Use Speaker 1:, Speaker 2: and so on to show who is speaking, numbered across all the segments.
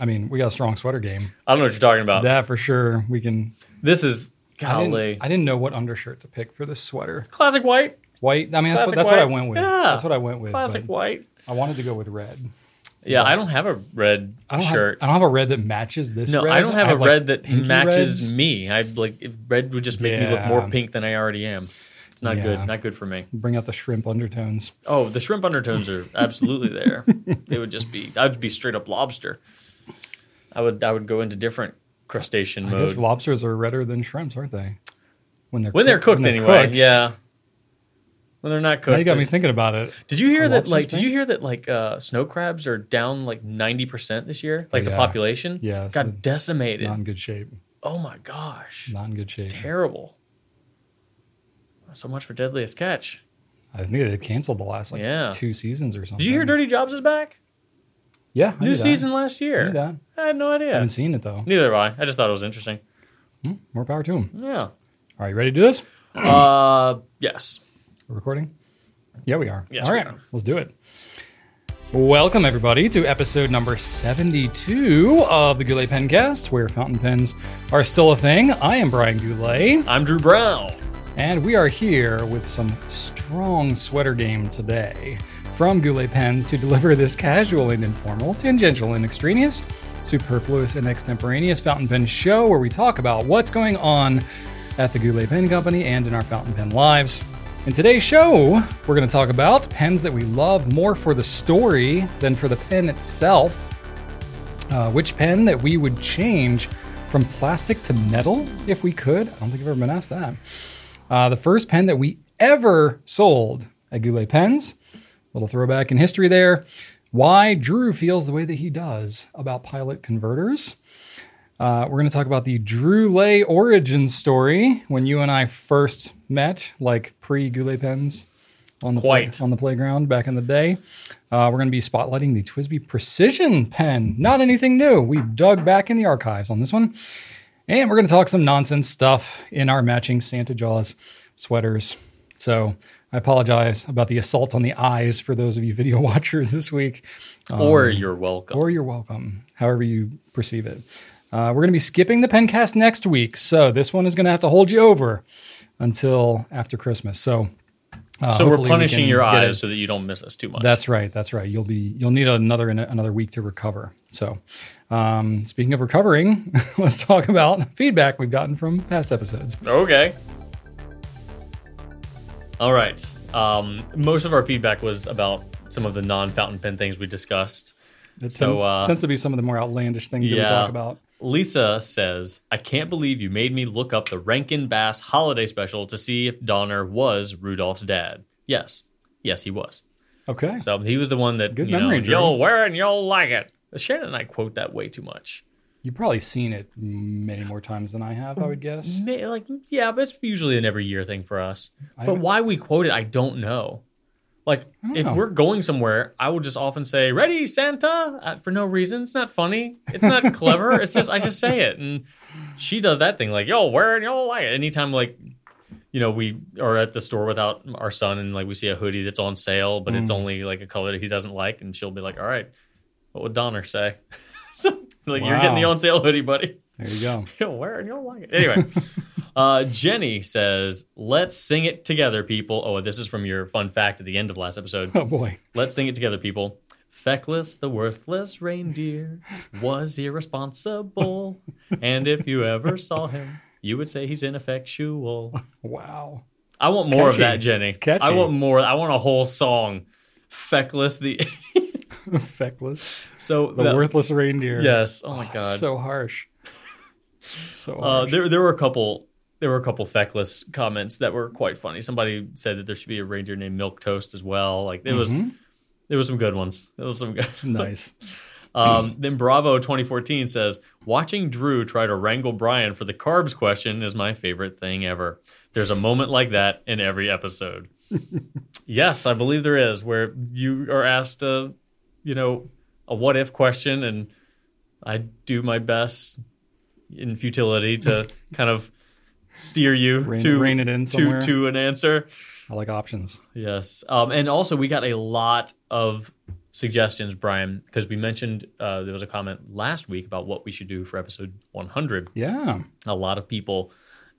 Speaker 1: I mean, we got a strong sweater game.
Speaker 2: I don't know what you're talking about.
Speaker 1: That for sure. We can.
Speaker 2: this is
Speaker 1: I didn't,
Speaker 2: Oh. golly
Speaker 1: I didn't know what undershirt to pick for this sweater.
Speaker 2: classic white.
Speaker 1: White. I mean, that's, what,
Speaker 2: Classic
Speaker 1: that's what I
Speaker 2: white.
Speaker 1: went with.
Speaker 2: Yeah.
Speaker 1: That's what I went with.
Speaker 2: Classic
Speaker 1: but
Speaker 2: white.
Speaker 1: I wanted to go with red.
Speaker 2: Yeah, I don't have a red
Speaker 1: I don't,
Speaker 2: shirt.
Speaker 1: have, I don't have a red that matches this.
Speaker 2: no,
Speaker 1: red.
Speaker 2: I don't have a
Speaker 1: like,
Speaker 2: red that
Speaker 1: pinky
Speaker 2: matches
Speaker 1: reds.
Speaker 2: me. I like if red would just make me look more
Speaker 1: Yeah.
Speaker 2: pink than I already am. It's not
Speaker 1: Yeah.
Speaker 2: good. Not good for me.
Speaker 1: Bring out the shrimp undertones.
Speaker 2: Oh, the shrimp undertones are absolutely there. They would just be. I would be straight up lobster. I would. I would go into different crustacean
Speaker 1: I guess
Speaker 2: mode
Speaker 1: lobsters are redder than shrimps, aren't they? When they're
Speaker 2: when they're cooked anyway.
Speaker 1: cooked.
Speaker 2: Yeah. When they're not
Speaker 1: Now
Speaker 2: cooked.
Speaker 1: you got me
Speaker 2: it's-
Speaker 1: thinking about it.
Speaker 2: Did you hear
Speaker 1: Are
Speaker 2: that?
Speaker 1: lobsters
Speaker 2: Like, did
Speaker 1: pink?
Speaker 2: you hear that? Like, uh, snow crabs are down like ninety percent this year. Like the
Speaker 1: yeah.
Speaker 2: population.
Speaker 1: Yeah, it's been-
Speaker 2: Got decimated.
Speaker 1: Not in good shape.
Speaker 2: oh my gosh.
Speaker 1: Not in good shape.
Speaker 2: Terrible. So much for Deadliest Catch.
Speaker 1: I think they canceled the last like
Speaker 2: Yeah.
Speaker 1: two seasons or something.
Speaker 2: Did you hear Dirty Jobs is back?
Speaker 1: Yeah, I
Speaker 2: New
Speaker 1: knew that.
Speaker 2: season last
Speaker 1: I knew
Speaker 2: year.
Speaker 1: that.
Speaker 2: I had no
Speaker 1: I
Speaker 2: idea.
Speaker 1: haven't seen it though.
Speaker 2: Neither have I. I just thought it was interesting.
Speaker 1: More power to him.
Speaker 2: Yeah.
Speaker 1: All right, you ready to do this?
Speaker 2: Uh, yes.
Speaker 1: We're recording? Yeah, we are.
Speaker 2: Yes,
Speaker 1: All
Speaker 2: we
Speaker 1: right,
Speaker 2: are.
Speaker 1: let's do it. Welcome, everybody, to episode number 72 of the Goulet Pencast, where fountain pens are still a thing. I am Brian Goulet,
Speaker 2: I'm Drew Brown.
Speaker 1: and we are here with some strong sweater game today from Goulet Pens to deliver this casual and informal, tangential and extraneous, superfluous and extemporaneous fountain pen show where we talk about what's going on at the Goulet Pen Company and in our fountain pen lives. In today's show, we're going to talk about pens that we love more for the story than for the pen itself. Uh, which pen that we would change from plastic to metal if we could? I don't think I've ever been asked that. Uh, the first pen that we ever sold at Goulet Pens. Little throwback in history there. Why Drew feels the way that he does about pilot converters. Uh, we're going to talk about the Drew Lay origin story when you and I first met, like pre Goulet Pens on the, play-
Speaker 2: Quite.
Speaker 1: on the playground back in the day. Uh, we're going to be spotlighting the Twisby Precision Pen. Not anything new. We dug back in the archives on this one. And we're going to talk some nonsense stuff in our matching Santa Jaws sweaters. So I apologize about the assault on the eyes for those of you video watchers this week,
Speaker 2: or you're welcome.
Speaker 1: Um, or you're welcome, however you perceive it. Uh, we're going to be skipping the pencast next week. So this one is going to have to hold you over until after Christmas. So. uh,
Speaker 2: so
Speaker 1: hopefully
Speaker 2: we're
Speaker 1: we
Speaker 2: punishing
Speaker 1: can
Speaker 2: your
Speaker 1: get it-
Speaker 2: eyes so that you don't miss us too much.
Speaker 1: that's right. That's right. You'll be you'll need another another week to recover. So, um, speaking of recovering, let's talk about feedback we've gotten from past episodes.
Speaker 2: Okay. All right. Um, most of our feedback was about some of the non-fountain pen things we discussed.
Speaker 1: It
Speaker 2: So,
Speaker 1: tend-
Speaker 2: uh,
Speaker 1: tends to be some of the more outlandish things that we
Speaker 2: Yeah.
Speaker 1: talk about.
Speaker 2: Lisa says, "I can't believe you made me look up the Rankin Bass holiday special to see if Donner was Rudolph's dad." Yes, yes, he was.
Speaker 1: Okay.
Speaker 2: So he was the one that
Speaker 1: Good
Speaker 2: you
Speaker 1: memory,
Speaker 2: know,
Speaker 1: Drew.
Speaker 2: you'll wear it and you'll like it. Shannon and I quote that way too much.
Speaker 1: You've probably seen it many more times than I have, I would guess.
Speaker 2: Ma- Like, yeah, but it's usually an every year thing for us.
Speaker 1: I
Speaker 2: but
Speaker 1: would-
Speaker 2: why we quote it, I don't know. Like,
Speaker 1: don't
Speaker 2: if
Speaker 1: know.
Speaker 2: we're going somewhere, I will just often say "Ready, Santa" uh, for no reason. It's not funny. It's not clever. It's just I just say it, and she does that thing like "Yo, where and yo like it." Anytime like you know we are at the store without our son, and like we see a hoodie that's on sale, but
Speaker 1: Mm.
Speaker 2: it's only like a color that he doesn't like, and she'll be like, "All right, what would Donner say?" so like you're getting the
Speaker 1: Wow.
Speaker 2: on sale hoodie, buddy.
Speaker 1: There you go.
Speaker 2: You'll wear it and you'll like it. Anyway, uh, Jenny says, let's sing it together, people. Oh, this is from your fun fact at the end of last episode.
Speaker 1: Oh boy.
Speaker 2: let's sing it together, people. Feckless, the worthless reindeer, was irresponsible. and if you ever saw him, you would say he's ineffectual.
Speaker 1: Wow.
Speaker 2: I want more of
Speaker 1: catchy.
Speaker 2: that, Jenny.
Speaker 1: It's catchy.
Speaker 2: I want more. I want a whole song. Feckless, the.
Speaker 1: Feckless.
Speaker 2: so,
Speaker 1: The
Speaker 2: that-
Speaker 1: worthless reindeer.
Speaker 2: Yes. Oh, my God.
Speaker 1: So harsh. So
Speaker 2: Uh,
Speaker 1: harsh.
Speaker 2: there, there were a couple. There were a couple feckless comments that were quite funny. Somebody said that there should be a reindeer named Milk Toast as well. Like there was,
Speaker 1: Mhm.
Speaker 2: there was some good ones. There was some good.
Speaker 1: nice.
Speaker 2: Um, then Bravo 2014 says, watching Drew try to wrangle Brian for the carbs question is my favorite thing ever. There's a moment like that in every episode. yes, I believe there is where you are asked a, you know, a what if question, and I do my best in futility to kind of steer you
Speaker 1: Rein-
Speaker 2: to
Speaker 1: rein it in
Speaker 2: to
Speaker 1: somewhere.
Speaker 2: to an answer.
Speaker 1: I like options.
Speaker 2: Yes. Um, and also, we got a lot of suggestions, Brian, because we mentioned uh, there was a comment last week about what we should do for episode 100.
Speaker 1: Yeah.
Speaker 2: A lot of people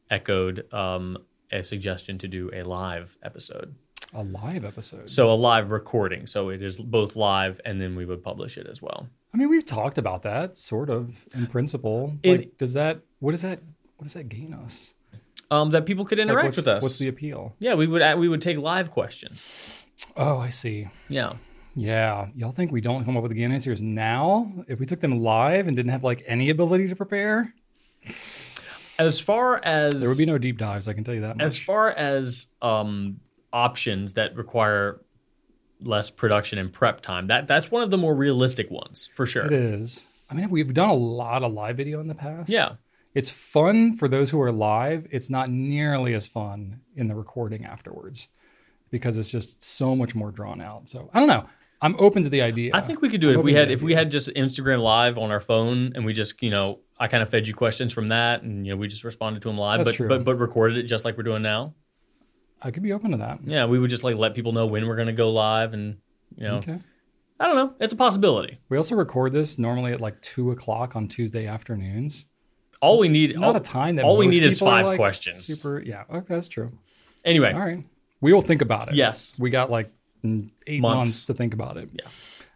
Speaker 2: echoed um, a suggestion to do a live episode.
Speaker 1: A live episode.
Speaker 2: So, a live recording. So, it is both live and then we would publish it as well.
Speaker 1: I mean, we've talked about that sort of in principle.
Speaker 2: It-
Speaker 1: like, does that, what does that, what does that gain us?
Speaker 2: Um, that people could
Speaker 1: Like,
Speaker 2: interact
Speaker 1: what's-
Speaker 2: with us.
Speaker 1: What's the appeal?
Speaker 2: yeah, we would a- we would take live questions.
Speaker 1: Oh, I see.
Speaker 2: Yeah.
Speaker 1: Yeah. Y'all think we don't come up with the game answers now? If we took them live and didn't have like any ability to prepare,
Speaker 2: As far as
Speaker 1: there would be no deep dives. I can tell you that much.
Speaker 2: as far as um, options that require less production and prep time, that that's one of the more realistic ones for sure.
Speaker 1: It is. I mean, we've done a lot of live video in the past.
Speaker 2: Yeah.
Speaker 1: It's fun for those who are live. It's not nearly as fun in the recording afterwards because it's just so much more drawn out. So I don't know. I'm open to the idea.
Speaker 2: I think we could do it
Speaker 1: I'm
Speaker 2: if we
Speaker 1: open to
Speaker 2: had
Speaker 1: the
Speaker 2: if we
Speaker 1: idea.
Speaker 2: had just Instagram live on our phone and we just you know I kind of fed you questions from that and you know we just responded to them live
Speaker 1: That's
Speaker 2: but
Speaker 1: true.
Speaker 2: but but recorded it just like we're doing now.
Speaker 1: I could be open to that.
Speaker 2: Yeah, we would just like let people know when we're gonna go live and you know
Speaker 1: Okay.
Speaker 2: I don't know it's a possibility.
Speaker 1: We also record this normally at like two o'clock on Tuesday afternoons.
Speaker 2: All we need
Speaker 1: Not
Speaker 2: all,
Speaker 1: a time that
Speaker 2: all we
Speaker 1: most
Speaker 2: need is
Speaker 1: people are,
Speaker 2: five
Speaker 1: like,
Speaker 2: questions.
Speaker 1: Super. Yeah. Okay. That's true.
Speaker 2: anyway
Speaker 1: All right. We will think about it.
Speaker 2: yes
Speaker 1: We got like mm, eight
Speaker 2: Months.
Speaker 1: months. to think about it.
Speaker 2: Yeah.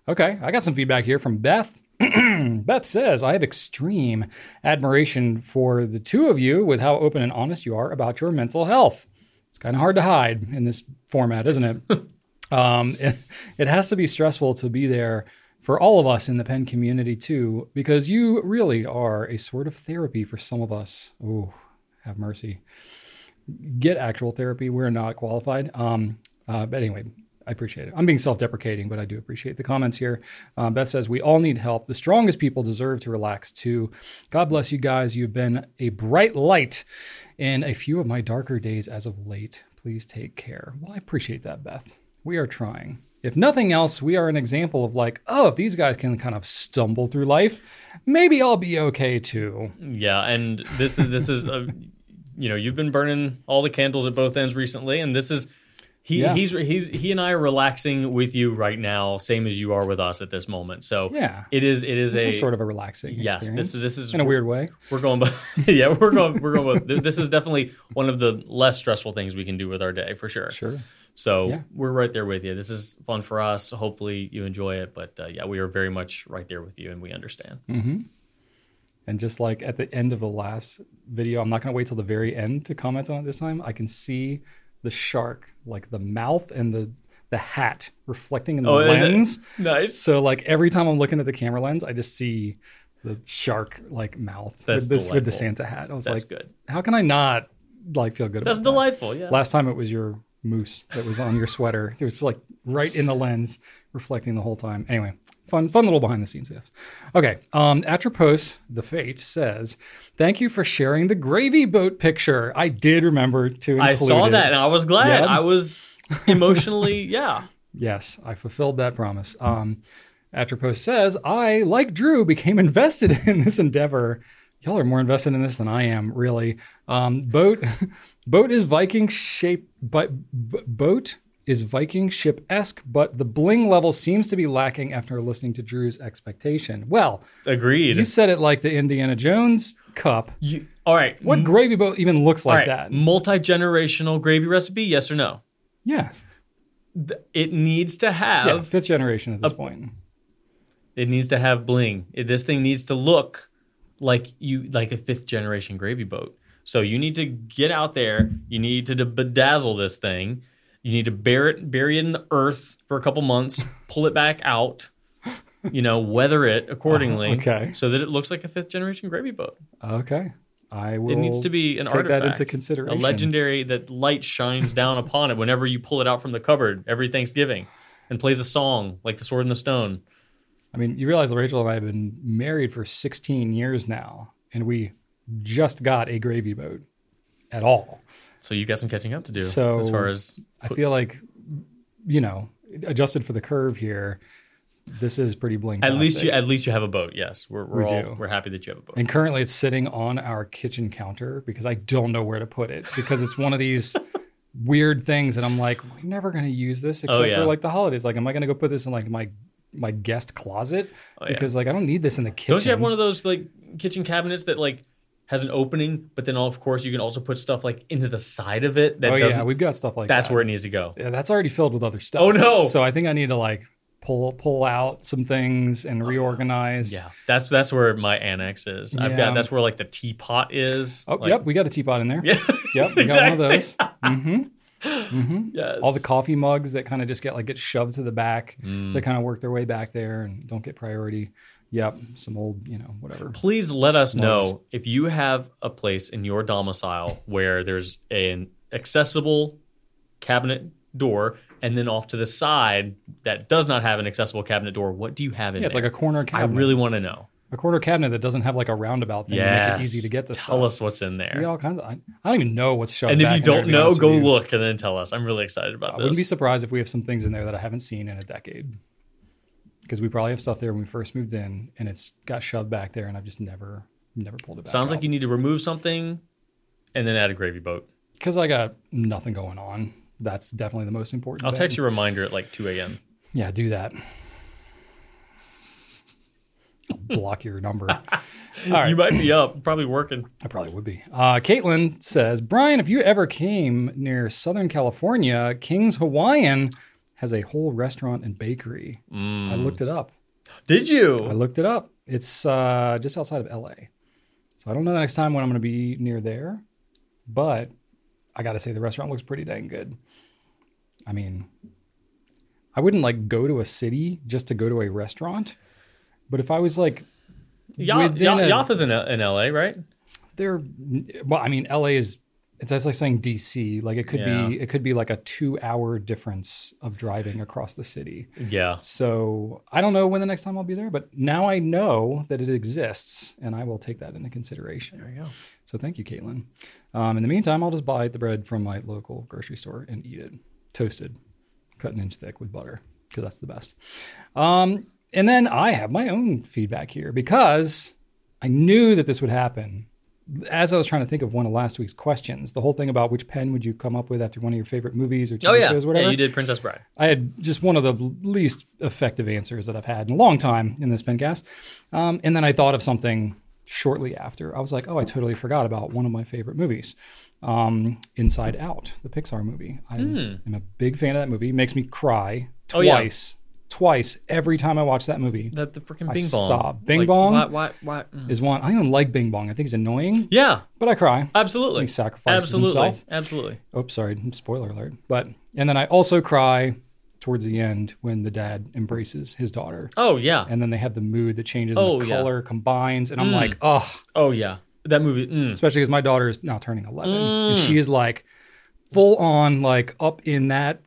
Speaker 1: Okay. I got some feedback here from Beth. Beth says, I have extreme admiration for the two of you with how open and honest you are about your mental health. It's kind of hard to hide in this format, isn't it? um, it, it has to be stressful to be there for all of us in the Penn community too, because you really are a sort of therapy for some of us. Ooh, have mercy get actual therapy. We're not qualified. Um, uh, but anyway, I appreciate it. I'm being self deprecating, but I do appreciate the comments here. Um, Beth says, We all need help. The strongest people deserve to relax too. God bless you guys. You've been a bright light in a few of my darker days as of late. Please take care. Well, I appreciate that, Beth. We are trying. If nothing else, we are an example of like, oh, if these guys can kind of stumble through life, maybe I'll be okay too.
Speaker 2: Yeah, and this is this is a, you know you've been burning all the candles at both ends recently, and this is he
Speaker 1: Yes.
Speaker 2: he's he's he and I are relaxing with you right now, same as you are with us at this moment. So
Speaker 1: Yeah.
Speaker 2: it is it is
Speaker 1: This
Speaker 2: a
Speaker 1: is sort of a relaxing
Speaker 2: yes.
Speaker 1: experience.
Speaker 2: This is this is
Speaker 1: in a weird way.
Speaker 2: We're going, by, yeah, we're going we're going. With, this is definitely one of the less stressful things we can do with our day for sure.
Speaker 1: Sure.
Speaker 2: So
Speaker 1: Yeah.
Speaker 2: we're right there with you. This is fun for us. Hopefully you enjoy it, but uh, yeah, we are very much right there with you, and we understand.
Speaker 1: And just like at the end of the last video, I'm not going to wait till the very end to comment on it this time. I can see the shark, like the mouth and the the hat reflecting in the
Speaker 2: Oh, and the-
Speaker 1: lens.
Speaker 2: Nice.
Speaker 1: so like every time I'm looking at the camera lens, I just see the shark like mouth
Speaker 2: That's
Speaker 1: with, this, with the
Speaker 2: delightful.
Speaker 1: Santa hat. I was
Speaker 2: That's
Speaker 1: like,
Speaker 2: good.
Speaker 1: how can I not like feel good
Speaker 2: That's
Speaker 1: about that?
Speaker 2: delightful. Yeah.
Speaker 1: Last time it was your moose that was on your sweater. It was like right in the lens, reflecting the whole time. Anyway, fun, fun little behind the scenes gifs. Okay, um, Atropos the Fate says, "Thank you for sharing the gravy boat picture. I did remember to include
Speaker 2: I saw
Speaker 1: it.
Speaker 2: that and I was glad.
Speaker 1: Yeah.
Speaker 2: I was emotionally, yeah.
Speaker 1: Yes, I fulfilled that promise. Um, Atropos says, I, like Drew, became invested in this endeavor. Y'all are more invested in this than I am, really. Um, boat, boat is Viking shape, but b- boat is Viking ship esque, but the bling level seems to be lacking after listening to Drew's expectation. Well,
Speaker 2: Agreed.
Speaker 1: you said it like the Indiana Jones cup.
Speaker 2: You- all right.
Speaker 1: What gravy boat even looks
Speaker 2: Mm-hmm. all
Speaker 1: like
Speaker 2: right.
Speaker 1: that?
Speaker 2: Multi generational gravy recipe, yes or no?
Speaker 1: Yeah,
Speaker 2: Th- It needs to
Speaker 1: yeah,
Speaker 2: have
Speaker 1: fifth generation at this point.
Speaker 2: it needs to have bling. It- this thing needs to look like you like a fifth generation gravy boat. So you need to get out there. You need to de- bedazzle this thing. You need to bury it bury it in the earth for a couple months. Pull it back out. You know, weather it accordingly,
Speaker 1: Uh-huh. okay.
Speaker 2: so that it looks like a fifth generation gravy boat.
Speaker 1: Okay, I will.
Speaker 2: It needs to be an
Speaker 1: take
Speaker 2: artifact.
Speaker 1: that into consideration.
Speaker 2: A legendary that light shines down upon it whenever you pull it out from the cupboard every Thanksgiving, and plays a song like the Sword in the Stone.
Speaker 1: I mean, you realize Rachel and I have been married for 16 years now, and we just got a gravy boat at all.
Speaker 2: So you got some catching up to do
Speaker 1: So-
Speaker 2: as far as
Speaker 1: I feel like, you know, adjusted for the curve here, this is pretty bling.
Speaker 2: at least you at least you have a boat. Yes, we're we're
Speaker 1: We
Speaker 2: all
Speaker 1: do.
Speaker 2: we're happy that you have a boat.
Speaker 1: And currently, it's sitting on our kitchen counter because I don't know where to put it because it's one of these weird things, and I'm like, we're never going to use this except
Speaker 2: Oh, yeah.
Speaker 1: for like the holidays. Like, am I going to go put this in like my my guest closet
Speaker 2: Oh, yeah.
Speaker 1: because like I don't need this in the kitchen.
Speaker 2: Don't you have one of those like kitchen cabinets that like has an opening, but then of course you can also put stuff like into the side of it that
Speaker 1: oh
Speaker 2: doesn't.
Speaker 1: yeah, we've got stuff like
Speaker 2: that's
Speaker 1: that.
Speaker 2: where it needs to go.
Speaker 1: Yeah, that's already filled with other stuff.
Speaker 2: Oh, no.
Speaker 1: So I think I need to like pull pull out some things and reorganize.
Speaker 2: Oh, Yeah, that's that's where my annex is. I've
Speaker 1: Yeah.
Speaker 2: got that's where like the teapot is.
Speaker 1: Oh,
Speaker 2: Like-
Speaker 1: yep, we got a teapot in there.
Speaker 2: Yeah.
Speaker 1: Yep, we got one of those.
Speaker 2: exactly.
Speaker 1: hmm hmm
Speaker 2: Yes.
Speaker 1: All the coffee mugs that kind of just get like get shoved to the back.
Speaker 2: Mm.
Speaker 1: They kind of work their way back there and don't get priority. Yep, some old, you know, whatever.
Speaker 2: Please let us
Speaker 1: Mugs.
Speaker 2: know if you have a place in your domicile where there's an accessible cabinet door, and then off to the side that does not have an accessible cabinet door. What do you have in
Speaker 1: Yeah, it's
Speaker 2: there?
Speaker 1: like a corner
Speaker 2: I
Speaker 1: cabinet.
Speaker 2: really want to know.
Speaker 1: a corner cabinet that doesn't have like a roundabout thing to
Speaker 2: Yeah,
Speaker 1: make it easy to get to
Speaker 2: Tell
Speaker 1: stuff.
Speaker 2: us what's in
Speaker 1: We got
Speaker 2: there.
Speaker 1: all kinds of. I, I don't even know what's shoved.
Speaker 2: And if
Speaker 1: back
Speaker 2: you
Speaker 1: in there,
Speaker 2: don't
Speaker 1: to be
Speaker 2: know,
Speaker 1: honest
Speaker 2: go
Speaker 1: with you.
Speaker 2: look and then tell us. I'm really excited about
Speaker 1: I
Speaker 2: this.
Speaker 1: wouldn't be surprised if we have some things in there that I haven't seen in a decade. Because we probably have stuff there when we first moved in, and it's got shoved back there, and I've just never, never pulled it back.
Speaker 2: Sounds like you need to remove something, and then add a gravy boat.
Speaker 1: because I got nothing going on. That's definitely the most important.
Speaker 2: I'll
Speaker 1: thing.
Speaker 2: text you a reminder at like 2 a.m.
Speaker 1: Yeah, do that. I'll block your number. All right.
Speaker 2: You might be up, probably working.
Speaker 1: I probably would be. Uh, Caitlin says, Brian, if you ever came near Southern California, King's Hawaiian has a whole restaurant and bakery. I
Speaker 2: Mm.
Speaker 1: looked it up.
Speaker 2: Did
Speaker 1: I
Speaker 2: you?
Speaker 1: looked it up. It's uh, just outside of LA. So I don't know the next time when I'm going to be near there, but I got to say the restaurant looks pretty dang good. I mean, I wouldn't like go to a city just to go to a restaurant, but if I was like,
Speaker 2: Ya-
Speaker 1: within
Speaker 2: Ya-
Speaker 1: a-
Speaker 2: Yoff is in, in LA, right?
Speaker 1: there, well, I mean, LA is. It's that's like saying DC. Like it could
Speaker 2: Yeah.
Speaker 1: be, it could be like a two-hour difference of driving across the city.
Speaker 2: Yeah.
Speaker 1: So I don't know when the next time I'll be there, but now I know that it exists, and I will take that into consideration.
Speaker 2: you go.
Speaker 1: So thank you, Caitlin. Um, in the meantime, I'll just buy the bread from my local grocery store and eat it, toasted, cut an inch thick with butter, because that's the best. Um, and then I have my own feedback here because I knew that this would happen. As I was trying to think of one of last week's questions, the whole thing about which pen would you come up with after one of your favorite movies or TV
Speaker 2: Oh yeah.
Speaker 1: shows, whatever.
Speaker 2: Yeah, you did Princess Bride.
Speaker 1: I had just one of the least effective answers that I've had in a long time in this pencast. Um, and then I thought of something shortly after. I was like, oh, I totally forgot about one of my favorite movies, um, Inside Out, the Pixar movie. I am a big fan of that movie. It makes me cry
Speaker 2: Hmm. Oh, yeah.
Speaker 1: twice, twice every time I watch that movie.
Speaker 2: That's the freaking
Speaker 1: I
Speaker 2: Bing Bong.
Speaker 1: saw Bing Bong.
Speaker 2: What? What? What? mm.
Speaker 1: Is one I don't like Bing Bong. I think he's annoying,
Speaker 2: Yeah.
Speaker 1: but I cry.
Speaker 2: Absolutely.
Speaker 1: He sacrifices
Speaker 2: Absolutely.
Speaker 1: himself.
Speaker 2: Absolutely.
Speaker 1: Oops, sorry, spoiler alert. But and then I also cry towards the end when the dad embraces his daughter.
Speaker 2: Oh yeah.
Speaker 1: and then they have the mood that changes
Speaker 2: Oh,
Speaker 1: and the
Speaker 2: yeah. Mm.
Speaker 1: color combines and i'm like oh
Speaker 2: Oh yeah. That movie. Mm.
Speaker 1: especially because my daughter is now turning 11 and she is like full on like up in that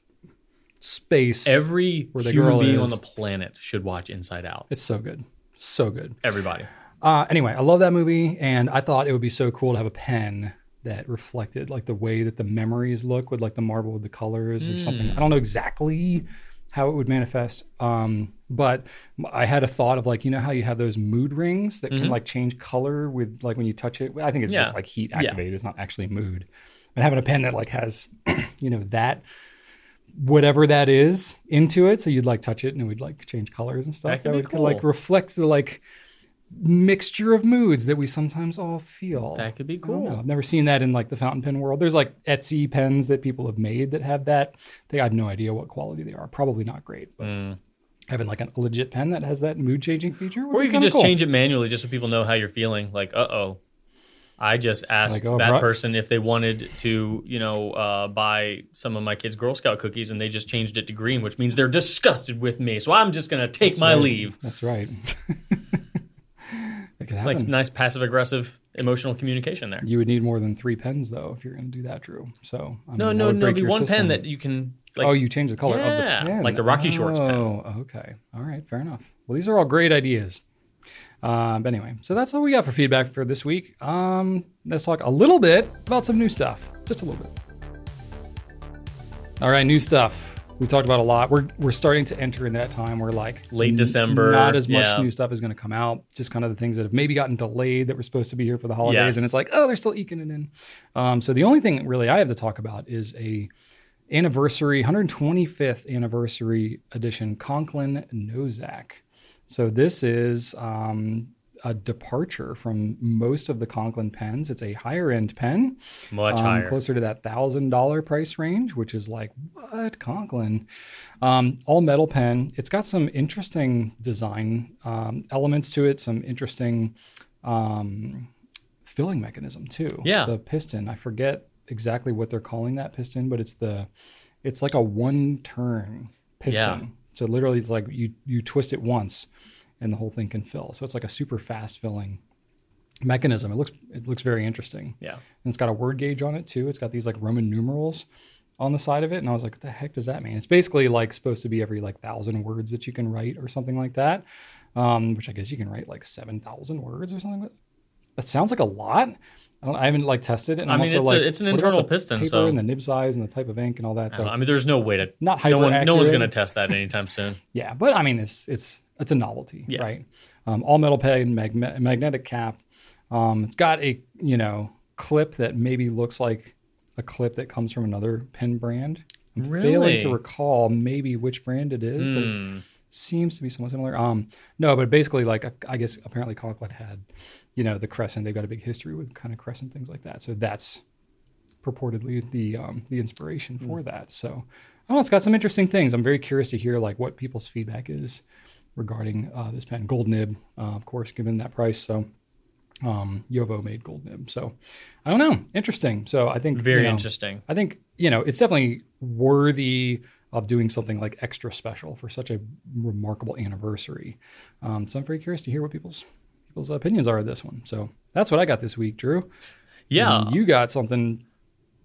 Speaker 1: space
Speaker 2: Every
Speaker 1: Where the
Speaker 2: human
Speaker 1: girl
Speaker 2: being
Speaker 1: is.
Speaker 2: on the planet should watch Inside Out.
Speaker 1: it's so good so good
Speaker 2: Everybody.
Speaker 1: uh, anyway i love that movie and i thought it would be so cool to have a pen that reflected like the way that the memories look with like the marble with the colors or
Speaker 2: Mm.
Speaker 1: something i don't know exactly how it would manifest um, but i had a thought of like you know how you have those mood rings that can like change color with like when you touch it i think it's just
Speaker 2: Mm-hmm. Yeah.
Speaker 1: like heat activated it's not actually mood and having a pen that like has you know that whatever that is into it so you'd like touch it and it would like change colors and stuff
Speaker 2: That could be
Speaker 1: would like
Speaker 2: cool.
Speaker 1: reflect the like mixture of moods that we sometimes all feel
Speaker 2: That could be
Speaker 1: I don't know.
Speaker 2: cool.
Speaker 1: I've never seen that in like the fountain pen world. There's like Etsy pens that people have made that have that. They I have no idea what quality they are. Probably not great, but having like a legit pen that has that mood changing feature. would
Speaker 2: Mm. Or
Speaker 1: be
Speaker 2: you can
Speaker 1: kinda
Speaker 2: just
Speaker 1: cool.
Speaker 2: change it manually just so people know how you're feeling. Like, uh oh. I just asked
Speaker 1: Like, oh,
Speaker 2: that
Speaker 1: right.
Speaker 2: person if they wanted to, you know, uh, buy some of my kids' Girl Scout cookies, and they just changed it to green, which means they're disgusted with me. So I'm just gonna take my
Speaker 1: right.
Speaker 2: leave.
Speaker 1: That's right. It could
Speaker 2: It's like
Speaker 1: happen.
Speaker 2: nice passive aggressive emotional communication there.
Speaker 1: you would need more than three pens though if you're going to do that, Drew. So I mean,
Speaker 2: No,
Speaker 1: that
Speaker 2: no,
Speaker 1: would
Speaker 2: no.
Speaker 1: break
Speaker 2: Be
Speaker 1: your
Speaker 2: one
Speaker 1: system.
Speaker 2: pen that you can like.
Speaker 1: oh, you change the color
Speaker 2: Yeah,
Speaker 1: of the pen,
Speaker 2: like the Rocky Shorts pen.
Speaker 1: Oh, okay, all right, fair enough. Well, these are all great ideas. Um, but anyway, so that's all we got for feedback for this week. Um, let's talk a little bit about some new stuff, just a little bit. All right, new stuff. We talked about a lot. We're we're starting to enter in that time where like
Speaker 2: Late
Speaker 1: n-
Speaker 2: December,
Speaker 1: not as much
Speaker 2: yeah.
Speaker 1: new stuff is going to come out. Just kind of the things that have maybe gotten delayed that were supposed to be here for the holidays,
Speaker 2: Yes.
Speaker 1: and it's like oh, they're still eking it in. Um, so the only thing really I have to talk about is a anniversary, 125th anniversary edition, Conklin Nozak. So this is um, a departure from most of the Conklin pens. It's a higher end pen,
Speaker 2: Much
Speaker 1: um,
Speaker 2: higher.
Speaker 1: closer to that thousand dollar price range, which is like what Conklin, um, all metal pen. It's got some interesting design um, elements to it, some interesting um, filling mechanism too.
Speaker 2: Yeah.
Speaker 1: the piston. I forget exactly what they're calling that piston, but it's the, it's like a one turn piston. So literally, it's like you you twist it once, and the whole thing can fill. So it's like a super fast filling mechanism. It looks it looks very interesting.
Speaker 2: Yeah.
Speaker 1: And it's got a word gauge on it too. It's got these like Roman numerals on the side of it. And I was like, what the heck does that mean? It's basically like supposed to be every like thousand words that you can write or something like that. Um, which I guess you can write like 7,000 words or something. That sounds like a lot. I, don't, I haven't like tested it. And
Speaker 2: I
Speaker 1: I'm
Speaker 2: mean,
Speaker 1: also,
Speaker 2: it's a-
Speaker 1: like,
Speaker 2: it's an
Speaker 1: what about
Speaker 2: internal
Speaker 1: the
Speaker 2: piston,
Speaker 1: Paper
Speaker 2: so- Uh-huh.
Speaker 1: and the nib size and the type of ink and all that. So
Speaker 2: I mean, there's no way to.
Speaker 1: not hyper
Speaker 2: No, one, no one's
Speaker 1: accurate.
Speaker 2: going to test that anytime soon.
Speaker 1: Yeah, but I mean, it's it's it's a novelty,
Speaker 2: Yeah.
Speaker 1: right? Um, all metal pen, magne- magnetic cap. Um, it's got a you know clip that maybe looks like a clip that comes from another pen brand. I'm
Speaker 2: Really?
Speaker 1: failing to recall maybe which brand it is, but it
Speaker 2: Hmm.
Speaker 1: seems to be somewhat similar. Um, no, but basically, like I- I guess apparently Conklin had, you know, the Crescent. They've got a big history with kind of Crescent things like that. So that's purportedly the um, the inspiration for that. So I don't know. It's got some interesting things. I'm very curious to hear like what people's feedback is regarding uh, this pen. Gold nib, uh, of course, given that price. So um, Yovo made gold nib. So I don't know. Interesting. So I think
Speaker 2: Very
Speaker 1: you know,
Speaker 2: interesting.
Speaker 1: I think you know it's definitely worthy of doing something like extra special for such a remarkable anniversary. Um, so I'm very curious to hear what people's people's opinions are of this one. So that's what I got this week, Drew.
Speaker 2: Yeah.
Speaker 1: And you got something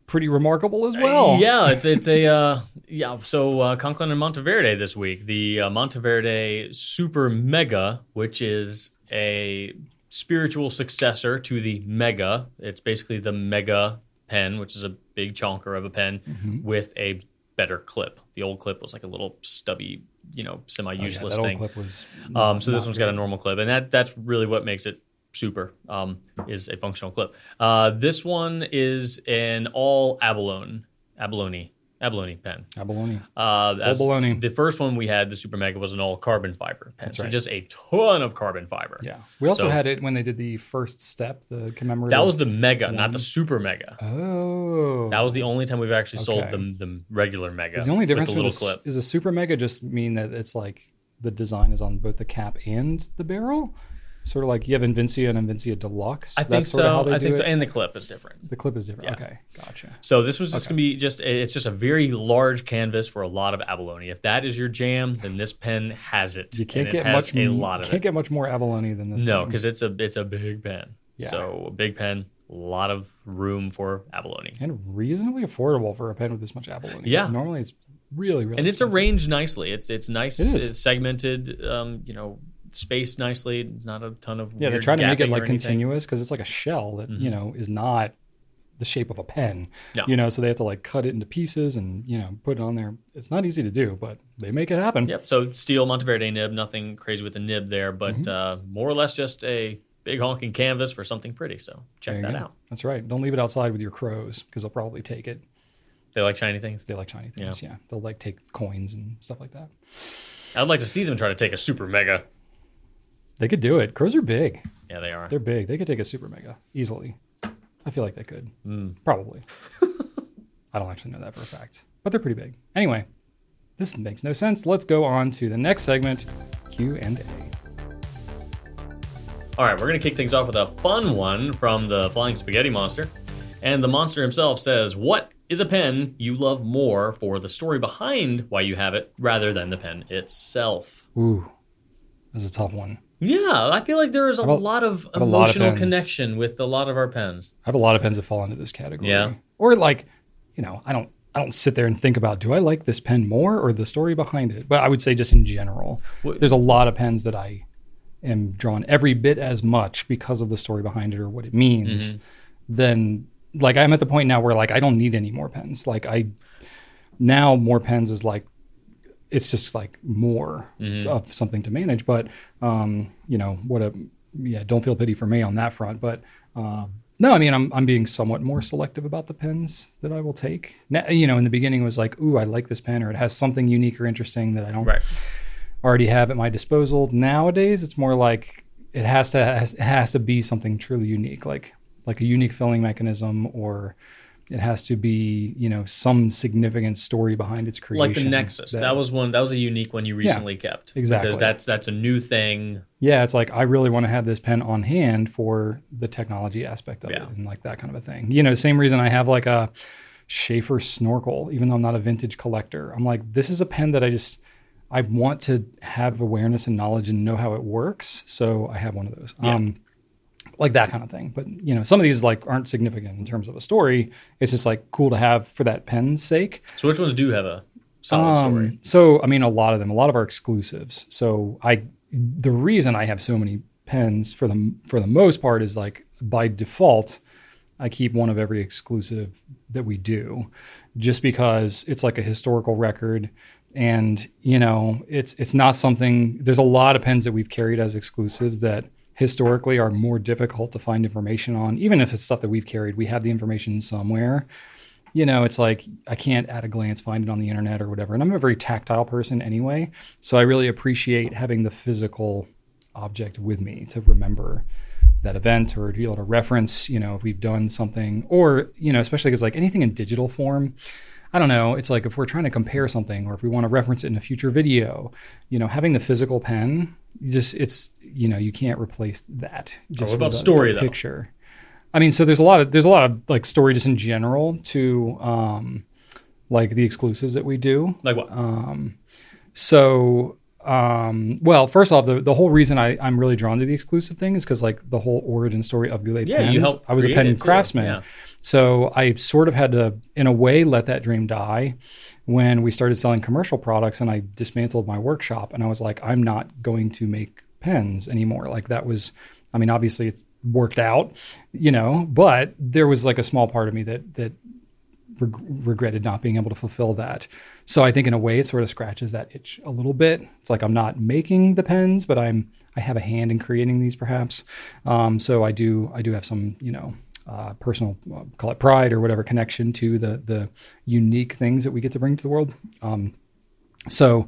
Speaker 1: pretty remarkable as well.
Speaker 2: Yeah, it's it's a uh, yeah. So uh, Conklin and Monteverde this week. The uh, Monteverde Super Mega, which is a spiritual successor to the Mega. It's basically the Mega pen, which is a big chonker of a pen
Speaker 1: Mm-hmm.
Speaker 2: with a better clip. The old clip was like a little stubby, you know, semi
Speaker 1: Oh, yeah,
Speaker 2: useless
Speaker 1: that old
Speaker 2: thing.
Speaker 1: clip was.
Speaker 2: Um, so this
Speaker 1: not
Speaker 2: one's got a normal clip, and that that's really what makes it super. Um, is a functional clip. Uh, this one is an all abalone, abalone, abalone pen.
Speaker 1: abalone.
Speaker 2: Uh, as
Speaker 1: baloney.
Speaker 2: The first one we had, the Super Mega, was an all carbon fiber pen.
Speaker 1: That's
Speaker 2: so
Speaker 1: right.
Speaker 2: just a ton of carbon fiber.
Speaker 1: Yeah, we also
Speaker 2: So-
Speaker 1: had it when they did the first step, the commemorative.
Speaker 2: That was the Mega, not the Super Mega.
Speaker 1: oh.
Speaker 2: That was the only time we've actually sold
Speaker 1: Okay.
Speaker 2: the, the regular Mega.
Speaker 1: Is the only difference
Speaker 2: with
Speaker 1: with
Speaker 2: the little
Speaker 1: a s-
Speaker 2: clip.
Speaker 1: is a super mega just mean that it's like the design is on both the cap and the barrel? Sort of like you have Invincia and Invincia Deluxe.
Speaker 2: I
Speaker 1: That's
Speaker 2: think
Speaker 1: sort of how
Speaker 2: so.
Speaker 1: they
Speaker 2: I
Speaker 1: do
Speaker 2: think so.
Speaker 1: it?
Speaker 2: And the clip is different.
Speaker 1: The clip is different.
Speaker 2: Yeah.
Speaker 1: Okay, gotcha.
Speaker 2: So this was just going to be just it's just a very large canvas for a lot of abalone. If that is your jam, then this pen has it.
Speaker 1: You can't
Speaker 2: and it
Speaker 1: get
Speaker 2: has
Speaker 1: much
Speaker 2: a
Speaker 1: m-
Speaker 2: lot of
Speaker 1: can't
Speaker 2: it.
Speaker 1: get much more abalone than this.
Speaker 2: No,
Speaker 1: thing.
Speaker 2: because it's a it's a big pen.
Speaker 1: Yeah.
Speaker 2: So a big pen, a lot of room for abalone.
Speaker 1: and reasonably affordable for a pen with this much abalone.
Speaker 2: Yeah.
Speaker 1: normally it's really really
Speaker 2: And it's
Speaker 1: expensive.
Speaker 2: arranged nicely. It's it's nice.
Speaker 1: It is.
Speaker 2: it's segmented. Um, you know, spaced nicely. Not a ton of
Speaker 1: Yeah, they're
Speaker 2: weird
Speaker 1: trying to make
Speaker 2: gapping
Speaker 1: it
Speaker 2: or
Speaker 1: like
Speaker 2: anything. Mm-hmm.
Speaker 1: continuous because it's like a shell that you know is not the shape of a pen.
Speaker 2: No.
Speaker 1: You know, so they have to like cut it into pieces and you know put it on there. It's not easy to do, but they make it happen.
Speaker 2: Yep. So steel Monteverde nib. Nothing crazy with the nib there, but
Speaker 1: Mm-hmm.
Speaker 2: uh, more or less just a big honking canvas for something pretty. So
Speaker 1: There
Speaker 2: check
Speaker 1: you
Speaker 2: that
Speaker 1: go.
Speaker 2: out.
Speaker 1: That's right. Don't leave it outside with your crows because they'll probably take it.
Speaker 2: They like shiny things.
Speaker 1: They like shiny things. Yeah. They'll like take coins and stuff like that.
Speaker 2: I'd like to see them try to take a super mega.
Speaker 1: They could do it. Crows are big.
Speaker 2: Yeah, they are.
Speaker 1: They're big. They could take a super mega easily. I feel like they could. Probably. I don't actually know that for a fact, but they're pretty big. Anyway, this makes no sense. Let's go on to the next segment, Q and A.
Speaker 2: All right, we're going to kick things off with a fun one from the Flying Spaghetti Monster. And the monster himself says, What is a pen you love more for the story behind why you have it rather than the pen itself?
Speaker 1: Ooh, this is a tough one.
Speaker 2: Yeah, I feel like there is a
Speaker 1: about-
Speaker 2: lot of
Speaker 1: a lot of
Speaker 2: emotional
Speaker 1: pens?
Speaker 2: connection with a lot of our pens.
Speaker 1: I have a lot of pens that fall into this category.
Speaker 2: Yeah.
Speaker 1: Or like, you know, I don't I don't sit there and think about do I like this pen more or the story behind it. But I would say just in general,
Speaker 2: What-
Speaker 1: there's a lot of pens that I am drawn every bit as much because of the story behind it or what it means.
Speaker 2: Mm-hmm.
Speaker 1: Then like I'm at the point now where like I don't need any more pens. Like I now more pens is like it's just like more
Speaker 2: Mm-hmm.
Speaker 1: of something to manage. But um, you know, what a yeah, don't feel pity for me on that front. But um, No, I mean I'm I'm being somewhat more selective about the pens that I will take. Now, you know, in the beginning it was like, ooh, I like this pen, or it has something unique or interesting that I don't
Speaker 3: Right.
Speaker 1: already have at my disposal. Nowadays, it's more like it has to has, it has to be something truly unique, like like a unique filling mechanism, or it has to be you know some significant story behind its creation.
Speaker 3: Like the Nexus. That, was one that was a unique one you recently kept.
Speaker 1: exactly.
Speaker 3: Because that's that's a new thing.
Speaker 1: yeah, it's like I really want to have this pen on hand for the technology aspect of
Speaker 3: Yeah.
Speaker 1: it and like that kind of a thing. You know, same reason I have like a Schaefer snorkel, even though I'm not a vintage collector. I'm like, this is a pen that I just I want to have awareness and knowledge and know how it works. So I have one of those.
Speaker 3: Yeah.
Speaker 1: Um like that kind of thing. But you know, some of these like aren't significant in terms of a story. It's just like cool to have for that pen's sake.
Speaker 3: So which ones do have a solid
Speaker 1: Um,
Speaker 3: story?
Speaker 1: So I mean, a lot of them. A lot of our exclusives. So I, the reason I have so many pens for the for the most part is like by default, I keep one of every exclusive that we do, just because it's like a historical record. And you know, it's it's not something. There's a lot of pens that we've carried as exclusives that historically are more difficult to find information on. Even if it's stuff that we've carried, we have the information somewhere you know, it's like I can't at a glance find it on the internet or whatever. And I'm a very tactile person anyway. So I really appreciate having the physical object with me to remember that event or to be able to reference, you know, if we've done something or, you know, especially because like anything in digital form, I don't know, it's like if we're trying to compare something or if we want to reference it in a future video, you know, having the physical pen, you just it's, you know, you can't replace that. Just
Speaker 3: Oh, about
Speaker 1: with a
Speaker 3: story, though?
Speaker 1: Picture. I mean, so there's a lot of there's a lot of like story just in general to um like the exclusives that we do.
Speaker 3: Like what?
Speaker 1: So um well, first off, the, the whole reason I, I'm really drawn to the exclusive thing is because like the whole origin story of Goulet
Speaker 3: Yeah, you
Speaker 1: pens.
Speaker 3: helped
Speaker 1: I was a
Speaker 3: create
Speaker 1: pen
Speaker 3: it, too.
Speaker 1: craftsman.
Speaker 3: Yeah.
Speaker 1: So I sort of had to in a way let that dream die when we started selling commercial products and I dismantled my workshop and I was like, I'm not going to make pens anymore. Like that was I mean, obviously it's worked out, you know, but there was like a small part of me that that reg- regretted not being able to fulfill that. So I think in a way it sort of scratches that itch a little bit. It's like I'm not making the pens, but I'm I have a hand in creating these perhaps. Um, so I do I do have some you know uh, personal uh, call it pride or whatever connection to the the unique things that we get to bring to the world. So,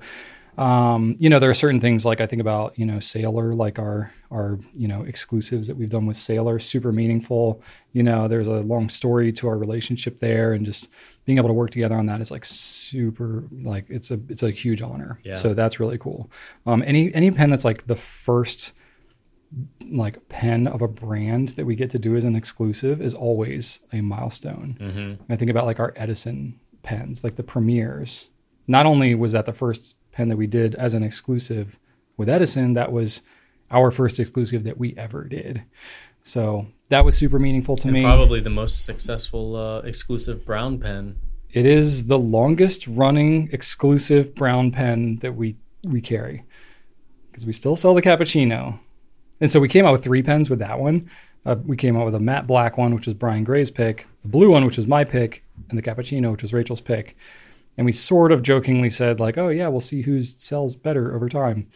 Speaker 1: um, you know, there are certain things like I think about, you know, Sailor, like our our you know exclusives that we've done with Sailor, super meaningful. You know, there's a long story to our relationship there, and just being able to work together on that is like super, like it's a it's a huge honor.
Speaker 3: Yeah.
Speaker 1: So that's really cool. Um, any any pen that's like the first like pen of a brand that we get to do as an exclusive is always a milestone.
Speaker 2: Mm-hmm.
Speaker 1: And I think about like our Edison pens, like the premieres. Not only was that the first pen that we did as an exclusive with Edison, that was our first exclusive that we ever did. So that was super meaningful to me.
Speaker 3: Probably the most successful uh, exclusive brown pen.
Speaker 1: It is the longest running exclusive brown pen that we we carry because we still sell the cappuccino, and so we came out with three pens with that one. Uh, we came out with a matte black one, which was Brian Gray's pick, the blue one, which was my pick, and the cappuccino, which was Rachel's pick. And we sort of jokingly said like, "Oh yeah, we'll see who sells better over time."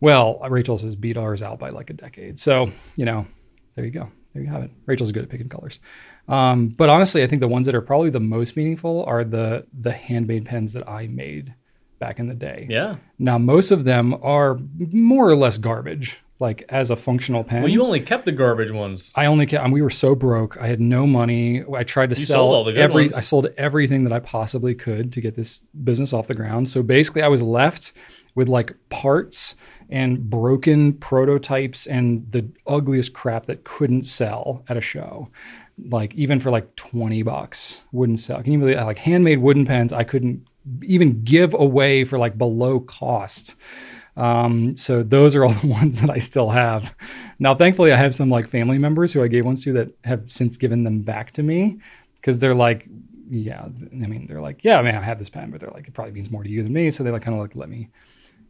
Speaker 1: Well, Rachel's has beat ours out by like a decade, so you know, there you go, there you have it. Rachel's good at picking colors. Um, but honestly, I think the ones that are probably the most meaningful are the the handmade pens that I made back in the day.
Speaker 3: Yeah.
Speaker 1: Now most of them are more or less garbage, like as a functional pen.
Speaker 3: Well, you only kept the garbage ones.
Speaker 1: I only ca- um, we were so broke. I had no money. I tried to
Speaker 3: You
Speaker 1: sell
Speaker 3: sold all the good
Speaker 1: every.
Speaker 3: ones.
Speaker 1: I sold everything that I possibly could to get this business off the ground. So basically, I was left with like parts and broken prototypes and the ugliest crap that couldn't sell at a show. Like even for like twenty bucks, wouldn't sell. Can you believe like handmade wooden pens? I couldn't even give away for like below cost. Um, so those are all the ones that I still have. Now, thankfully, I have some like family members who I gave ones to that have since given them back to me because they're like, yeah, th- I mean, they're like, yeah, I mean, I have this pen, but they're like, it probably means more to you than me. So they like kind of like let me,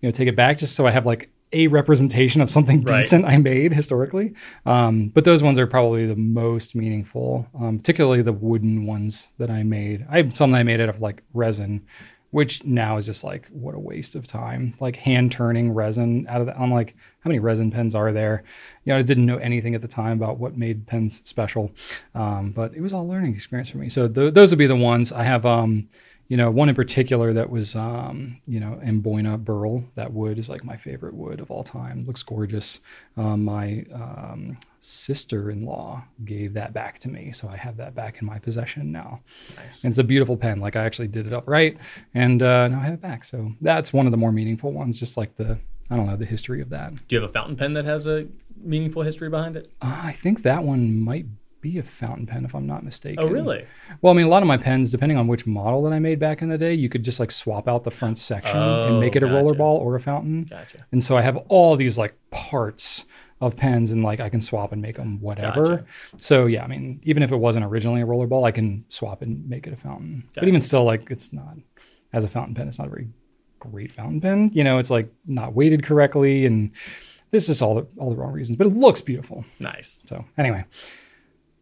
Speaker 1: you know, take it back just so I have like a representation of something
Speaker 3: Right.
Speaker 1: decent I made historically. Um, but those ones are probably the most meaningful, um, particularly the wooden ones that I made. I have some that I made out of like resin which now is just like what a waste of time. Like hand turning resin out of the. I'm like, how many resin pens are there? You know, I didn't know anything at the time about what made pens special, um, but it was all a learning experience for me. So th- those would be the ones I have. Um, you know, one in particular that was, um, you know, Amboina burl. That wood is like my favorite wood of all time. Looks gorgeous. Um, my um, sister-in-law gave that back to me, so I have that back in my possession now.
Speaker 2: Nice.
Speaker 1: And it's a beautiful pen. Like I actually did it upright, and uh, now I have it back. So that's one of the more meaningful ones. Just like the, I don't know, the history of that.
Speaker 2: Do you have a fountain pen that has a meaningful history behind it?
Speaker 1: Uh, I think that one might be a fountain pen, if I'm not mistaken.
Speaker 2: Oh, really?
Speaker 1: Well, I mean, a lot of my pens, depending on which model that I made back in the day, you could just like swap out the front section and
Speaker 2: Oh,
Speaker 1: make it a
Speaker 2: gotcha.
Speaker 1: rollerball or a fountain.
Speaker 2: Gotcha.
Speaker 1: And so I have all these like parts of pens and like I can swap and make them whatever.
Speaker 2: Gotcha.
Speaker 1: So yeah, I mean, even if it wasn't originally a rollerball, I can swap and make it a fountain. But
Speaker 2: Gotcha.
Speaker 1: even still, like it's not as a fountain pen, it's not a very great fountain pen. You know, it's like not weighted correctly and this is all the, all the wrong reasons, but it looks beautiful.
Speaker 2: Nice.
Speaker 1: So anyway,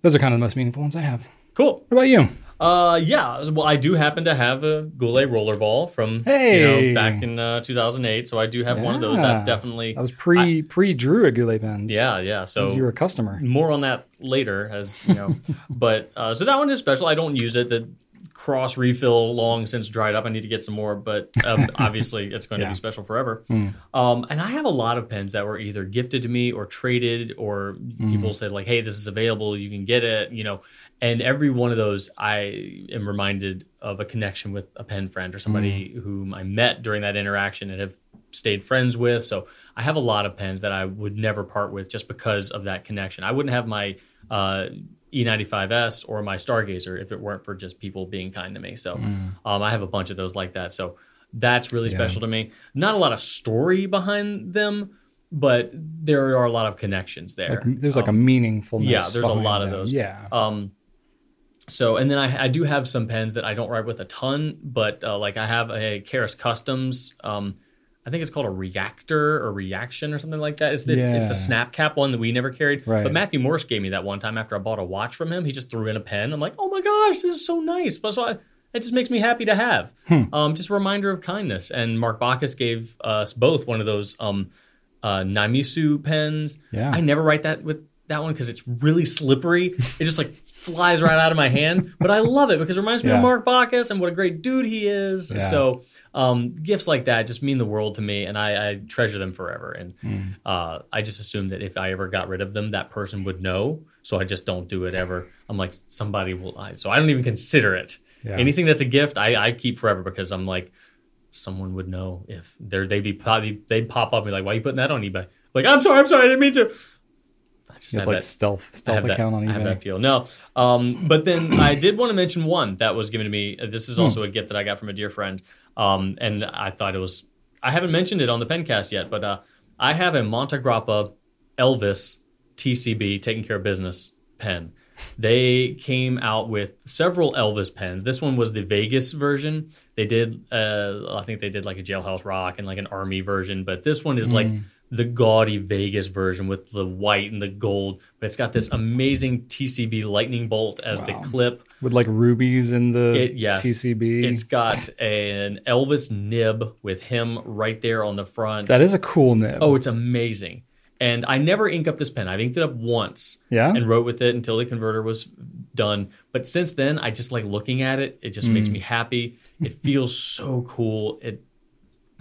Speaker 1: those are kind of the most meaningful ones I have.
Speaker 2: Cool.
Speaker 1: What about you?
Speaker 2: Uh, yeah. Well, I do happen to have a Goulet rollerball from
Speaker 1: Hey.
Speaker 2: you know back in uh, 2008, so I do have one of those.
Speaker 1: Yeah.
Speaker 2: That's definitely
Speaker 1: That was pre pre Drew at Goulet Pens.
Speaker 2: yeah, yeah. So
Speaker 1: because you were a customer.
Speaker 2: more on that later, as you know. but uh, so that one is special. I don't use it. The cross refill long since dried up. I need to get some more, but um, obviously it's going
Speaker 1: Yeah.
Speaker 2: to be special forever. Um, and I have a lot of pens that were either gifted to me or traded, or people said like, "Hey, this is available. You can get it." You know. And every one of those, I am reminded of a connection with a pen friend or somebody
Speaker 1: Mm.
Speaker 2: whom I met during that interaction and have stayed friends with. So I have a lot of pens that I would never part with just because of that connection. I wouldn't have my uh, E95S or my Stargazer if it weren't for just people being kind to me. So
Speaker 1: Mm.
Speaker 2: um, I have a bunch of those like that. So that's really special to me. Not a lot of story behind them, but there are a lot of connections there.
Speaker 1: Like, there's like a meaningfulness.
Speaker 2: Oh. yeah, there's a
Speaker 1: behind
Speaker 2: lot of
Speaker 1: them.
Speaker 2: those.
Speaker 1: Yeah.
Speaker 2: Um, so, and then I, I do have some pens that I don't write with a ton, but uh, like I have a Karis Customs. Um, I think it's called a reactor or reaction or something like that. It's, it's, it's
Speaker 1: Yeah.
Speaker 2: the snap cap one that we never carried.
Speaker 1: Right.
Speaker 2: But Matthew Morse gave me that one time after I bought a watch from him. He just threw in a pen. I'm like, oh my gosh, this is so nice. But so I, it just makes me happy to have.
Speaker 1: Hmm.
Speaker 2: Um, just a reminder of kindness. And Mark Bacchus gave us both one of those um, uh, Namisu pens.
Speaker 1: Yeah.
Speaker 2: I never write that with that one because it's really slippery. It just like flies right out of my hand. But I love it because it reminds me
Speaker 1: Yeah.
Speaker 2: of Mark Bacchus and what a great dude he is.
Speaker 1: Yeah.
Speaker 2: So um, gifts like that just mean the world to me, and I, I treasure them forever. And
Speaker 1: Hmm.
Speaker 2: uh, I just assume that if I ever got rid of them, that person would know. So I just don't do it ever. I'm like somebody will. I, so I don't even consider it.
Speaker 1: Yeah.
Speaker 2: Anything that's a gift, I, I keep forever because I'm like someone would know if they're they'd be probably they'd pop up and be like, "Why are you putting that on eBay?" Like, I'm sorry, I'm sorry, I didn't mean to. I just
Speaker 1: You have
Speaker 2: have
Speaker 1: like
Speaker 2: that.
Speaker 1: stealth
Speaker 2: I
Speaker 1: stealth
Speaker 2: have that,
Speaker 1: account on
Speaker 2: I have that
Speaker 1: eBay.
Speaker 2: feel. No, um, but then I did want to mention one that was given to me. Uh,
Speaker 1: Hmm.
Speaker 2: This is also a gift that I got from a dear friend, um, and I thought it was. I haven't mentioned it on the pencast yet, but uh, I have a Montegrappa Elvis TCB taking care of business pen. They came out with several Elvis pens. This one was the Vegas version. They did, uh, I think they did like a Jailhouse Rock and like an Army version, but this one is
Speaker 1: Mm.
Speaker 2: like the gaudy Vegas version with the white and the gold. But it's got this amazing TCB lightning bolt as
Speaker 1: Wow.
Speaker 2: the clip.
Speaker 1: With like rubies in the
Speaker 2: It- yes.
Speaker 1: TCB.
Speaker 2: It's got an Elvis nib with him right there on the front.
Speaker 1: that is a cool nib.
Speaker 2: Oh, it's amazing. And I never ink up this pen. I've inked it up once
Speaker 1: yeah.
Speaker 2: and wrote with it until the converter was done. But since then, I just like looking at it. It just
Speaker 1: Mm.
Speaker 2: makes me happy. It feels so cool. It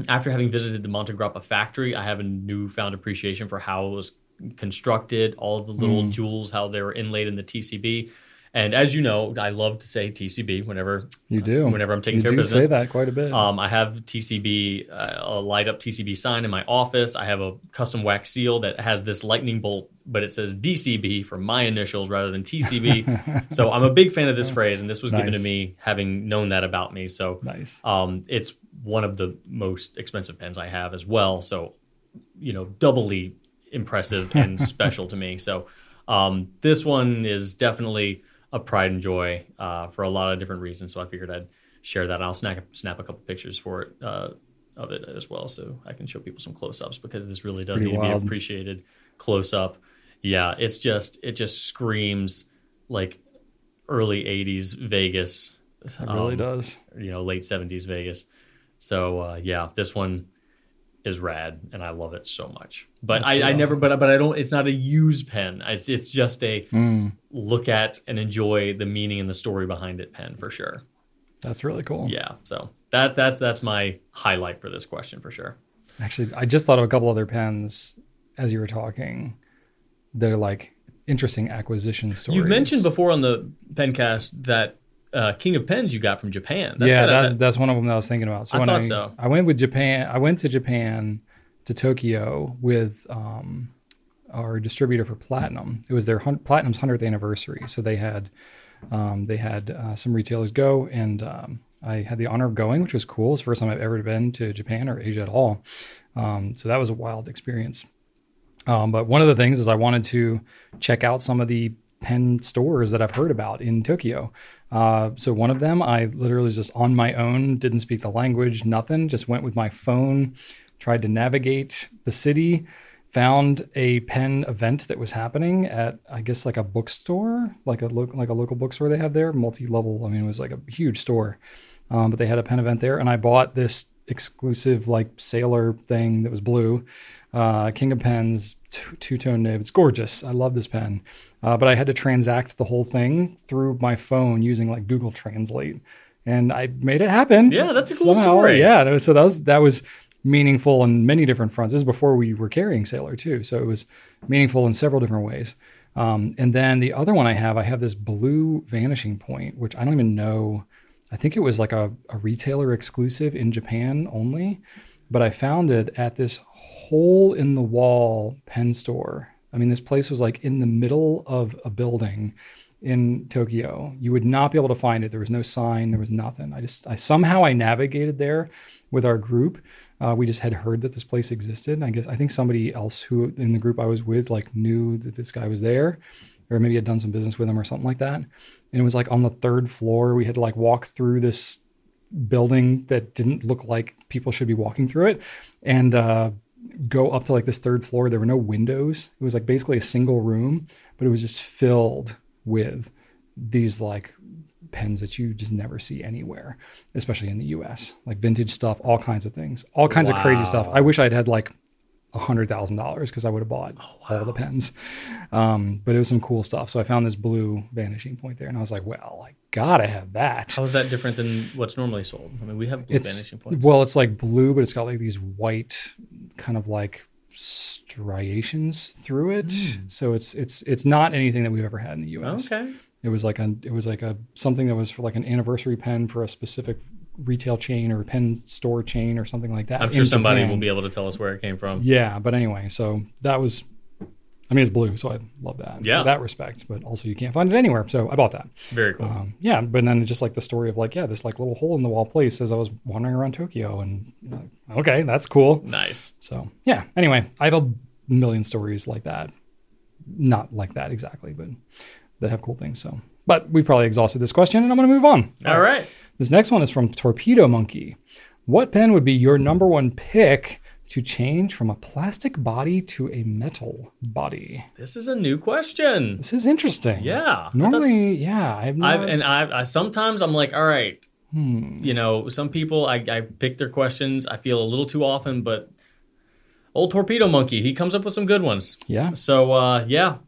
Speaker 2: after having visited the Monte Grappa factory, I have a newfound appreciation for how it was constructed, all of the little
Speaker 1: Mm.
Speaker 2: jewels, how they were inlaid in the TCB. And as you know, I love to say TCB whenever
Speaker 1: you do.
Speaker 2: whenever I'm taking
Speaker 1: you
Speaker 2: care
Speaker 1: do
Speaker 2: of business.
Speaker 1: say that quite a bit.
Speaker 2: Um, I have TCB, uh, a light up TCB sign in my office. I have a custom wax seal that has this lightning bolt, but it says DCB for my initials rather than TCB. so I'm a big fan of this phrase, and this was given to
Speaker 1: Nice.
Speaker 2: me having known that about me. So
Speaker 1: nice.
Speaker 2: um, it's one of the most expensive pens I have as well. So, you know, doubly impressive and special to me. So, um, this one is definitely a pride and joy uh, for a lot of different reasons. So I figured I'd share that. I'll snap snap a couple pictures for it uh, of it as well, so I can show people some close ups because this really does
Speaker 1: pretty
Speaker 2: need to
Speaker 1: wild.
Speaker 2: be appreciated close up. Yeah, it's just it just screams like early 80s Vegas
Speaker 1: It really
Speaker 2: Um,
Speaker 1: does.
Speaker 2: you know, late 70s Vegas. So uh, yeah, this one is rad and I love it so much. But
Speaker 1: That's
Speaker 2: I,
Speaker 1: pretty
Speaker 2: I never but but I don't it's not a use pen. It's it's just a
Speaker 1: Mm,
Speaker 2: look at and enjoy the meaning and the story behind it pen for sure.
Speaker 1: that's really cool.
Speaker 2: Yeah. So that that's that's my highlight for this question for sure.
Speaker 1: Actually, I just thought of a couple other pens as you were talking. They're like interesting acquisition stories.
Speaker 2: You've mentioned before on the pencast that uh, King of Pens you got from Japan. That's
Speaker 1: yeah,
Speaker 2: gotta-
Speaker 1: that's that's one of them that I was thinking about. So
Speaker 2: I
Speaker 1: when
Speaker 2: thought
Speaker 1: I,
Speaker 2: so.
Speaker 1: I went with Japan. I went to Japan to Tokyo with um, our distributor for Platinum. It was their hun- Platinum's hundredth anniversary, so they had um, they had uh, some retailers go, and um, I had the honor of going, which was cool. It's the first time I've ever been to Japan or Asia at all. Um, so that was a wild experience. Um, but one of the things is I wanted to check out some of the pen stores that I've heard about in Tokyo. Uh, so one of them, I literally was just on my own, didn't speak the language, nothing, just went with my phone, tried to navigate the city, found a pen event that was happening at I guess like a bookstore, like a local like a local bookstore they have there, multi-level. I mean, it was like a huge store, um, but they had a pen event there, and I bought this exclusive like sailor thing that was blue uh, King of Pens, t- two tone nib. It's gorgeous. I love this pen. Uh, but I had to transact the whole thing through my phone using like Google Translate. And I made it happen.
Speaker 2: Yeah, that's a cool story.
Speaker 1: Yeah. that was- So that was, that was meaningful on many different fronts. This is before we were carrying Sailor too. So it was meaningful in several different ways. Um, and then the other one I have, I have this blue vanishing point, which I don't even know. I think it was like a, a retailer exclusive in Japan only, but I found it at this hole in the wall pen store. I mean, this place was like in the middle of a building in Tokyo. You would not be able to find it. There was no sign. There was nothing. I just I somehow I navigated there with our group. Uh, we just had heard that this place existed. And I guess I think somebody else who in the group I was with like knew that this guy was there, or maybe had done some business with him or something like that. And it was like on the third floor. We had to like walk through this building that didn't look like people should be walking through it and uh, go up to like this third floor. There were no windows. It was like basically a single room, but it was just filled with these like pens that you just never see anywhere, especially in the US, like vintage stuff, all kinds of things, all kinds of crazy stuff.
Speaker 2: Wow.
Speaker 1: I wish I'd had like a hundred thousand dollars because I would have bought all the pens. Um, but it was some cool stuff. So I found this blue vanishing point there and I was like, well, I gotta have that
Speaker 2: How is that different than what's normally sold? I mean, we have blue
Speaker 1: it's
Speaker 2: vanishing points.
Speaker 1: well, it's like blue, but it's got like these white kind of like striations through it. So it's it's it's not anything that we've ever had in the U.S.
Speaker 2: Hmm. okay.
Speaker 1: It was like a it was like a something that was for like an anniversary pen for a specific retail chain or pen store chain or something like that.
Speaker 2: I'm sure
Speaker 1: in
Speaker 2: somebody
Speaker 1: Japan.
Speaker 2: will be able to tell us where it came from.
Speaker 1: Yeah, but anyway, so that was. I mean, it's blue, so I love that.
Speaker 2: Yeah.
Speaker 1: in that respect, but also you can't find it anywhere. So I bought that.
Speaker 2: Very cool.
Speaker 1: Um, yeah, but then just like the story of like, yeah, this like little hole in the wall place as I was wandering around Tokyo, and like, okay, that's cool.
Speaker 2: nice.
Speaker 1: So yeah. Anyway, I have a million stories like that, not like that exactly, but that have cool things. So, but we probably exhausted this question, and I'm going to move on.
Speaker 2: All right.
Speaker 1: This next one is from Torpedo Monkey. What pen would be your number one pick to change from a plastic body to a metal body?
Speaker 2: This is a new question.
Speaker 1: This is interesting.
Speaker 2: Yeah. I thought-
Speaker 1: Normally, yeah, I've not.
Speaker 2: I've and I've, I sometimes I'm like, all right,
Speaker 1: hmm.
Speaker 2: you know, some people I, I pick their questions. I feel a little too often, but old torpedo monkey, he comes up with some good ones.
Speaker 1: Yeah.
Speaker 2: So uh, yeah,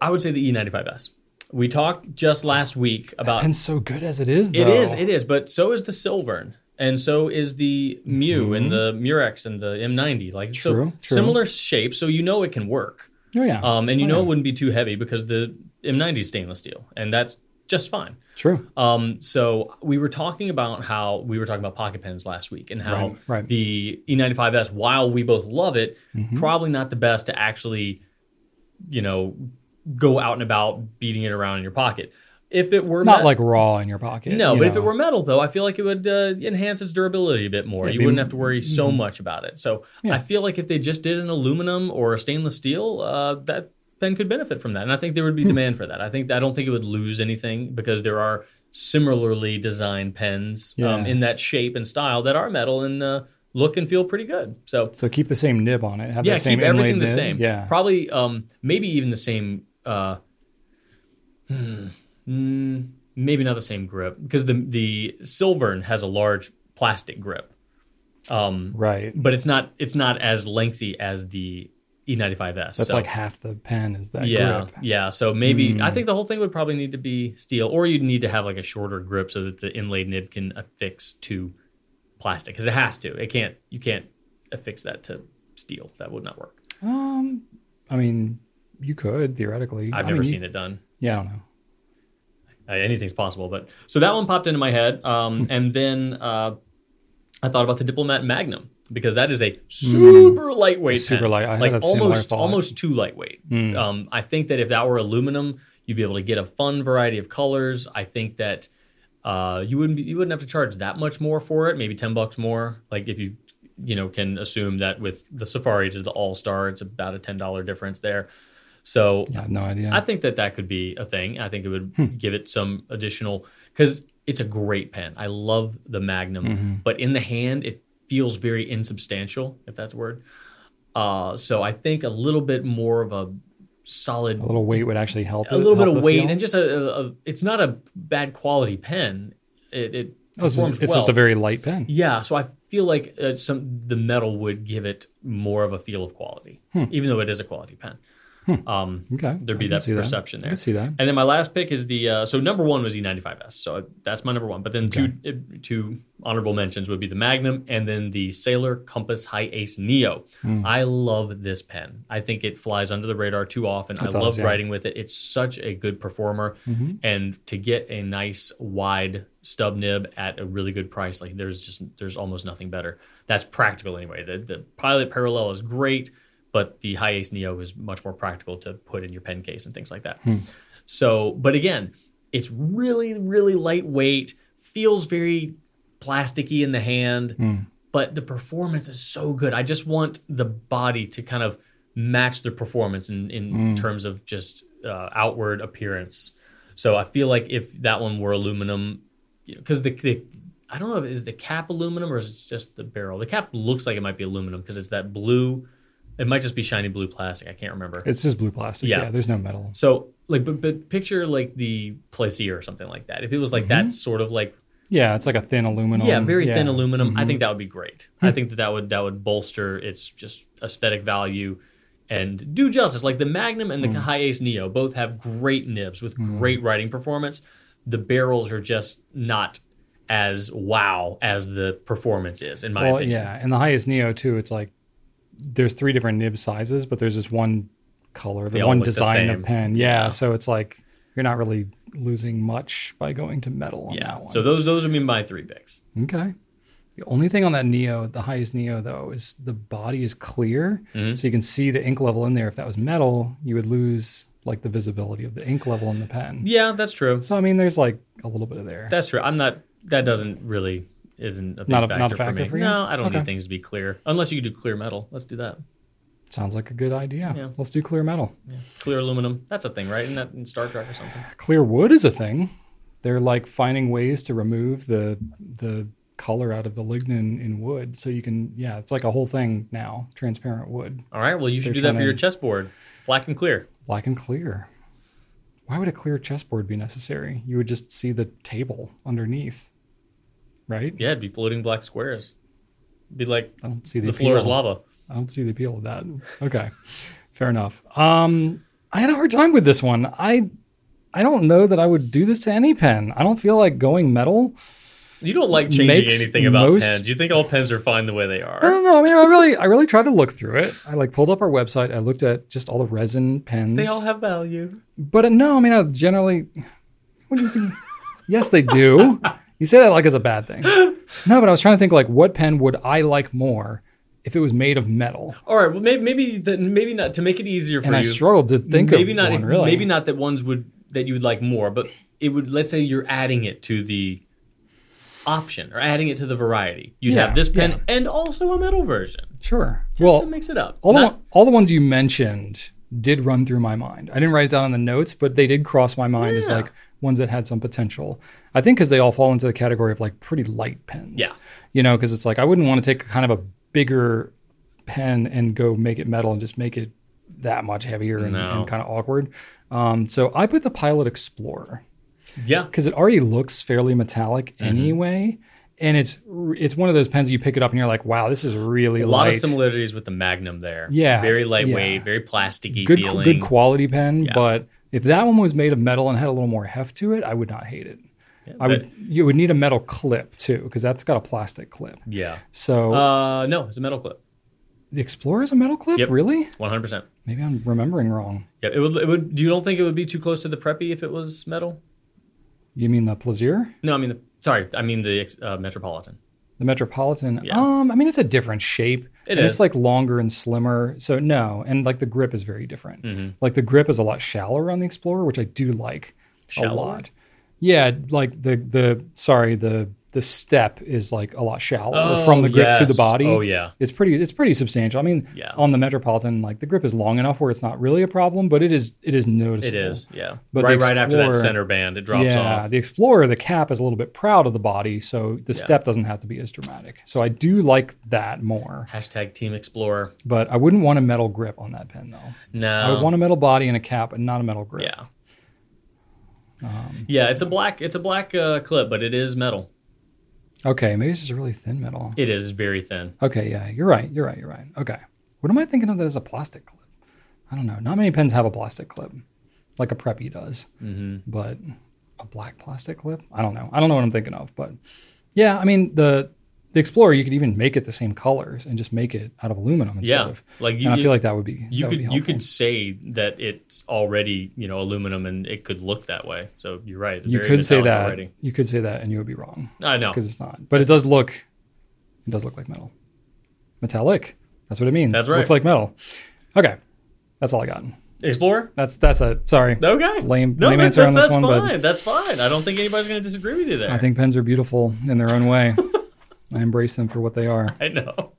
Speaker 2: I would say the E95s. We talked just last week about
Speaker 1: And so good as it is, though.
Speaker 2: It is, it is, but so is the Silvern. And so is the Mu and the Murex and the M90. Like so
Speaker 1: Mm-hmm. True, true.
Speaker 2: similar shape, so you know it can work.
Speaker 1: Oh, yeah.
Speaker 2: Um, and you
Speaker 1: Oh,
Speaker 2: know
Speaker 1: yeah.
Speaker 2: it wouldn't be too heavy because the M90 is stainless steel, and that's just fine.
Speaker 1: True.
Speaker 2: Um, so we were talking about how we were talking about pocket pens last week and how
Speaker 1: Right, right. Mm-hmm.
Speaker 2: the E E95S, while we both love it, probably not the best to actually, you know, go out and about beating it around in your pocket. If it were
Speaker 1: Not
Speaker 2: met-
Speaker 1: like raw in your pocket.
Speaker 2: no,
Speaker 1: you
Speaker 2: but if it
Speaker 1: know.
Speaker 2: were metal, though, I feel like it would uh, enhance its durability a bit more.
Speaker 1: Yeah,
Speaker 2: you
Speaker 1: be-
Speaker 2: wouldn't have to worry so much about it. So
Speaker 1: Yeah.
Speaker 2: I feel like if they just did an aluminum or a stainless steel, uh, that pen could benefit from that, and I think there would be
Speaker 1: Hmm.
Speaker 2: demand for that. I think I don't think it would lose anything because there are similarly designed pens um,
Speaker 1: Yeah.
Speaker 2: in that shape and style that are metal and uh, look and feel pretty good. So
Speaker 1: So keep the same nib on it. Have
Speaker 2: yeah,
Speaker 1: that same
Speaker 2: keep everything
Speaker 1: inlaid
Speaker 2: the
Speaker 1: nib.
Speaker 2: same.
Speaker 1: Yeah.
Speaker 2: probably um, maybe even the same. Uh, hmm, Mm, maybe not the same grip because the the Silvern has a large plastic grip. Um,
Speaker 1: Right.
Speaker 2: but it's not it's not as lengthy as the E95s.
Speaker 1: That's
Speaker 2: so-
Speaker 1: like half the pen is that
Speaker 2: yeah,
Speaker 1: grip.
Speaker 2: yeah. So maybe
Speaker 1: Mm.
Speaker 2: I think the whole thing would probably need to be steel, or you'd need to have like a shorter grip so that the inlaid nib can affix to plastic because it has to. It can't. You can't affix that to steel. That would not work.
Speaker 1: Um, I mean, you could theoretically.
Speaker 2: I've
Speaker 1: I
Speaker 2: never
Speaker 1: mean,
Speaker 2: seen it done.
Speaker 1: Yeah, I don't know.
Speaker 2: Uh, anything's possible. But so that one popped into my head,
Speaker 1: Hmm.
Speaker 2: um, and then uh, I thought about the diplomat magnum because that is a super
Speaker 1: Hmm.
Speaker 2: lightweight,
Speaker 1: It's a super
Speaker 2: pen.
Speaker 1: light- I had
Speaker 2: like
Speaker 1: that Hmm. similar
Speaker 2: almost
Speaker 1: thought.
Speaker 2: almost too lightweight. Um, I think that if that were aluminum, you'd be able to get a fun variety of colors. I think that uh, you wouldn't be, you wouldn't have to charge that much more for it. Maybe ten bucks more. Like if you you know can assume that with the Safari to the All Star, it's about a ten dollar difference there. So
Speaker 1: Yeah, I have no idea.
Speaker 2: I think that that could be a thing. I think it would
Speaker 1: Hmm.
Speaker 2: give it some additional because it's a great pen. I love the Magnum,
Speaker 1: Mm-hmm.
Speaker 2: but in the hand, it feels very insubstantial, if that's a word. Uh, so I think a little bit more of a solid,
Speaker 1: a little weight would actually help.
Speaker 2: a
Speaker 1: it,
Speaker 2: little bit
Speaker 1: help
Speaker 2: of
Speaker 1: the
Speaker 2: weight,
Speaker 1: feel.
Speaker 2: and just a, a, a. It's not a bad quality pen. It, it
Speaker 1: Oh, This is-
Speaker 2: performs
Speaker 1: it's
Speaker 2: well.
Speaker 1: just a very light pen.
Speaker 2: Yeah, so I feel like uh, some the metal would give it more of a feel of quality, even though it is a quality pen. Um,
Speaker 1: Okay,
Speaker 2: there'd
Speaker 1: Hmm. I
Speaker 2: be
Speaker 1: can
Speaker 2: that
Speaker 1: see
Speaker 2: perception
Speaker 1: I
Speaker 2: there.
Speaker 1: can see that.
Speaker 2: And then my last pick is the uh, so number one was E95s, so uh, that's my number one. But then two uh, two honorable mentions would be the Magnum and then the Sailor Compass High Ace Neo.
Speaker 1: Hmm.
Speaker 2: I love this pen. I think it flies under the radar too often. I
Speaker 1: does,
Speaker 2: love
Speaker 1: yeah. Mm-hmm.
Speaker 2: writing with it. It's such a good performer, and to get a nice wide stub nib at a really good price, like there's just there's almost nothing better. That's practical anyway. The the Pilot Parallel is great. But the High Ace Neo is much more practical to put in your pen case and things like that.
Speaker 1: Hmm.
Speaker 2: So, but again, it's really, really lightweight, feels very plasticky in the hand, but the performance is so good. I just want the body to kind of match the performance in, in terms of just uh, outward appearance. So I feel like if that one were aluminum, because the, the I don't know if is the cap aluminum or is it just the barrel. The cap looks like it might be aluminum because it's that blue. It might just be shiny blue plastic. I can't remember.
Speaker 1: It's just blue plastic.
Speaker 2: Yeah.
Speaker 1: Yeah, there's no metal.
Speaker 2: So like, but, but picture like the Placier or something like that. If it was like that sort of like
Speaker 1: Yeah, it's like a thin Mm-hmm. aluminum.
Speaker 2: yeah, very thin
Speaker 1: yeah. Mm-hmm. Hmm.
Speaker 2: aluminum, I think that would be great. I think that that would that would bolster its just aesthetic value and do justice. Like the Magnum and the
Speaker 1: Mm.
Speaker 2: High Ace Neo both have great nibs with
Speaker 1: Mm-hmm.
Speaker 2: great writing performance. The barrels are just not as wow as the performance is in my
Speaker 1: Well,
Speaker 2: opinion.
Speaker 1: yeah, and the highest Neo too. It's like there's three different nib sizes, but there's this one color,
Speaker 2: They
Speaker 1: the
Speaker 2: all
Speaker 1: one
Speaker 2: look the
Speaker 1: design
Speaker 2: same.
Speaker 1: of pen. Yeah,
Speaker 2: Yeah.
Speaker 1: so it's like you're not really losing much by going to metal on that one.
Speaker 2: So those those would be my three picks.
Speaker 1: Okay. The only thing on that Neo, the highest Neo though, is the body is clear,
Speaker 2: Mhm.
Speaker 1: so you can see the ink level in there. If that was metal, you would lose like the visibility of the ink level in the pen.
Speaker 2: Yeah, that's true.
Speaker 1: So I mean, there's like a little bit of there.
Speaker 2: That's true. I'm not. That doesn't really isn't a big
Speaker 1: Not a-
Speaker 2: factor,
Speaker 1: not a
Speaker 2: for
Speaker 1: factor
Speaker 2: me.
Speaker 1: for you?
Speaker 2: no, I don't
Speaker 1: Okay.
Speaker 2: need things to be clear unless you do clear metal. Let's do that.
Speaker 1: Sounds like a good idea.
Speaker 2: Yeah.
Speaker 1: Let's do clear metal.
Speaker 2: Clear aluminum. That's a thing, right? Isn't that in Star Trek or something?
Speaker 1: Clear wood is a thing. They're like finding ways to remove the the color out of the lignin in wood, so you can yeah, it's like a whole thing now. Transparent wood,
Speaker 2: All right. Well, you should
Speaker 1: They're
Speaker 2: do that for
Speaker 1: trying
Speaker 2: your
Speaker 1: to-
Speaker 2: chessboard. Black and clear.
Speaker 1: black and clear. Why would a clear chessboard be necessary? You would just see the table underneath, right?
Speaker 2: Yeah, it'd be floating black squares. Be like
Speaker 1: I don't see the,
Speaker 2: the floor is
Speaker 1: appeal.
Speaker 2: lava.
Speaker 1: I don't see the appeal of that. Okay, fair enough. Um, I had a hard time with this one. I I don't know that I would do this to any pen. I don't feel like going metal.
Speaker 2: You don't like changing
Speaker 1: Makes
Speaker 2: anything about
Speaker 1: most-
Speaker 2: pens. You think all pens are fine the way they
Speaker 1: I
Speaker 2: are.
Speaker 1: don't know. I mean, I really I really tried to look through it. I like pulled up our website. I looked at just all the resin pens.
Speaker 2: They all have value.
Speaker 1: but uh, no, I mean, I generally. What do you think? yes, they do. You say that like it's a bad thing. No, but I was trying to think like, what pen would I like more if it was made of metal?
Speaker 2: All right. Well, maybe maybe the, maybe not to make it easier for
Speaker 1: And
Speaker 2: you.
Speaker 1: I struggled to think
Speaker 2: maybe
Speaker 1: of
Speaker 2: not.
Speaker 1: one,
Speaker 2: if-
Speaker 1: really.
Speaker 2: Maybe not that ones would that you would like more, but it would. Let's say you're adding it to the option or adding it to the variety. You'd
Speaker 1: Yeah,
Speaker 2: have this pen
Speaker 1: yeah.
Speaker 2: and also a metal version
Speaker 1: Sure.
Speaker 2: just
Speaker 1: well,
Speaker 2: to mix it up.
Speaker 1: all the,
Speaker 2: Not-
Speaker 1: one- all the ones you mentioned did run through my mind. I didn't write it down on the notes, but they did cross my mind as
Speaker 2: Yeah.
Speaker 1: like ones that had some potential. I think because they all fall into the category of like pretty light pens.
Speaker 2: Yeah.
Speaker 1: You know, because it's like I wouldn't want to take kind of a bigger pen and go make it metal and just make it that much heavier and,
Speaker 2: No.
Speaker 1: and kind of awkward. Um, so I put the Pilot Explorer
Speaker 2: Yeah.
Speaker 1: because it already looks fairly metallic
Speaker 2: Mm-hmm.
Speaker 1: anyway. And it's r- it's one of those pens you pick it up and you're like, wow, this is really
Speaker 2: A lot
Speaker 1: light.
Speaker 2: of similarities with the Magnum there.
Speaker 1: Yeah,
Speaker 2: Very lightweight,
Speaker 1: yeah.
Speaker 2: very plasticky
Speaker 1: good
Speaker 2: feeling.
Speaker 1: good quality pen,
Speaker 2: Yeah.
Speaker 1: but if that one was made of metal and had a little more heft to it, I would not hate it.
Speaker 2: Yeah,
Speaker 1: I
Speaker 2: but-
Speaker 1: would you would need a metal clip too because that's got a plastic clip.
Speaker 2: Yeah.
Speaker 1: So
Speaker 2: Uh, no, it's a metal clip.
Speaker 1: the Explorer's a metal clip,
Speaker 2: Yep.
Speaker 1: really?
Speaker 2: 100%.
Speaker 1: Maybe I'm remembering wrong.
Speaker 2: Yeah, it would. It would. Do you don't think it would be too close to the preppy if it was metal?
Speaker 1: You mean the Plaisir,
Speaker 2: No, I mean the. Sorry, I mean the uh, Metropolitan.
Speaker 1: the Metropolitan?
Speaker 2: Yeah.
Speaker 1: Um, I mean it's a different shape.
Speaker 2: It
Speaker 1: and
Speaker 2: is.
Speaker 1: It's like longer and slimmer. So no, and like the grip is very different.
Speaker 2: Mm. Mm-hmm.
Speaker 1: Like the grip is a lot shallower on the Explorer, which I do like
Speaker 2: Shallower?
Speaker 1: a lot. Yeah, like the the sorry the the step is like a lot shallower from the grip to the
Speaker 2: Oh, yes.
Speaker 1: body.
Speaker 2: Oh yeah.
Speaker 1: it's pretty it's pretty substantial. I mean,
Speaker 2: Yeah.
Speaker 1: on the Metropolitan, like the grip is long enough where it's not really a problem, but it is it is
Speaker 2: It
Speaker 1: noticeable.
Speaker 2: is. Yeah.
Speaker 1: But
Speaker 2: right.
Speaker 1: the
Speaker 2: Right after that
Speaker 1: Explorer-
Speaker 2: center band, it drops
Speaker 1: yeah,
Speaker 2: off.
Speaker 1: the Explorer, the cap is a little bit proud of the body, so the
Speaker 2: Yeah.
Speaker 1: step doesn't have to be as dramatic. So I do like that more,
Speaker 2: Hashtag Team Explorer.
Speaker 1: but I wouldn't want a metal grip on that pen though.
Speaker 2: No.
Speaker 1: I would want a metal body and a cap, and not a metal grip.
Speaker 2: Oh.
Speaker 1: Um,
Speaker 2: Yeah. yeah, it's a black. It's a black uh, clip, but it is metal.
Speaker 1: Okay, maybe this is a really thin metal.
Speaker 2: It is very thin.
Speaker 1: Okay, yeah, you're right, you're right, you're right. Okay, what am I thinking of that as a plastic clip? I don't know. Not many pens have a plastic clip, like a preppy does.
Speaker 2: Mm-hmm.
Speaker 1: but a black plastic clip. I don't know. I don't know what I'm thinking of, but yeah, I mean the the Explorer, you could even make it the same colors and just make it out of aluminum instead
Speaker 2: Yeah.
Speaker 1: of.
Speaker 2: Like you,
Speaker 1: and I
Speaker 2: you-
Speaker 1: feel like that would be
Speaker 2: you
Speaker 1: that would
Speaker 2: could
Speaker 1: be
Speaker 2: you
Speaker 1: helpful.
Speaker 2: could say that it's already you know aluminum and it could look that way. So you're right. it's
Speaker 1: you
Speaker 2: very
Speaker 1: could say
Speaker 2: metallic
Speaker 1: that
Speaker 2: Already.
Speaker 1: you could say that and you would be wrong
Speaker 2: I know.
Speaker 1: because it's not. But it does look it does look like metal, metallic. That's what it means.
Speaker 2: That's right.
Speaker 1: Looks like metal. Okay, that's all I got.
Speaker 2: Explorer.
Speaker 1: That's that's a sorry.
Speaker 2: Okay.
Speaker 1: Lame-
Speaker 2: no,
Speaker 1: lame
Speaker 2: that's,
Speaker 1: answer on
Speaker 2: that's,
Speaker 1: this one,
Speaker 2: fine.
Speaker 1: but-
Speaker 2: That's fine. I don't think anybody's going to disagree with you there.
Speaker 1: I think pens are beautiful in their own way. I embrace them for what they are.
Speaker 2: I know.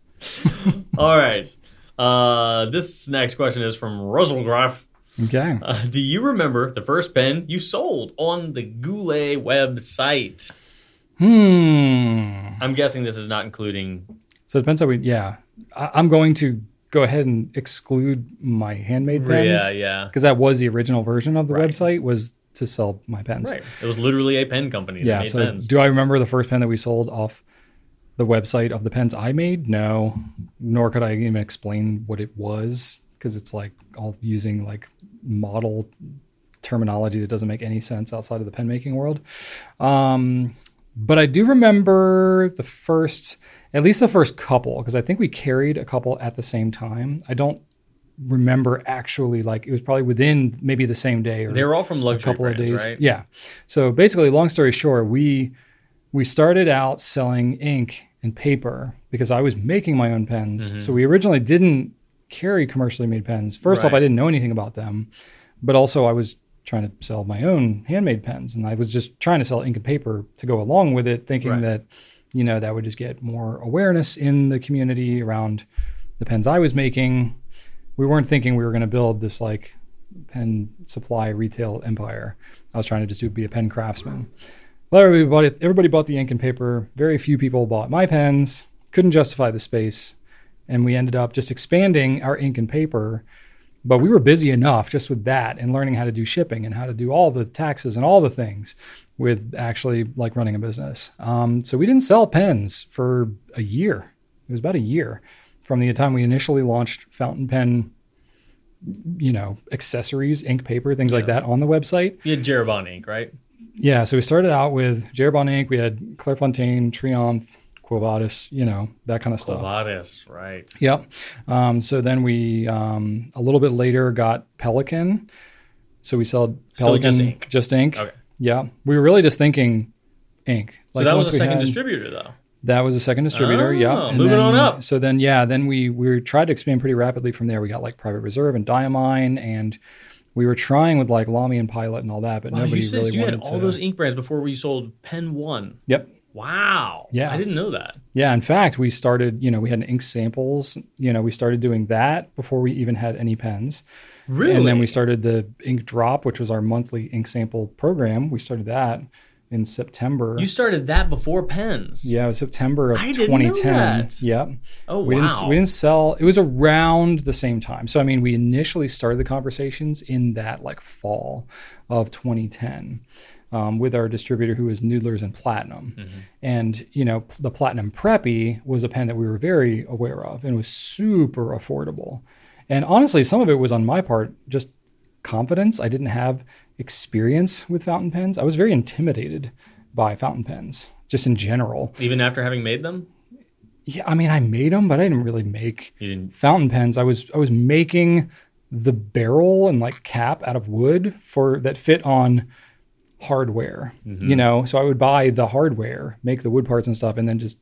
Speaker 2: All right. Uh, this next question is from Russell Graff.
Speaker 1: Okay.
Speaker 2: Uh, do you remember the first pen you sold on the Goulet website?
Speaker 1: Hmm.
Speaker 2: I'm guessing this is not including.
Speaker 1: So it depends how we. Yeah, I, I'm going to go ahead and exclude my handmade
Speaker 2: Yeah,
Speaker 1: pens
Speaker 2: yeah.
Speaker 1: because that was the original version of the
Speaker 2: Right.
Speaker 1: website was to sell my pens.
Speaker 2: Right. It was literally a pen company that
Speaker 1: Yeah.
Speaker 2: made
Speaker 1: So
Speaker 2: pens.
Speaker 1: do I remember the first pen that we sold off the website of the pens I made? No. Nor could I even explain what it was because it's like all using like model terminology that doesn't make any sense outside of the pen making world. Um, but I do remember the first, at least the first couple, because I think we carried a couple at the same time. I don't remember actually like it was probably within maybe the same day or
Speaker 2: They were all from
Speaker 1: a
Speaker 2: luxury
Speaker 1: couple
Speaker 2: brands,
Speaker 1: of days.
Speaker 2: right?
Speaker 1: Yeah. So basically, long story short, we we started out selling ink and paper because I was making my own pens.
Speaker 2: Mm-hmm.
Speaker 1: So we originally didn't carry commercially made pens. First off,
Speaker 2: Right.
Speaker 1: I didn't know anything about them, but also I was trying to sell my own handmade pens, and I was just trying to sell ink and paper to go along with it, thinking
Speaker 2: Right.
Speaker 1: that you know that would just get more awareness in the community around the pens I was making. We weren't thinking we were going to build this like pen supply retail empire. I was trying to just do be a pen craftsman. Well, everybody bought it. Everybody bought the ink and paper. Very few people bought my pens. Couldn't justify the space, and we ended up just expanding our ink and paper. But we were busy enough just with that and learning how to do shipping and how to do all the taxes and all the things with actually like running a business. Um, so we didn't sell pens for a year. It was about a year from the time we initially launched fountain pen, you know, accessories, ink paper, things like that on the website.
Speaker 2: You had Jeroboam Ink, right?
Speaker 1: Yeah, so we started out with Jeroboam Inc. We had Clairefontaine, Triumph, Quo Vadis, you know, that kind of stuff.
Speaker 2: Clovatis, right.
Speaker 1: Yep. Um, so then we, um, a little bit later, got Pelican. So we sold
Speaker 2: Still
Speaker 1: Pelican,
Speaker 2: just ink.
Speaker 1: Just ink.
Speaker 2: Okay.
Speaker 1: Yeah. We were really just thinking ink.
Speaker 2: so that was
Speaker 1: once
Speaker 2: a
Speaker 1: we
Speaker 2: second
Speaker 1: had-
Speaker 2: distributor, though.
Speaker 1: That was a second distributor.
Speaker 2: Oh,
Speaker 1: yeah. And
Speaker 2: moving
Speaker 1: then-
Speaker 2: on up.
Speaker 1: So then, yeah, then we, we tried to expand pretty rapidly from there. We got like Private Reserve and Diamine and we were trying with like Lamy and Pilot and all that, but
Speaker 2: Wow,
Speaker 1: nobody
Speaker 2: you said
Speaker 1: really
Speaker 2: you
Speaker 1: wanted
Speaker 2: had all
Speaker 1: to.
Speaker 2: those ink brands before we sold Pen One.
Speaker 1: yep.
Speaker 2: Wow.
Speaker 1: Yeah.
Speaker 2: I didn't know that.
Speaker 1: Yeah, in fact, we started, you know, we had ink samples, you know, we started doing that before we even had any pens.
Speaker 2: Really?
Speaker 1: And then we started the ink drop, which was our monthly ink sample program. We started that in September.
Speaker 2: You started that before pens.
Speaker 1: yeah, it was September of
Speaker 2: I didn't know
Speaker 1: 2010.
Speaker 2: that.
Speaker 1: Yep.
Speaker 2: Oh
Speaker 1: We
Speaker 2: wow.
Speaker 1: didn't we didn't sell. It was around the same time. So I mean, we initially started the conversations in that like fall of 2010. um, with our distributor who is Noodlers and Platinum. And, you know, p- the Platinum Preppy was a pen that we were very aware of and was super affordable. And honestly, some of it was on my part, just confidence. I didn't have experience with fountain pens. I was very intimidated by fountain pens, just in general.
Speaker 3: Even after having made them,
Speaker 1: Yeah, I mean, I made them, but I didn't really make
Speaker 3: you didn't.
Speaker 1: fountain pens. I was I was making the barrel and like cap out of wood for that fit on hardware.
Speaker 3: Mm-hmm.
Speaker 1: You know, so I would buy the hardware, make the wood parts and stuff, and then just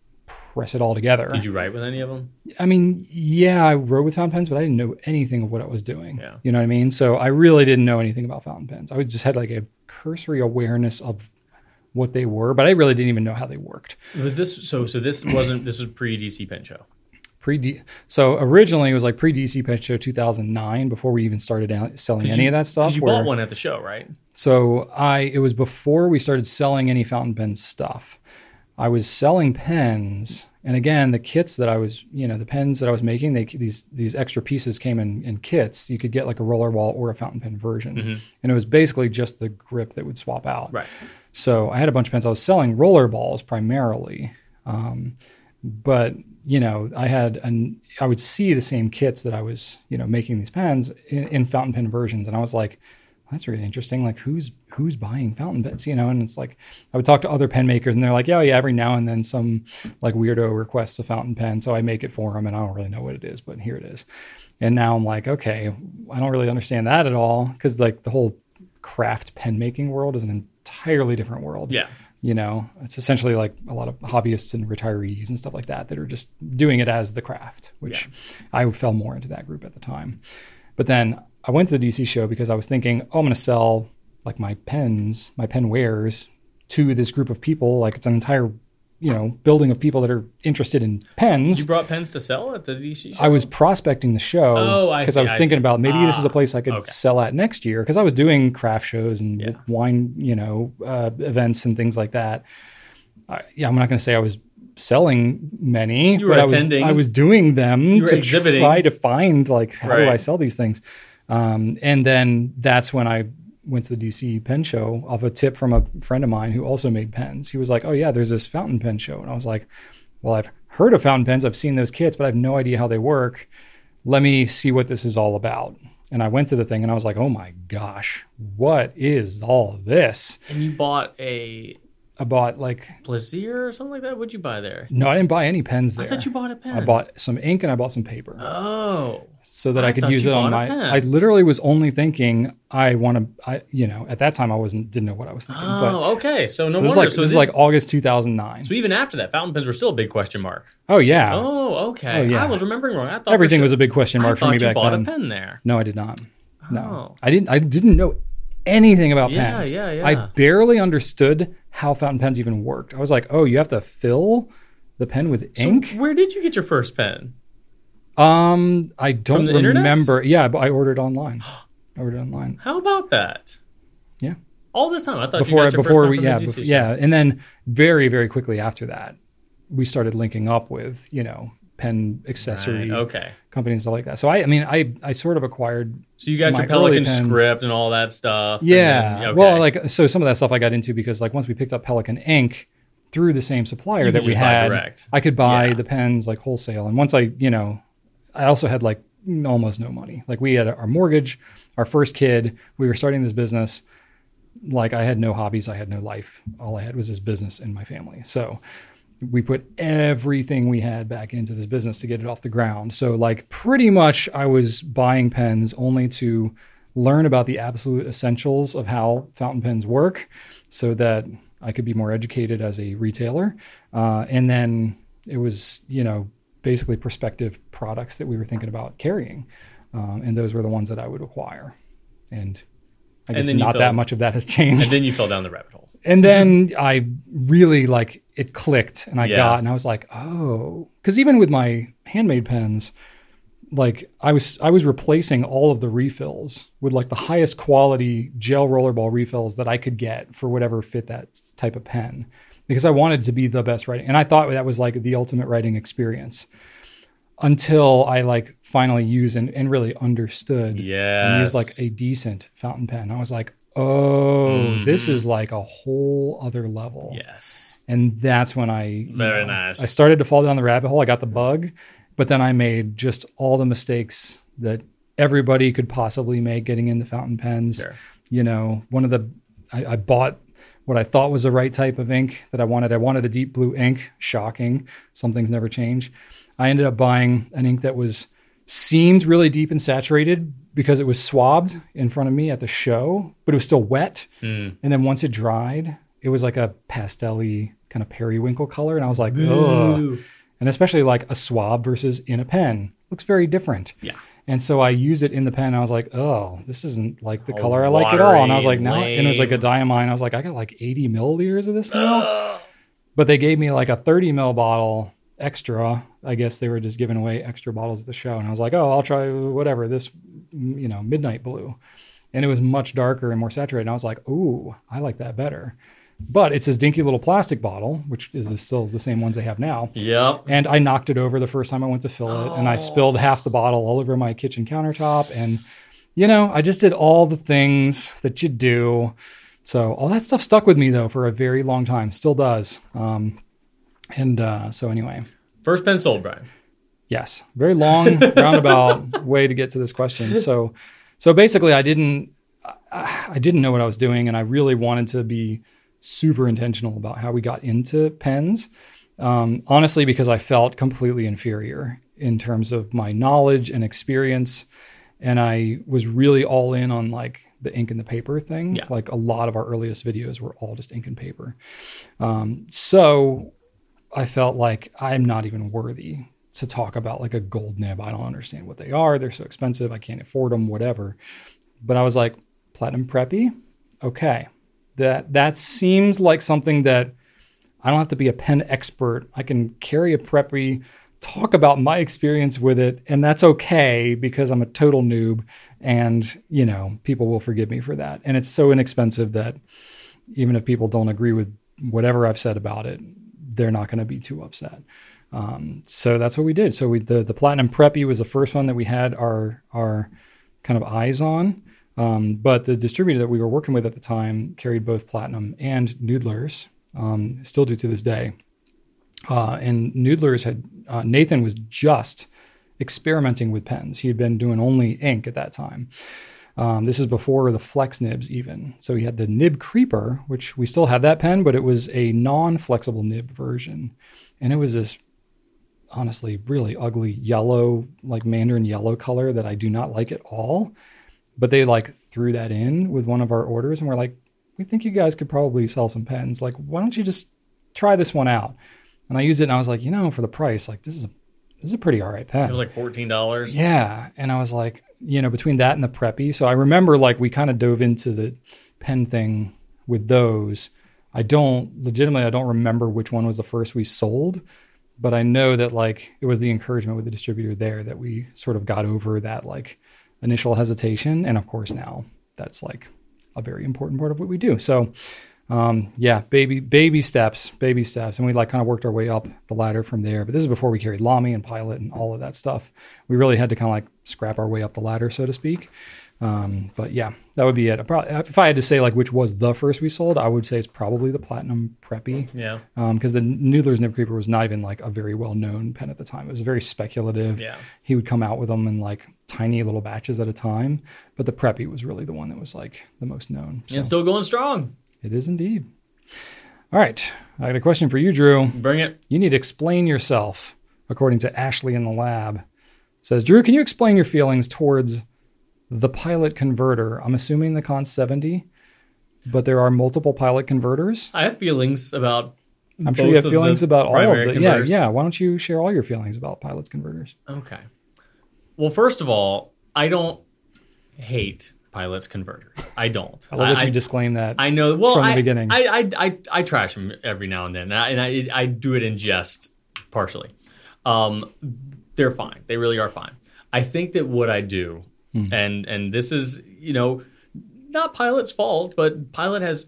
Speaker 1: press it all together.
Speaker 3: Did you write with any of them?
Speaker 1: I mean, yeah, I wrote with fountain pens, but I didn't know anything of what I was doing.
Speaker 3: Yeah.
Speaker 1: You know what I mean? So I really didn't know anything about fountain pens. I was- just had like a cursory awareness of what they were, but I really didn't even know how they worked.
Speaker 3: Was this so? So this wasn't. This was pre DC Pen Show.
Speaker 1: Pre D, so originally it was like pre DC Pet Show 2009 before we even started out selling any
Speaker 3: you-
Speaker 1: of that stuff.
Speaker 3: Because you
Speaker 1: where-
Speaker 3: bought one at the show, right?
Speaker 1: So I it was before we started selling any fountain pen stuff. I was selling pens, and again, the kits that I was, you know, the pens that I was making, they these these extra pieces came in in kits. You could get like a roller wall or a fountain pen version, and it was basically just the grip that would swap out.
Speaker 3: Mm-hmm. Right.
Speaker 1: So I had a bunch of pens. I was selling roller balls primarily, um, but you know, I had an I would see the same kits that I was, you know, making these pens in, in fountain pen versions, and I was like, that's really interesting. Like, who's who's buying fountain pens? You know, and it's like I would talk to other pen makers, and they're like, yeah, yeah. Every now and then, some like weirdo requests a fountain pen, so I make it for them, and I don't really know what it is, but here it is. And now I'm like, okay, I don't really understand that at all because like the whole craft pen making world is an entirely different world
Speaker 3: Yeah.
Speaker 1: you know it's essentially like a lot of hobbyists and retirees and stuff like that that are just doing it as the craft which i fell more into that group at the time but then i went to the dc show because i was thinking oh i'm going to sell like my pens my pen wares to this group of people like it's an entire you know building of people that are interested in pens
Speaker 3: You brought pens to sell at the DC show.
Speaker 1: I was prospecting the show
Speaker 3: Oh, I
Speaker 1: I
Speaker 3: see,
Speaker 1: was
Speaker 3: I
Speaker 1: thinking
Speaker 3: see.
Speaker 1: about maybe this is
Speaker 3: Ah,
Speaker 1: a place I could
Speaker 3: okay.
Speaker 1: sell at next year because I was doing craft shows and
Speaker 3: Yeah.
Speaker 1: wine, you know, uh, events and things like that. I, yeah, I'm not going to say I was selling many.
Speaker 3: You were
Speaker 1: but I was-
Speaker 3: attending.
Speaker 1: I was, doing them
Speaker 3: were
Speaker 1: to
Speaker 3: exhibiting.
Speaker 1: try to find like how do
Speaker 3: Right.
Speaker 1: I sell these things. Um, and then that's when I went to the DC pen show off a tip from a friend of mine who also made pens. He was like, "Oh yeah, there's this fountain pen show," and I was like, "Well, I've heard of fountain pens. I've seen those kits, but I have no idea how they work. Let me see what this is all about." And I went to the thing and I was like, "Oh my gosh, what is all this?"
Speaker 3: and you bought a
Speaker 1: I bought like
Speaker 3: Plaisir or something like that. What'd you buy there?
Speaker 1: no, I didn't buy any pens there.
Speaker 3: I thought you bought a pen.
Speaker 1: I bought some ink and I bought some paper.
Speaker 3: Oh.
Speaker 1: so that I,
Speaker 3: I
Speaker 1: could
Speaker 3: thought
Speaker 1: use
Speaker 3: you
Speaker 1: it
Speaker 3: bought
Speaker 1: on my.
Speaker 3: a pen.
Speaker 1: I literally was only thinking I want to. I you know at that time I wasn't didn't know what I was thinking.
Speaker 3: Oh,
Speaker 1: but
Speaker 3: okay. So no
Speaker 1: so this is
Speaker 3: wonder.
Speaker 1: like
Speaker 3: so
Speaker 1: this is like August 2009.
Speaker 3: so even after that, fountain pens were still a big question mark.
Speaker 1: Oh yeah,
Speaker 3: Oh, okay.
Speaker 1: yeah.
Speaker 3: I was remembering wrong. I thought for
Speaker 1: everything
Speaker 3: sure-
Speaker 1: was a big question
Speaker 3: I
Speaker 1: mark for
Speaker 3: thought
Speaker 1: me
Speaker 3: you
Speaker 1: back
Speaker 3: bought
Speaker 1: then.
Speaker 3: a pen there.
Speaker 1: No, I did not. No,
Speaker 3: Oh.
Speaker 1: I didn't. I didn't know anything about
Speaker 3: Yeah,
Speaker 1: pens.
Speaker 3: yeah,
Speaker 1: I
Speaker 3: yeah.
Speaker 1: barely understood how fountain pens even worked. I was like, oh, you have to fill the pen with ink.
Speaker 3: So where did you get your first pen?
Speaker 1: um, I don't
Speaker 3: the internets?
Speaker 1: remember. Yeah, but I ordered online. I ordered online.
Speaker 3: How about that?
Speaker 1: Yeah.
Speaker 3: All this time, I thought
Speaker 1: before
Speaker 3: you got your
Speaker 1: before
Speaker 3: first
Speaker 1: we
Speaker 3: pen
Speaker 1: yeah
Speaker 3: from the
Speaker 1: bef-
Speaker 3: DC
Speaker 1: yeah and then very very quickly after that we started linking up with you know pen
Speaker 3: shop. Right,
Speaker 1: accessory
Speaker 3: Okay.
Speaker 1: companies and stuff like that so i i mean i i sort of acquired
Speaker 3: So you got
Speaker 1: My
Speaker 3: your
Speaker 1: early
Speaker 3: Pelican
Speaker 1: pens-
Speaker 3: script and all that stuff. and
Speaker 1: yeah
Speaker 3: then- okay.
Speaker 1: well like so some of that stuff i got into because like once we picked up pelican ink through the same supplier
Speaker 3: You could
Speaker 1: that we
Speaker 3: just buy
Speaker 1: had
Speaker 3: direct.
Speaker 1: i could buy
Speaker 3: Yeah.
Speaker 1: the pens like wholesale and once i you know i also had like almost no money like we had our mortgage our first kid we were starting this business like I had no hobbies, I had no life. All I had was this business and my family. So we put everything we had back into this business to get it off the ground. So like pretty much I was buying pens only to learn about the absolute essentials of how fountain pens work so that I could be more educated as a retailer. Uh, and then it was, you know, basically prospective products that we were thinking about carrying. Um, and those were the ones that I would acquire. And I
Speaker 3: And
Speaker 1: guess
Speaker 3: then you
Speaker 1: not
Speaker 3: fell-
Speaker 1: that much of that has changed.
Speaker 3: and then you fell down the rabbit hole.
Speaker 1: And then I really like it clicked and I
Speaker 3: Yeah.
Speaker 1: got and I was like, "Oh, cuz even with my handmade pens, like I was I was replacing all of the refills with like the highest quality gel rollerball refills that I could get for whatever fit that type of pen because I wanted to be the best writing and I thought that was like the ultimate writing experience until I like finally used and, and really understood
Speaker 3: Yes.
Speaker 1: and used like a decent fountain pen. I was like, oh,
Speaker 3: Mm-hmm.
Speaker 1: this is like a whole other level.
Speaker 3: Yes.
Speaker 1: And that's when I you
Speaker 3: Very nice.
Speaker 1: I started to fall down the rabbit hole. I got the bug, but then I made just all the mistakes that everybody could possibly make getting into fountain pens.
Speaker 3: Sure.
Speaker 1: You know, one of the I, I bought what I thought was the right type of ink that I wanted. I wanted a deep blue ink. Shocking. Some things never change. I ended up buying an ink that was seemed really deep and saturated because it was swabbed in front of me at the show, but it was still wet. And then once it dried, it was like a pastel-y kind of periwinkle color. And I was like, ugh.
Speaker 3: Ooh.
Speaker 1: And especially like a swab versus in a pen looks very different.
Speaker 3: Yeah.
Speaker 1: And so I used it in the pen. And I was like, oh, this isn't like the
Speaker 3: All
Speaker 1: color I like at all. And I was
Speaker 3: watery
Speaker 1: like,
Speaker 3: and
Speaker 1: no. And it was like a
Speaker 3: lame.
Speaker 1: diamine. I was like, I got like 80 milliliters of this now. but they gave me like a 30 mil bottle extra. I guess they were just giving away extra bottles at the show. And I was like, oh, I'll try whatever this, you know, midnight blue. And it was much darker and more saturated. And I was like, ooh, I like that better. But it's this dinky little plastic bottle, which is the- still the same ones they have now.
Speaker 3: Yep.
Speaker 1: And I knocked it over the first time I went to fill it, and I spilled half the bottle all over my kitchen countertop. And, you know, I just did all the things that you do. So all that stuff stuck with me, though, for a very long time, still does. Um, and uh, so, anyway,
Speaker 3: First pen sold, Brian.
Speaker 1: yes, very long roundabout way to get to this question. So, so basically, I didn't. I I didn't know what I was doing, and I really wanted to be super intentional about how we got into pens um, honestly because I felt completely inferior in terms of my knowledge and experience, and I was really all in on like the ink and the paper thing.
Speaker 3: Yeah.
Speaker 1: Like a lot of our earliest videos were all just ink and paper. Um, so I felt like I'm not even worthy to talk about like a gold nib. I don't understand what they are. They're so expensive. I can't afford them. Whatever. But I was like platinum preppy. Okay, that that seems like something that I don't have to be a pen expert. I can carry a preppy, talk about my experience with it, and that's okay because I'm a total noob and, you know, people will forgive me for that. And it's so inexpensive that even if people don't agree with whatever I've said about it, they're not going to be too upset. Um, so that's what we did. So we the the platinum preppy was the first one that we had our our kind of eyes on. Um, but the distributor that we were working with at the time carried both platinum and noodlers, um, still do to this day. Uh, and noodlers had uh, Nathan was just experimenting with pens. He had been doing only ink at that time. Um, this is before the flex nibs, even. So he had the nib creeper, which we still have that pen, but it was a non-flexible nib version, and it was this honestly really ugly yellow, like mandarin yellow color that I do not like at all. But they like threw that in with one of our orders, and we're like, we think you guys could probably sell some pens. Like, why don't you just try this one out? And I used it, and I was like, you know, for the price, like this is a this is a pretty all right pen.
Speaker 3: It was like fourteen dollars.
Speaker 1: Yeah. And I was like, you know, between that and the preppy. So I remember like we kind of dove into the pen thing with those. I don't legitimately I don't remember which one was the first we sold, but I know that like it was the encouragement with the distributor there that we sort of got over that like initial hesitation. And of course now that's like a very important part of what we do. So um, yeah, baby, baby steps, baby steps, and we like kind of worked our way up the ladder from there. But this is before we carried Lamy and Pilot and all of that stuff. We really had to kind of like scrap our way up the ladder, so to speak. Um, but yeah, that would be it. I Probably, if I had to say like which was the first we sold, I would say it's probably the Platinum Preppy
Speaker 3: Yeah.
Speaker 1: because the Noodler's Nib Creeper was not even like a very well known pen at the time. It was very speculative.
Speaker 3: Yeah.
Speaker 1: He would come out with them in like tiny little batches at a time, but the Preppy was really the one that was like the most known. So-
Speaker 3: And still going strong.
Speaker 1: it is indeed. All right. I got a question for you, Drew.
Speaker 3: Bring it.
Speaker 1: You need to explain yourself, according to Ashley in the lab. Says, Drew, can you explain your feelings towards the pilot converter? I'm assuming the Con 70, but there are multiple pilot converters.
Speaker 3: I have feelings about.
Speaker 1: I'm sure you have feelings about all of them. Yeah,
Speaker 3: converters.
Speaker 1: yeah. Why don't you share all your feelings about pilot converters?
Speaker 3: Okay. Well, first of all, I don't hate pilots converters. I don't.
Speaker 1: I'll let
Speaker 3: I-
Speaker 1: you disclaim that.
Speaker 3: I know. Well,
Speaker 1: from the
Speaker 3: I,
Speaker 1: beginning.
Speaker 3: I, I, I, I trash them every now and then, and I, and I, I do it in jest, partially. Um, they're fine. They really are fine. I think that what I do,
Speaker 1: Hmm.
Speaker 3: and and this is you know, not Pilot's fault, but Pilot has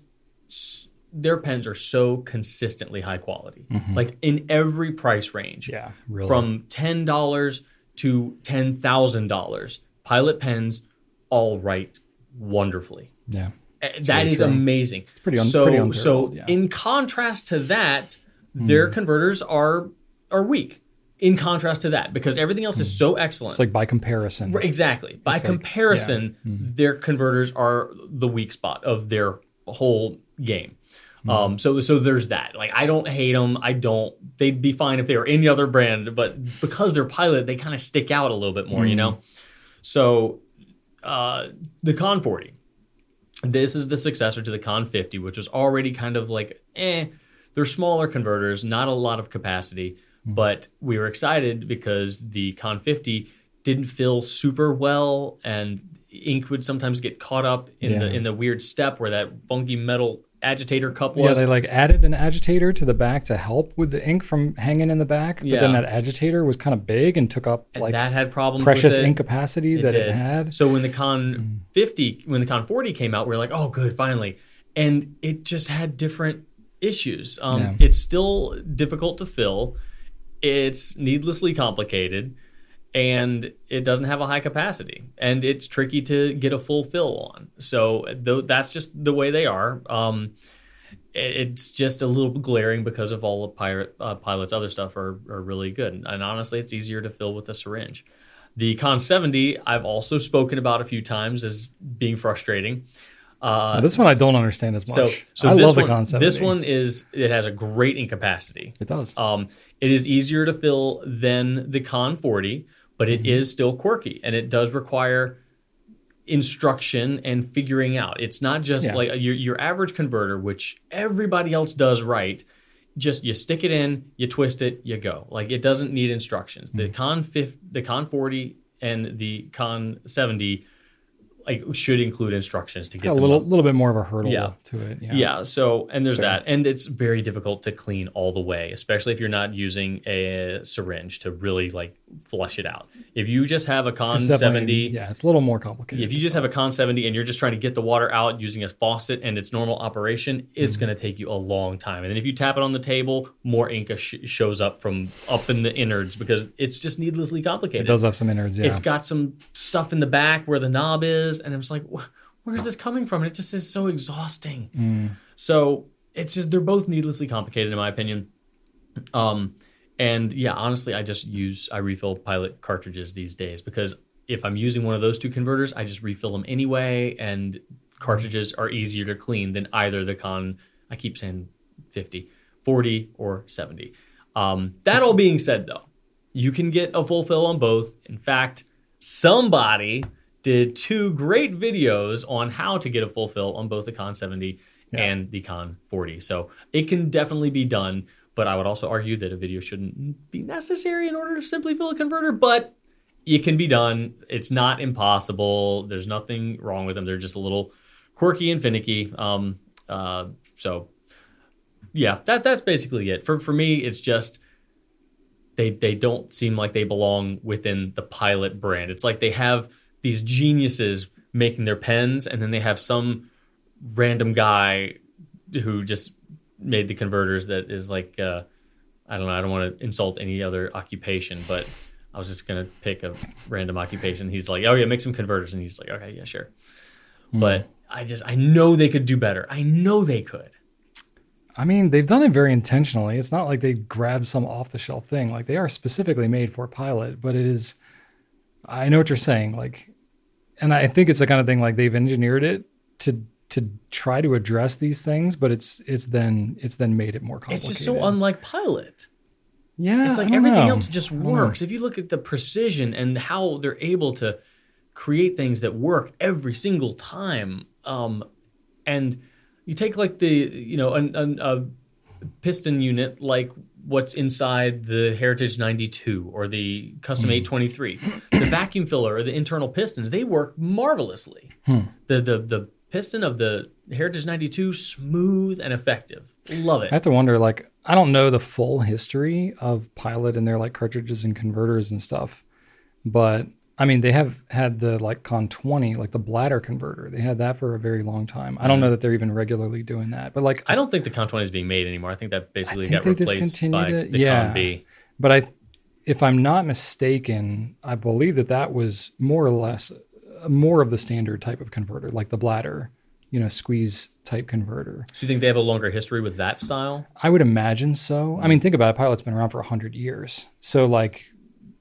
Speaker 3: s- their pens are so consistently high quality, like in every price range
Speaker 1: Mm-hmm. yeah, really.
Speaker 3: from ten dollars to ten thousand dollars. Pilot pens all write wonderfully.
Speaker 1: yeah.
Speaker 2: Uh, That is
Speaker 1: true.
Speaker 2: amazing.
Speaker 1: pretty un-
Speaker 2: so
Speaker 1: pretty unparalleled,
Speaker 2: so
Speaker 1: yeah. Hmm.
Speaker 2: in contrast to that, their converters are are weak. In contrast to that, because everything else
Speaker 1: Hmm.
Speaker 2: is so excellent.
Speaker 1: It's like by comparison.
Speaker 2: Exactly. By comparison, their converters are the weak spot of their whole game. Um, so so there's that. Like I don't hate them. I don't. They'd be fine if they were any other brand, but because they're Pilot, they kind of stick out a little bit more, you know. So uh, the Con 40. This is the successor to the Con 50, which was already kind of like eh. They're smaller converters, not a lot of capacity,
Speaker 1: Mm-hmm.
Speaker 2: but we were excited because the Con 50 didn't fill super well, and ink would sometimes get caught up in the
Speaker 1: Yeah.
Speaker 2: in the weird step where that funky metal agitator cup
Speaker 1: Yeah,
Speaker 2: was.
Speaker 1: they like added an agitator to the back to help with the ink from hanging in the back. But then
Speaker 2: Yeah.
Speaker 1: that agitator was kind of big and took up
Speaker 2: and
Speaker 1: like
Speaker 2: that had problems.
Speaker 1: precious
Speaker 2: with it.
Speaker 1: ink capacity that it
Speaker 2: did.
Speaker 1: had. Mm.
Speaker 2: So when the Con 50, when the Con 40 came out, we were like, oh, good, finally. And it just had different issues. Um,
Speaker 1: Yeah.
Speaker 2: It's still difficult to fill, it's needlessly complicated, and it doesn't have a high capacity. And it's tricky to get a full fill on. So tho- that's just the way they are. Um, it- it's just a little glaring because of all of pirate uh, pilots other stuff are, are really good and honestly it's easier to fill with a syringe the con 70 i've also spoken about a few times as being frustrating
Speaker 1: Now,
Speaker 2: uh,
Speaker 1: this one I don't understand as much.
Speaker 2: so so
Speaker 1: I
Speaker 2: this
Speaker 1: love
Speaker 2: one
Speaker 1: the concept.
Speaker 2: this one is it has a great incapacity
Speaker 1: it does.
Speaker 2: um, it is easier to fill than the Con 40, but
Speaker 1: Mm-hmm.
Speaker 2: it is still quirky and it does require instruction and figuring out. It's not just
Speaker 1: Yeah.
Speaker 2: like uh, your, your average converter, which everybody else does right. Just you stick it in, you twist it, you go. Like it doesn't need instructions.
Speaker 1: Mm-hmm.
Speaker 2: The Con 50, the Con 40 and the Con 70 like should include instructions to get
Speaker 1: a
Speaker 2: them
Speaker 1: little
Speaker 2: up.
Speaker 1: little bit more of a hurdle
Speaker 2: Yeah.
Speaker 1: to it. Yeah.
Speaker 2: Yeah. So, and there's
Speaker 1: Sure.
Speaker 2: that. And it's very difficult to clean all the way, especially if you're not using a syringe to really like flush it out. If you just have a Con
Speaker 1: It's definitely-
Speaker 2: 70,
Speaker 1: Yeah, it's a little more complicated.
Speaker 2: if you just have a Con 70 and you're just trying to get the water out using a faucet and its normal operation, it's going to take you a long time. And then if you tap it on the table, more ink sh- shows up from up in the innards because it's just needlessly complicated.
Speaker 1: it does have some innards. Yeah.
Speaker 2: It's got some stuff in the back where the knob is, and I'm just like, "Wh- where is this coming from? And it just is so exhausting. So it's just they're both needlessly complicated in my opinion. Um, and yeah, honestly, I just use I refill Pilot cartridges these days because if I'm using one of those two converters, I just refill them anyway, and cartridges are easier to clean than either the Con. I keep saying 50, 40, or 70. Um, that all being said, though, you can get a full fill on both. In fact, somebody did two great videos on how to get a full fill on both the Con 70 and the Con 40. So it can definitely be done, but I would also argue that a video shouldn't be necessary in order to simply fill a converter, but it can be done. It's not impossible. There's nothing wrong with them. They're just a little quirky and finicky. Um, uh, so yeah, that that's basically it. For for me, it's just they they don't seem like they belong within the pilot brand. It's like they have these geniuses making their pens, and then they have some random guy who just made the converters that is like uh, I don't know. I don't want to insult any other occupation, but I was just gonna pick a random occupation. He's like, oh yeah, make some converters, and he's like, okay, yeah, sure. But I just I know they could do better. I know they could.
Speaker 1: I mean, they've done it very intentionally. It's not like they grabbed some off the shelf thing. Like they are specifically made for pilot, but it is I know what you're saying. Like and I think it's the kind of thing like they've engineered it to to try to address these things, but it's it's then it's then made it more complicated.
Speaker 2: It's just so unlike Pilot.
Speaker 1: Yeah.
Speaker 2: It's
Speaker 1: I
Speaker 2: like
Speaker 1: don't
Speaker 2: everything
Speaker 1: know.
Speaker 2: else just
Speaker 1: I don't know.
Speaker 2: works. If you look at the precision and how they're able to create things that work every single time, um, and you take like the you know an, an, a piston unit like what's inside the Heritage 92 or the
Speaker 1: Hmm.
Speaker 2: Custom 823, the vacuum filler or the internal pistons, they work marvelously.
Speaker 1: Hmm.
Speaker 2: The the the piston of the Heritage 92 smooth and effective. Love it.
Speaker 1: I have to wonder, like, I don't know the full history of Pilot and their like cartridges and converters and stuff, but I mean, they have had the like Con 20, like the bladder converter. They had that for a very long time. I don't know that they're even regularly doing that, but like,
Speaker 2: I don't think the Con 20 is being made anymore. I think that basically
Speaker 1: I think
Speaker 2: got
Speaker 1: they
Speaker 2: replaced
Speaker 1: discontinued
Speaker 2: by
Speaker 1: it.
Speaker 2: the
Speaker 1: Yeah.
Speaker 2: Con B.
Speaker 1: but I, if I'm not mistaken, I believe that that was more or less uh, more of the standard type of converter, like the bladder you know squeeze type converter.
Speaker 2: So you think they have a longer history with that style?
Speaker 1: I would imagine so. I mean, think about it. Pilot's been around for 100 years. So, like,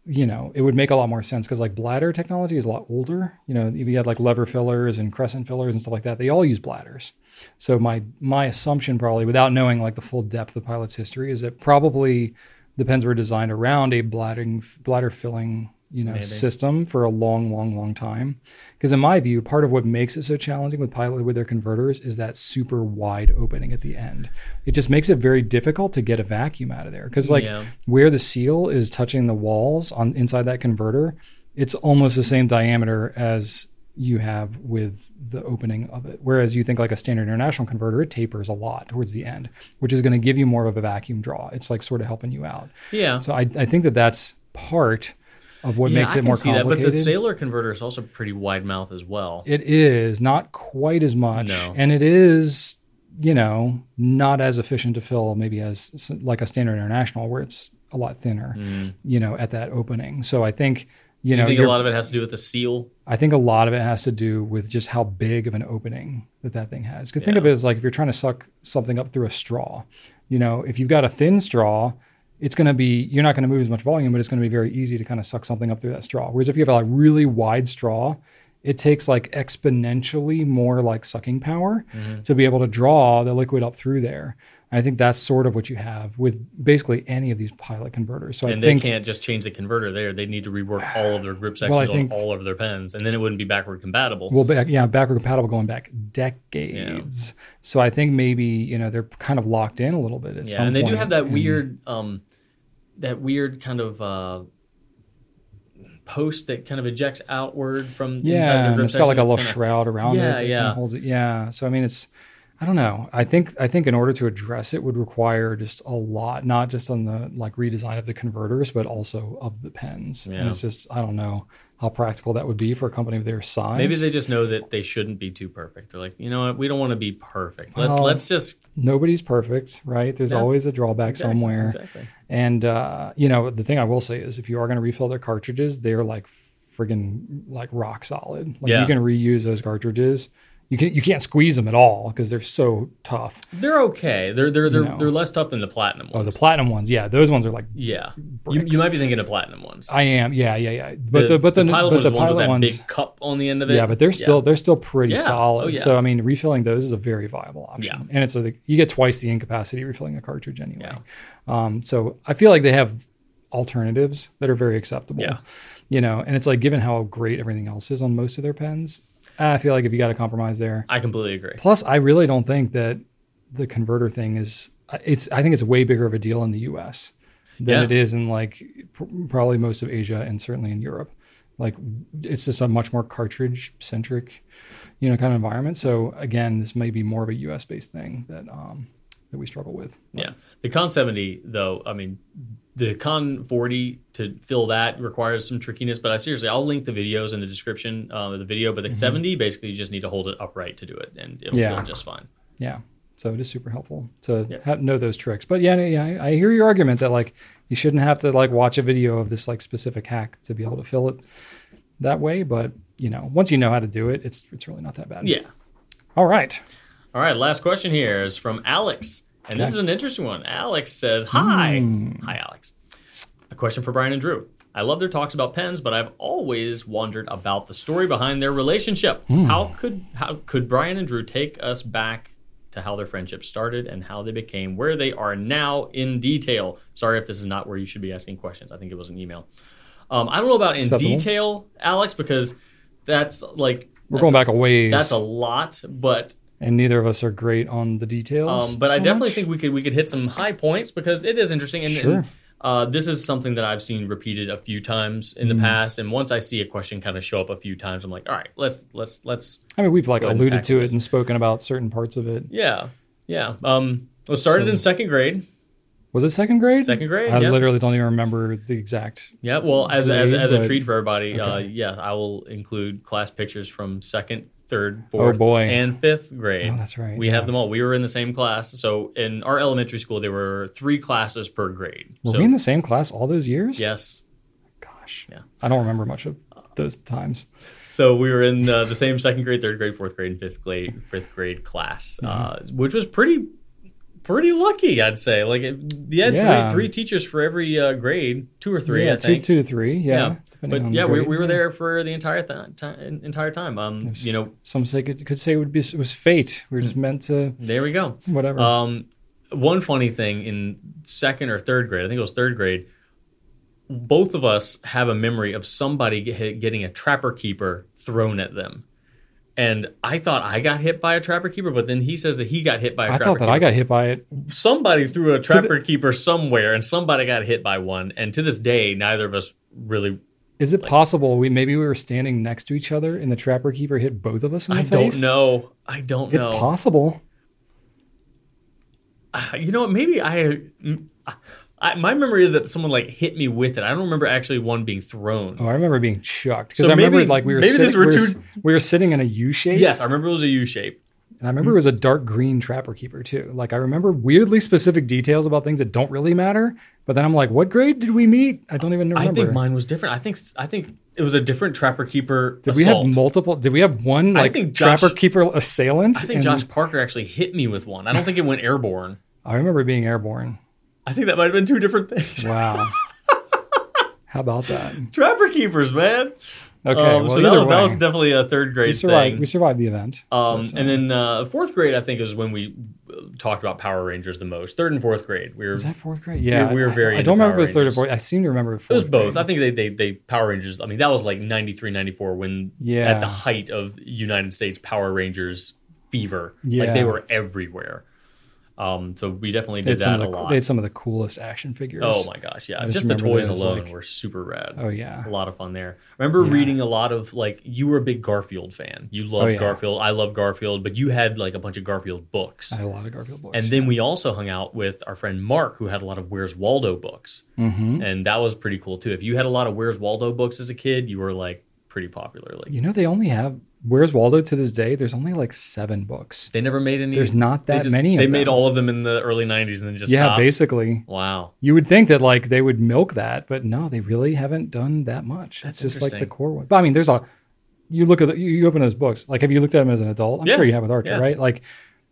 Speaker 1: you know, it would make a lot more sense because, like, bladder technology is a lot older. You know, if you had like lever fillers and crescent fillers and stuff like that, they all use bladders. So, my my assumption, probably without knowing like the full depth of Pilot's history, is that probably the pens were designed around a bladding, bladder filling you know
Speaker 2: Maybe.
Speaker 1: system for a long long long time because in my view part of what makes it so challenging with pilot with their converters is that super wide opening at the end it just makes it very difficult to get a vacuum out of there because like
Speaker 2: Yeah.
Speaker 1: where the seal is touching the walls on inside that converter it's almost the same diameter as you have with the opening of it whereas you think like a standard international converter it tapers a lot towards the end which is going to give you more of a vacuum draw it's like sort of helping you out
Speaker 2: Yeah.
Speaker 1: so I, I think that that's part of what
Speaker 2: yeah,
Speaker 1: makes
Speaker 2: I
Speaker 1: it
Speaker 2: can
Speaker 1: more
Speaker 2: see that,
Speaker 1: complicated.
Speaker 2: but the sailor converter is also pretty wide mouth as well.
Speaker 1: it is not quite as much,
Speaker 2: No.
Speaker 1: and it is you know not as efficient to fill maybe as s- like a standard international where it's a lot thinner. You know, at that opening. So I think you
Speaker 2: Hmm. Do Mm. you
Speaker 1: know
Speaker 2: think a
Speaker 1: you're-
Speaker 2: lot of it has to do with the seal?
Speaker 1: I think a lot of it has to do with just how big of an opening that that thing has. Because think
Speaker 2: Yeah.
Speaker 1: of it as like if you're trying to suck something up through a straw, you know, if you've got a thin straw, it's going to be, you're not going to move as much volume, but it's going to be very easy to kind of suck something up through that straw. Whereas if you have a like, really wide straw, it takes like exponentially more like sucking power
Speaker 2: Mm-hmm.
Speaker 1: to be able to draw the liquid up through there. I think that's sort of what you have with basically any of these pilot converters. So I
Speaker 2: And they
Speaker 1: think
Speaker 2: can't just change the converter there. They need to rework all of their grip
Speaker 1: Well, I
Speaker 2: sections
Speaker 1: think-
Speaker 2: on all of their pens, and then it wouldn't be backward compatible.
Speaker 1: Well, back, yeah, backward compatible going back decades. So I think maybe you know they're kind of locked in a little bit at
Speaker 2: yeah,
Speaker 1: some
Speaker 2: and they do
Speaker 1: point.
Speaker 2: have that
Speaker 1: And
Speaker 2: weird, um, that weird kind of uh, post that kind of ejects outward from inside
Speaker 1: Yeah,
Speaker 2: the
Speaker 1: and
Speaker 2: grip
Speaker 1: it's got like a
Speaker 2: section.
Speaker 1: little
Speaker 2: It's kinda-
Speaker 1: shroud around
Speaker 2: Yeah,
Speaker 1: it. that
Speaker 2: yeah.
Speaker 1: kinda Holds it. Yeah. So I mean, it's I don't know. I think I think in order to address it would require just a lot, not just on the like redesign of the converters, but also of the pens. And
Speaker 2: Yeah.
Speaker 1: it's just I don't know how practical that would be for a company of their size.
Speaker 2: Maybe they just know that they shouldn't be too perfect. They're like, you know what? We don't want to be perfect. Let's
Speaker 1: Well,
Speaker 2: let's just
Speaker 1: nobody's perfect, right? There's
Speaker 2: No.
Speaker 1: always a drawback
Speaker 2: Exactly,
Speaker 1: somewhere.
Speaker 2: Exactly.
Speaker 1: And uh, you know, the thing I will say is, if you are going to refill their cartridges, they're like friggin' like rock solid. Like
Speaker 2: Yeah.
Speaker 1: you can reuse those cartridges. You can you can't squeeze them at all because they're so tough.
Speaker 2: They're okay. They're they're they're,
Speaker 1: No.
Speaker 2: they're less tough than the platinum
Speaker 1: Oh,
Speaker 2: ones.
Speaker 1: the platinum ones, yeah, those ones are like
Speaker 2: yeah. You,
Speaker 1: bricks.
Speaker 2: you might be thinking of platinum ones.
Speaker 1: I am, yeah, yeah, yeah. But the, but the,
Speaker 2: pilot
Speaker 1: but
Speaker 2: was
Speaker 1: the
Speaker 2: ones with
Speaker 1: pilot
Speaker 2: that
Speaker 1: ones,
Speaker 2: big cup on the end of it.
Speaker 1: yeah, but they're still they're still pretty
Speaker 2: Yeah. Oh,
Speaker 1: solid.
Speaker 2: yeah.
Speaker 1: So I mean, refilling those is a very viable option.
Speaker 2: Yeah.
Speaker 1: and it's a, you get twice the ink capacity refilling a cartridge anyway.
Speaker 2: Yeah.
Speaker 1: Um, so I feel like they have alternatives that are very acceptable.
Speaker 2: Yeah.
Speaker 1: You know, and it's like given how great everything else is on most of their pens, I feel like if you got a compromise there.
Speaker 2: I completely agree.
Speaker 1: Plus, I really don't think that the converter thing is. It's I think it's way bigger of a deal in the U.S. than
Speaker 2: Yeah.
Speaker 1: it is in like pr- probably most of Asia and certainly in Europe. Like it's just a much more cartridge centric, you know, kind of environment. So again, this may be more of a U.S. based thing that um, that we struggle with.
Speaker 2: Yeah. The Con 70, though, I mean, the Con 40 to fill that requires some trickiness, but I seriously, I'll link the videos in the description um, of the video. But the 70, basically, you just need to hold it upright to do it, and it'll
Speaker 1: Mm-hmm. Yeah.
Speaker 2: feel just fine.
Speaker 1: Yeah. So it is super helpful to
Speaker 2: Yep.
Speaker 1: ha- know those tricks. But yeah, no, yeah, I, I hear your argument that like you shouldn't have to like watch a video of this like specific hack to be able to fill it that way. But you know, once you know how to do it, it's it's really not that bad.
Speaker 2: Yeah.
Speaker 1: All right.
Speaker 2: All right. Last question here is from Alex. And this
Speaker 1: Okay. Hmm.
Speaker 2: is an interesting one. Alex says, Hi. Hi, Alex. A question for Brian and Drew. I love their talks about pens, but I've always wondered about the story behind their relationship.
Speaker 1: Hmm.
Speaker 2: How could how could Brian and Drew take us back to how their friendship started and how they became where they are now in detail? Sorry if this is not where you should be asking questions. I think it was an email. Um, I don't know about in
Speaker 1: Acceptable.
Speaker 2: detail, Alex, because that's like
Speaker 1: We're
Speaker 2: that's-
Speaker 1: going back a ways.
Speaker 2: That's a lot, but
Speaker 1: and neither of us are great on the details.
Speaker 2: um, but I
Speaker 1: so
Speaker 2: definitely
Speaker 1: much.
Speaker 2: think we could we could hit some high points because it is interesting. And, and,
Speaker 1: Sure.
Speaker 2: uh, this is something that I've seen repeated a few times in the
Speaker 1: Mm-hmm.
Speaker 2: past. And once I see a question kind of show up a few times, I'm like, all right, let's let's let's
Speaker 1: I mean we've like
Speaker 2: Go ahead and
Speaker 1: alluded to
Speaker 2: tackle
Speaker 1: it and spoken about certain parts of it.
Speaker 2: yeah yeah. Um, well, started in second grade.
Speaker 1: Was it second grade?
Speaker 2: Second grade,
Speaker 1: I
Speaker 2: yeah.
Speaker 1: literally don't even remember the exact.
Speaker 2: Yeah. Well, as as,
Speaker 1: Grade,
Speaker 2: as a
Speaker 1: but-
Speaker 2: treat for everybody, uh,
Speaker 1: okay.
Speaker 2: yeah, I will include class pictures from second, third, fourth,
Speaker 1: Oh, boy.
Speaker 2: and fifth grade.
Speaker 1: Oh, that's right.
Speaker 2: We
Speaker 1: Yeah.
Speaker 2: have them all. We were in the same class. So in our elementary school, there were three classes per grade.
Speaker 1: Were
Speaker 2: so
Speaker 1: we in the same class all those years?
Speaker 2: yes.
Speaker 1: Gosh.
Speaker 2: Yeah.
Speaker 1: I don't remember much of those times.
Speaker 2: So we were in uh, the same second grade, third grade, fourth grade, and fifth grade, fifth grade class,
Speaker 1: Mm-hmm.
Speaker 2: uh, which was pretty, pretty lucky, I'd say. Like, it, you had
Speaker 1: Yeah.
Speaker 2: three, three teachers for every uh, grade, two or three,
Speaker 1: yeah,
Speaker 2: I think.
Speaker 1: Two, two to three. Yeah. depending
Speaker 2: but
Speaker 1: on
Speaker 2: yeah,
Speaker 1: the
Speaker 2: we,
Speaker 1: grade.
Speaker 2: we were there for the entire th- ti- entire time. Um, you know, Mm.
Speaker 1: Some say could, could say it would be it was fate. We were just meant to
Speaker 2: there we go.
Speaker 1: whatever.
Speaker 2: Um, one funny thing in second or third grade, I think it was third grade, both of us have a memory of somebody get hit- getting a trapper keeper thrown at them. And I thought I got hit by a trapper keeper, but then he says that he got hit by a
Speaker 1: I
Speaker 2: trapper
Speaker 1: thought that
Speaker 2: keeper.
Speaker 1: I got hit by it.
Speaker 2: somebody threw a trapper keeper somewhere, and somebody got hit by one. And to this day, neither of us really.
Speaker 1: Is it possible we maybe we were standing next to each other and the trapper keeper hit both of us in the
Speaker 2: I
Speaker 1: face?
Speaker 2: don't know. I don't
Speaker 1: It's
Speaker 2: know.
Speaker 1: possible.
Speaker 2: Uh, you know what? Maybe I, mm, I. My memory is that someone like hit me with it. I don't remember actually one being thrown.
Speaker 1: Oh, I remember being shocked because
Speaker 2: So
Speaker 1: I remember
Speaker 2: maybe-
Speaker 1: like we were
Speaker 2: maybe
Speaker 1: sitting,
Speaker 2: these were
Speaker 1: we, were,
Speaker 2: two-
Speaker 1: s- we were sitting in a U shape.
Speaker 2: Yes, I remember it was a U shape.
Speaker 1: and I remember it was a dark green trapper keeper too. Like I remember weirdly specific details about things that don't really matter. But then I'm like, what grade did we meet? I don't even remember.
Speaker 2: I think mine was different. I think I think it was a different trapper keeper
Speaker 1: did we
Speaker 2: assault.
Speaker 1: have multiple? Did we have one
Speaker 2: I
Speaker 1: like
Speaker 2: think Josh-
Speaker 1: trapper keeper assailant?
Speaker 2: I think
Speaker 1: And
Speaker 2: Josh Parker actually hit me with one. I don't think it went airborne.
Speaker 1: I remember being airborne.
Speaker 2: I think that might have been two different things.
Speaker 1: Wow. How about that? Okay.
Speaker 2: trapper keepers, man. um,
Speaker 1: well,
Speaker 2: Uh, so that
Speaker 1: either
Speaker 2: was,
Speaker 1: way,
Speaker 2: that was definitely a third
Speaker 1: we
Speaker 2: grade
Speaker 1: survived.
Speaker 2: thing.
Speaker 1: We survived the event.
Speaker 2: Um, and then uh, fourth grade, I think, is when we uh, talked about Power Rangers the most. Third and fourth grade, we were.
Speaker 1: was that fourth grade? Yeah,
Speaker 2: we were
Speaker 1: I-
Speaker 2: very
Speaker 1: I
Speaker 2: into
Speaker 1: don't remember if it
Speaker 2: Power
Speaker 1: was third or
Speaker 2: Rangers.
Speaker 1: fourth. I seem to remember fourth.
Speaker 2: It was both.
Speaker 1: grade.
Speaker 2: I think they, they they Power Rangers. I mean, that was like 93, 94 when
Speaker 1: Yeah.
Speaker 2: at the height of United States Power Rangers fever. Like
Speaker 1: Yeah.
Speaker 2: they were everywhere. Um, so we definitely
Speaker 1: They
Speaker 2: did
Speaker 1: had, some
Speaker 2: that
Speaker 1: of
Speaker 2: a
Speaker 1: the,
Speaker 2: lot.
Speaker 1: they had some of the coolest action figures.
Speaker 2: oh my gosh, yeah.
Speaker 1: just
Speaker 2: Just the
Speaker 1: remember
Speaker 2: toys
Speaker 1: those,
Speaker 2: alone
Speaker 1: like-
Speaker 2: were super rad.
Speaker 1: Oh yeah.
Speaker 2: A lot of fun there. I remember
Speaker 1: Yeah.
Speaker 2: reading a lot of like you were a big Garfield fan. You loved
Speaker 1: Oh, yeah.
Speaker 2: Garfield. I love Garfield, but you had like a bunch of Garfield books.
Speaker 1: I had a lot of Garfield books.
Speaker 2: and then we also hung out with our friend Mark, who had a lot of Where's Waldo books.
Speaker 1: Mhm.
Speaker 2: and that was pretty cool too. If you had a lot of Where's Waldo books as a kid, you were like pretty popular. Like
Speaker 1: you know they only have Where's Waldo to this day. There's only like seven books.
Speaker 2: they never made any.
Speaker 1: There's not
Speaker 2: they
Speaker 1: that
Speaker 2: just-
Speaker 1: many.
Speaker 2: They
Speaker 1: of
Speaker 2: made
Speaker 1: them.
Speaker 2: all of them in the early '90s and then just
Speaker 1: Yeah,
Speaker 2: stopped.
Speaker 1: basically.
Speaker 2: Wow,
Speaker 1: You would think that like they would milk that, but no, they really haven't done that much.
Speaker 2: That's
Speaker 1: it's just like the
Speaker 2: interesting.
Speaker 1: core one. But I mean, there's a you look at the, you- you open those books. Like, have you looked at them as an adult? I'm
Speaker 2: Yeah,
Speaker 1: sure you have with Archer,
Speaker 2: yeah.
Speaker 1: right? Like,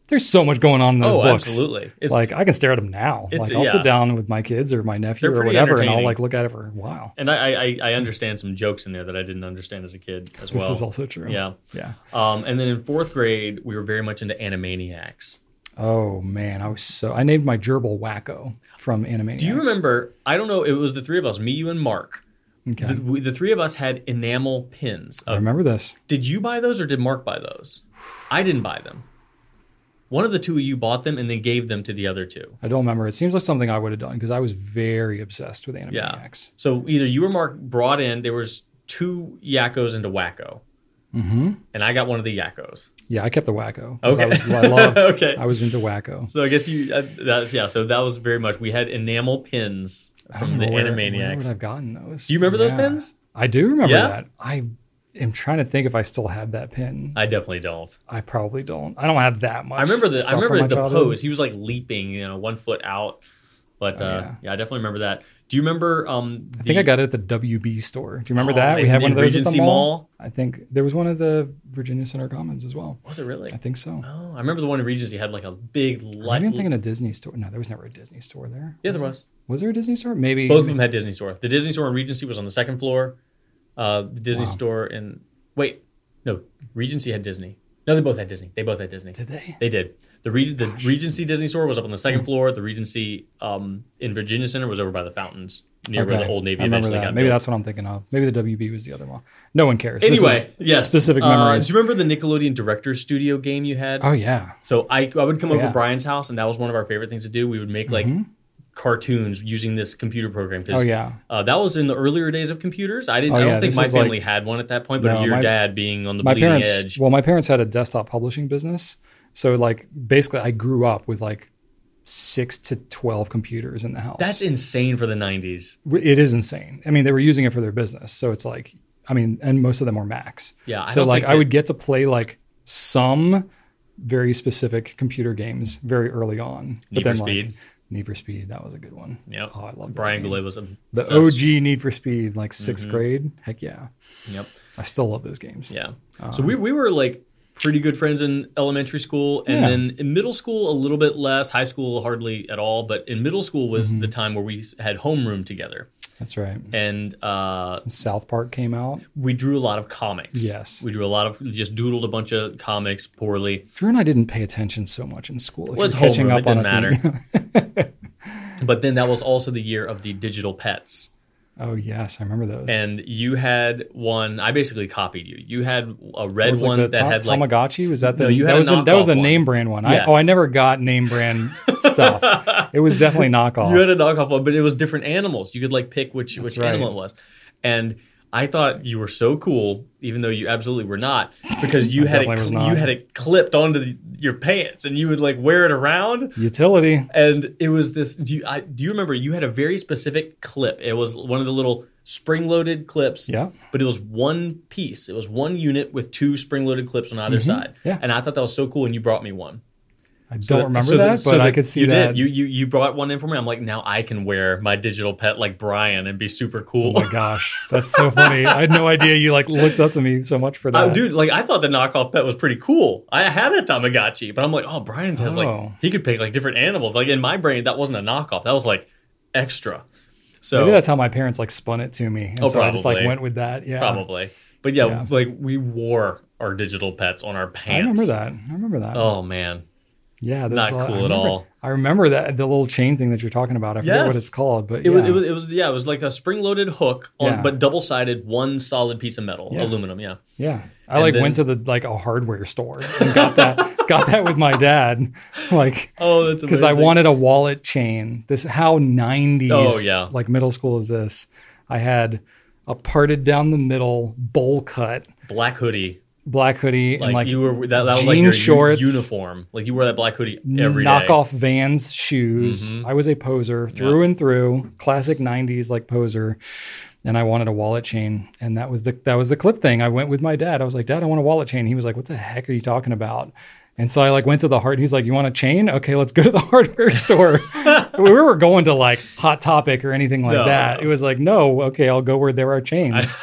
Speaker 1: there's so much going on in those
Speaker 2: oh
Speaker 1: books.
Speaker 2: absolutely. It's
Speaker 1: like I can stare at them now.
Speaker 2: It's-
Speaker 1: Like I'll
Speaker 2: yeah.
Speaker 1: sit down with my kids or my nephew
Speaker 2: They're
Speaker 1: or
Speaker 2: pretty
Speaker 1: whatever, and I'll
Speaker 2: entertaining.
Speaker 1: like look at it for a while.
Speaker 2: and I, I I understand some jokes in there that I didn't understand as a kid as well.
Speaker 1: This is also true.
Speaker 2: yeah.
Speaker 1: Yeah.
Speaker 2: Um, and then in fourth grade, we were very much into Animaniacs.
Speaker 1: Oh man, I was so I named my gerbil Wacko from Animaniacs.
Speaker 2: Do you remember? I don't know. It was the three of us, me, you, and Mark.
Speaker 1: Okay.
Speaker 2: The, we, the three of us had enamel pins.
Speaker 1: I
Speaker 2: Of,
Speaker 1: remember this.
Speaker 2: Did you buy those or did Mark buy those? I didn't buy them. One of the two of you bought them and then gave them to the other two.
Speaker 1: I don't remember. It seems like something I would have done because I was very obsessed with Animaniacs.
Speaker 2: So either you or Mark brought in there was two Yakos into Wacko,
Speaker 1: Yeah. Mm-hmm.
Speaker 2: and I got one of the Yakos.
Speaker 1: Yeah, I kept the Wacko. 'cause I
Speaker 2: Okay.
Speaker 1: was, I loved.
Speaker 2: Okay.
Speaker 1: I was into Wacko.
Speaker 2: So I guess you uh, that's yeah. So that was very much we had enamel pins
Speaker 1: I don't
Speaker 2: from the
Speaker 1: know Oh, where- Where
Speaker 2: Animaniacs.
Speaker 1: would I've gotten those?
Speaker 2: Do you remember
Speaker 1: Yeah.
Speaker 2: those pins?
Speaker 1: I do remember
Speaker 2: Yeah?
Speaker 1: that. I am trying to think if I still had that pin.
Speaker 2: I definitely don't.
Speaker 1: I probably don't. I don't have that much.
Speaker 2: I remember the
Speaker 1: stuff
Speaker 2: I
Speaker 1: from
Speaker 2: remember
Speaker 1: my
Speaker 2: the
Speaker 1: childhood.
Speaker 2: pose. He was like leaping, you know, one foot out. But
Speaker 1: Oh,
Speaker 2: uh,
Speaker 1: yeah.
Speaker 2: yeah. I definitely remember that. Do you remember? Um,
Speaker 1: I think I got it at the WB store. Do you remember
Speaker 2: Oh,
Speaker 1: that? We
Speaker 2: in-
Speaker 1: had one of
Speaker 2: in
Speaker 1: those at
Speaker 2: Regency
Speaker 1: the mall.
Speaker 2: Mall?
Speaker 1: I think there was one at the Virginia Center Commons as well.
Speaker 2: Was it really?
Speaker 1: I think so.
Speaker 2: Oh, I remember the one in Regency had like a big light.
Speaker 1: Maybe I'm thinking a Disney store. No, there was never a Disney store there.
Speaker 2: yeah, there was.
Speaker 1: Was there a Disney store? Maybe
Speaker 2: Both of them had Disney store. The Disney store in Regency was on the second floor. Uh, the Disney
Speaker 1: Wow.
Speaker 2: store in wait, no, Regency had Disney. No, they both had Disney. They both had Disney.
Speaker 1: Did they? Hmm.
Speaker 2: They did. The Reg- the Regency Disney store was up on the second floor. The Regency um, in Virginia Center was over by the fountains near where the
Speaker 1: Okay.
Speaker 2: old Navy
Speaker 1: I remember
Speaker 2: eventually
Speaker 1: that.
Speaker 2: got
Speaker 1: Maybe
Speaker 2: built.
Speaker 1: that's what I'm thinking of. Maybe the WB was the other mall. No one cares. This
Speaker 2: Anyway,
Speaker 1: is
Speaker 2: yes.
Speaker 1: Specific
Speaker 2: Uh,
Speaker 1: memories.
Speaker 2: do you remember the Nickelodeon Director's Studio game you had?
Speaker 1: oh yeah.
Speaker 2: So I, I would come over
Speaker 1: Yeah. Mm-hmm.
Speaker 2: to Brian's house, and that was one of our favorite things to do. We would make like cartoons using this computer program
Speaker 1: Oh
Speaker 2: because
Speaker 1: yeah.
Speaker 2: uh, that was in the earlier days of computers. I didn't.
Speaker 1: Oh,
Speaker 2: I don't
Speaker 1: yeah,
Speaker 2: think
Speaker 1: this
Speaker 2: my
Speaker 1: is, like-
Speaker 2: family had one at that point, but
Speaker 1: No,
Speaker 2: your
Speaker 1: my-
Speaker 2: dad being on the
Speaker 1: My
Speaker 2: bleeding
Speaker 1: parents.
Speaker 2: edge.
Speaker 1: Well, my parents had a desktop publishing business, so like basically, I grew up with like six to twelve computers in the house.
Speaker 2: That's insane for the '90s.
Speaker 1: it is insane. I mean, they were using it for their business, so it's like, I mean, and most of them were Macs.
Speaker 2: Yeah, I
Speaker 1: so
Speaker 2: don't
Speaker 1: like,
Speaker 2: think
Speaker 1: I
Speaker 2: that-
Speaker 1: would get to play like some very specific computer games very early on.
Speaker 2: Need for Speed.
Speaker 1: Need for Speed. That was a good one.
Speaker 2: Yep.
Speaker 1: Oh, I love that
Speaker 2: Brian
Speaker 1: game.
Speaker 2: Goulet was a
Speaker 1: The OG Need for Speed, like 6th grade. Heck yeah.
Speaker 2: Yep.
Speaker 1: I still love those games.
Speaker 2: Mm-hmm. Yeah.
Speaker 1: Um,
Speaker 2: so we, we were like pretty good friends in elementary school and
Speaker 1: Yeah.
Speaker 2: then in middle school a little bit less, high school hardly at all, but in middle school was
Speaker 1: Mm-hmm.
Speaker 2: the time where we s- had homeroom together.
Speaker 1: That's right.
Speaker 2: And uh,
Speaker 1: South Park came out.
Speaker 2: we drew a lot of comics.
Speaker 1: Yes.
Speaker 2: We drew a lot of just doodled a bunch of comics poorly.
Speaker 1: Drew and I didn't pay attention so much in school. If
Speaker 2: Well, it's
Speaker 1: you're catching
Speaker 2: homeroom,
Speaker 1: up
Speaker 2: it didn't
Speaker 1: on a thing-
Speaker 2: But then that was also the year of the digital pets.
Speaker 1: oh yes, I remember those.
Speaker 2: And you had one, I basically copied you. You had a
Speaker 1: What
Speaker 2: red
Speaker 1: was, like,
Speaker 2: one
Speaker 1: the
Speaker 2: that
Speaker 1: Ta-
Speaker 2: had like
Speaker 1: Tamagotchi. Was that the?
Speaker 2: No, you
Speaker 1: that
Speaker 2: had a
Speaker 1: was the, that was
Speaker 2: knockoff
Speaker 1: a
Speaker 2: one.
Speaker 1: name brand one. I,
Speaker 2: Yeah.
Speaker 1: oh, I never got name brand stuff. It was definitely knockoff.
Speaker 2: You had a knockoff one, but it was different animals. You could like pick which which
Speaker 1: right.
Speaker 2: animal it was. And I thought you were so cool, even though you absolutely were not, because you had it
Speaker 1: definitely was
Speaker 2: cl-
Speaker 1: not.
Speaker 2: you had it clipped onto the, your pants, and you would like wear it around.
Speaker 1: Utility.
Speaker 2: And it was this. Do you I, do you remember? You had a very specific clip. It was one of the little spring-loaded clips.
Speaker 1: Yeah.
Speaker 2: But it was one piece. It was one unit with two spring-loaded clips on either side.
Speaker 1: Mm-hmm. Yeah.
Speaker 2: And I thought that was so cool, and you brought me one.
Speaker 1: I
Speaker 2: So
Speaker 1: don't
Speaker 2: that-
Speaker 1: remember
Speaker 2: so
Speaker 1: that,
Speaker 2: so
Speaker 1: but I could see
Speaker 2: you
Speaker 1: that.
Speaker 2: did. You you you brought one in for me. I'm like, now I can wear my digital pet like Brian and be super cool.
Speaker 1: oh my gosh, that's so funny. I had no idea you like looked up to me so much for that.
Speaker 2: Uh, dude, like I thought the knockoff pet was pretty cool. I had a Tamagotchi, but I'm like, oh, Brian's has like
Speaker 1: Oh.
Speaker 2: he could pick like different animals. Like in my brain, that wasn't a knockoff. That was like extra. So
Speaker 1: Maybe that's how my parents like spun it to me, and
Speaker 2: Oh,
Speaker 1: so I just like
Speaker 2: probably.
Speaker 1: went with that. Yeah,
Speaker 2: probably. But yeah,
Speaker 1: Yeah.
Speaker 2: like we wore our digital pets on our pants.
Speaker 1: I remember that. I remember that.
Speaker 2: Oh man.
Speaker 1: yeah, there's
Speaker 2: not
Speaker 1: a lot- I
Speaker 2: cool at
Speaker 1: remember-
Speaker 2: all.
Speaker 1: I remember that the little chain thing that you're talking about. I forget what
Speaker 2: Yes.
Speaker 1: it's called, but
Speaker 2: It was
Speaker 1: yeah.
Speaker 2: it was it was yeah, it was like a spring-loaded hook on
Speaker 1: Yeah.
Speaker 2: but double-sided one solid piece of metal,
Speaker 1: Yeah.
Speaker 2: aluminum, yeah.
Speaker 1: Yeah. I
Speaker 2: And
Speaker 1: like
Speaker 2: then-
Speaker 1: went to the like a hardware store and got that got that with my dad. Like
Speaker 2: Oh, that's
Speaker 1: because I
Speaker 2: amazing.
Speaker 1: wanted a wallet chain. This how 90s
Speaker 2: Oh, yeah.
Speaker 1: like middle school is this. I had a parted down the middle bowl cut
Speaker 2: black hoodie.
Speaker 1: black hoodie
Speaker 2: Like,
Speaker 1: and like
Speaker 2: you were that, that was like
Speaker 1: jean
Speaker 2: your u-
Speaker 1: shorts.
Speaker 2: uniform. Like you wore that black hoodie every day. Mm-hmm.
Speaker 1: knockoff Vans shoes. I was a poser through and through, classic 90s like poser. And I wanted a wallet chain, and that was the that was the clip thing. I went with my dad. I was like, "Dad, I want a wallet chain." He was like, "What the heck are you talking about?" And so I like went to the hard. He's like, "You want a chain? Okay, let's go to the hardware store." we were going to like Hot Topic or anything like
Speaker 2: No,
Speaker 1: that.
Speaker 2: no.
Speaker 1: It was like, "No, okay, I'll go where there are chains."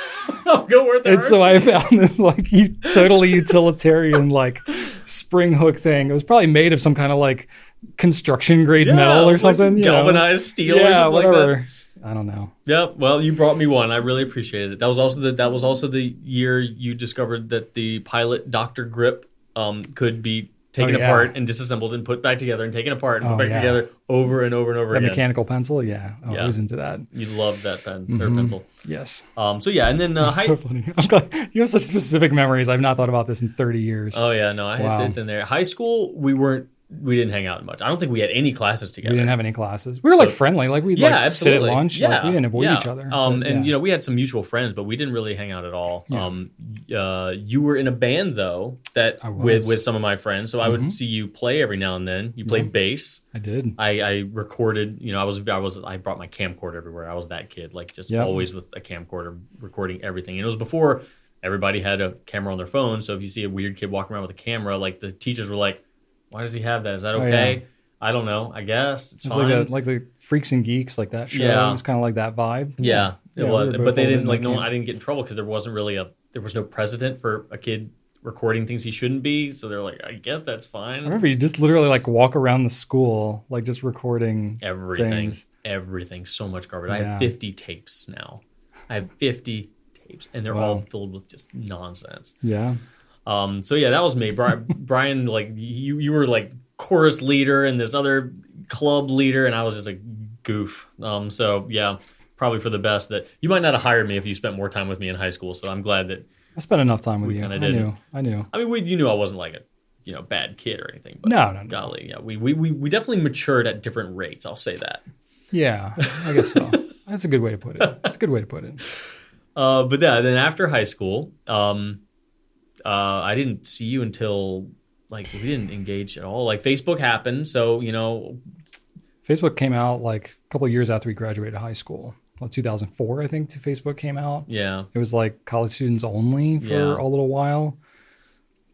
Speaker 2: Oh, go where there
Speaker 1: and
Speaker 2: are
Speaker 1: so I
Speaker 2: jeans.
Speaker 1: found this like u- totally utilitarian like spring hook thing. It was probably made of some kind of like construction grade
Speaker 2: Yeah,
Speaker 1: metal or
Speaker 2: like some
Speaker 1: something. you know.
Speaker 2: galvanized steel or
Speaker 1: Yeah,
Speaker 2: something like
Speaker 1: whatever. I don't know.
Speaker 2: that. Yep. Well, you brought me one. I really appreciated it. That was also the that was also the year you discovered that the pilot Doctor Grip um, could be taken
Speaker 1: Oh, yeah.
Speaker 2: apart and disassembled and put back together and taken apart and
Speaker 1: Oh,
Speaker 2: put back
Speaker 1: yeah.
Speaker 2: together over and over and over
Speaker 1: That
Speaker 2: again.
Speaker 1: mechanical pencil. Yeah. Oh,
Speaker 2: Yeah.
Speaker 1: I was into that.
Speaker 2: You loved that pen or pencil.
Speaker 1: Yes.
Speaker 2: Um, so yeah, and then uh, high,
Speaker 1: Mm-hmm. so funny. I'm glad you have such specific memories. I've not thought about this in 30 years.
Speaker 2: Oh yeah, no, I it's,
Speaker 1: Wow.
Speaker 2: it's in there. High school, we weren't, we didn't hang out much. I don't think we had any classes
Speaker 1: we
Speaker 2: together.
Speaker 1: didn't have any classes. We were like
Speaker 2: So-
Speaker 1: friendly. Like we'd
Speaker 2: yeah,
Speaker 1: like
Speaker 2: absolutely.
Speaker 1: sit at lunch.
Speaker 2: Yeah,
Speaker 1: Like we didn't avoid
Speaker 2: yeah.
Speaker 1: each other.
Speaker 2: Um,
Speaker 1: But,
Speaker 2: and
Speaker 1: yeah.
Speaker 2: you know, we had some mutual friends, but we didn't really hang out at all. Um, uh, you were in a band though that
Speaker 1: I
Speaker 2: with
Speaker 1: was. Mm-hmm.
Speaker 2: with some of my friends, so I would see you play every now and then. You played bass.
Speaker 1: I did.
Speaker 2: I, I recorded, you know, I was, I was, I brought my camcorder everywhere. I was that kid, like just
Speaker 1: Yeah.
Speaker 2: always with a camcorder recording everything. And it was before everybody had a camera on their phone. So if you see a weird kid walking around with a camera, like the teachers were like, why does he have that? Is that
Speaker 1: Oh,
Speaker 2: okay? I don't know. I guess it's
Speaker 1: It's
Speaker 2: fine.
Speaker 1: like a, like the freaks and geeks like that show.
Speaker 2: Yeah.
Speaker 1: It was kind of like that vibe.
Speaker 2: yeah, it
Speaker 1: Yeah, we
Speaker 2: was.
Speaker 1: were
Speaker 2: but
Speaker 1: both
Speaker 2: they
Speaker 1: old
Speaker 2: didn't
Speaker 1: and
Speaker 2: like,
Speaker 1: I
Speaker 2: no,
Speaker 1: can't-
Speaker 2: I didn't get in trouble because there wasn't really a, there was no precedent for a kid recording things he shouldn't be. So they're like, I guess that's
Speaker 1: I
Speaker 2: fine.
Speaker 1: remember you just literally like walk around the school, like just recording
Speaker 2: Everything,
Speaker 1: things.
Speaker 2: everything, so much garbage. I
Speaker 1: Yeah.
Speaker 2: have 50 tapes now. I have 50 tapes, and they're all
Speaker 1: Wow.
Speaker 2: filled with just nonsense.
Speaker 1: Yeah.
Speaker 2: Um, so yeah, that was me, Brian. Brian like you, you were like chorus leader and this other club leader, and I was just a goof. Um, so yeah, probably for the best that you might not have hired me if you spent more time with me in high school. So I'm glad that
Speaker 1: I spent enough time with
Speaker 2: We
Speaker 1: you.
Speaker 2: kinda
Speaker 1: I
Speaker 2: did.
Speaker 1: knew. I knew.
Speaker 2: I mean, we, you knew I wasn't like a you know bad kid or anything. But
Speaker 1: No, no, no.
Speaker 2: golly, yeah, we, we we we definitely matured at different rates. I'll say that.
Speaker 1: Yeah, I guess so. That's a good way to put it. That's a good way to put it.
Speaker 2: Uh, but yeah, then after high school, um, uh, I didn't see you until like we didn't engage at all. Like Facebook happened, so you know,
Speaker 1: Facebook came out like a couple of years after we graduated high school. Well, 2004, I think, to Facebook came out.
Speaker 2: yeah,
Speaker 1: It was like college students only for
Speaker 2: Yeah.
Speaker 1: a little while.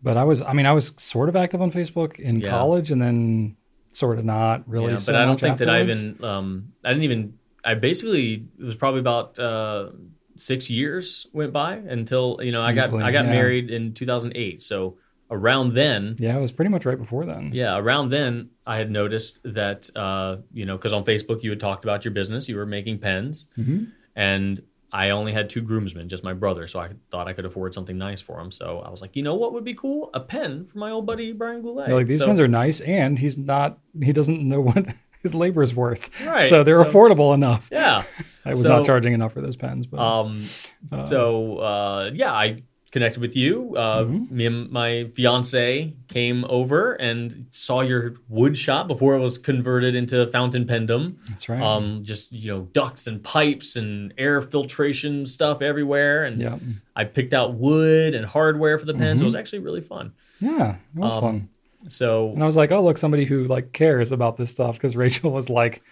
Speaker 1: But I was, I mean, I was sort of active on Facebook in
Speaker 2: Yeah.
Speaker 1: college and then sort of not really.
Speaker 2: Yeah,
Speaker 1: so
Speaker 2: but I don't
Speaker 1: much
Speaker 2: think that I
Speaker 1: afterwards.
Speaker 2: even um, I didn't even I basically it was probably about uh, six years went by until you know I
Speaker 1: Easily,
Speaker 2: got I got
Speaker 1: yeah.
Speaker 2: married in 2008. So around then,
Speaker 1: Yeah, it was pretty much right before then.
Speaker 2: yeah, around then I had noticed that uh, you know because on Facebook you had talked about your business, you were making pens,
Speaker 1: Mhm.
Speaker 2: and I only had two groomsmen, just my brother. So I thought I could afford something nice for him. So I was like, you know what would be cool? A pen for my old buddy Brian Goulet.
Speaker 1: They're like these
Speaker 2: So-
Speaker 1: pens are nice, and he's not. He doesn't know what his labor is worth,
Speaker 2: Right,
Speaker 1: so they're
Speaker 2: so-
Speaker 1: affordable enough.
Speaker 2: yeah.
Speaker 1: I was not
Speaker 2: So-
Speaker 1: charging enough for those pens, but
Speaker 2: Um,
Speaker 1: uh,
Speaker 2: so uh, yeah, I connected with you. Uh,
Speaker 1: Mhm.
Speaker 2: Me and my fiance came over and saw your wood shop before it was converted into fountain pendum.
Speaker 1: that's right.
Speaker 2: Um, just you know, ducts and pipes and air filtration stuff everywhere. And
Speaker 1: yeah, Mm-hmm.
Speaker 2: I picked out wood and hardware for the pens. It was actually really fun.
Speaker 1: yeah, it was
Speaker 2: um,
Speaker 1: fun. And
Speaker 2: So
Speaker 1: I was like, oh look, somebody who like cares about this stuff because Rachel was like,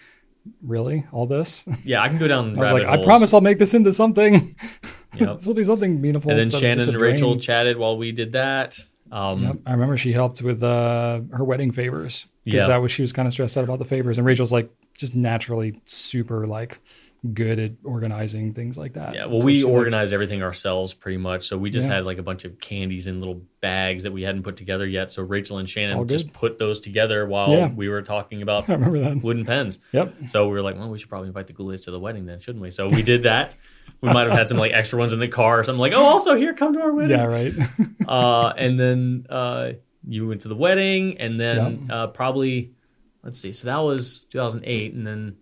Speaker 1: really, all this? I
Speaker 2: yeah, I can go down.
Speaker 1: was
Speaker 2: rabbit
Speaker 1: like, I
Speaker 2: holes.
Speaker 1: promise I'll make this into something.
Speaker 2: Yep.
Speaker 1: this will be something meaningful.
Speaker 2: And then
Speaker 1: instead of
Speaker 2: Shannon
Speaker 1: just a
Speaker 2: and Rachel
Speaker 1: drain."
Speaker 2: chatted while we did that. Um,
Speaker 1: Yep. I remember she helped with uh, her wedding favors because
Speaker 2: Yeah.
Speaker 1: that was she was kind of stressed out about the favors, and Rachel's like just naturally super like good at organizing things like that.
Speaker 2: Yeah, well,
Speaker 1: So
Speaker 2: we
Speaker 1: she, like-
Speaker 2: organized everything ourselves pretty much. So we just
Speaker 1: Yeah.
Speaker 2: had like a bunch of candies in little bags that we hadn't put together yet. So Rachel and
Speaker 1: all
Speaker 2: Shannon
Speaker 1: good.
Speaker 2: just put those together while
Speaker 1: Yeah.
Speaker 2: we were talking about
Speaker 1: I remember that.
Speaker 2: wooden pens.
Speaker 1: Yep.
Speaker 2: So we were like, well, we should probably invite the Goulias to the wedding then, shouldn't we? So we did that. We might have had some like extra ones in the car or something like, oh, also here, come to our wedding.
Speaker 1: Yeah, right.
Speaker 2: Uh, and then uh, you went to the wedding, and then uh, probably, let's see, so that was 2008. And then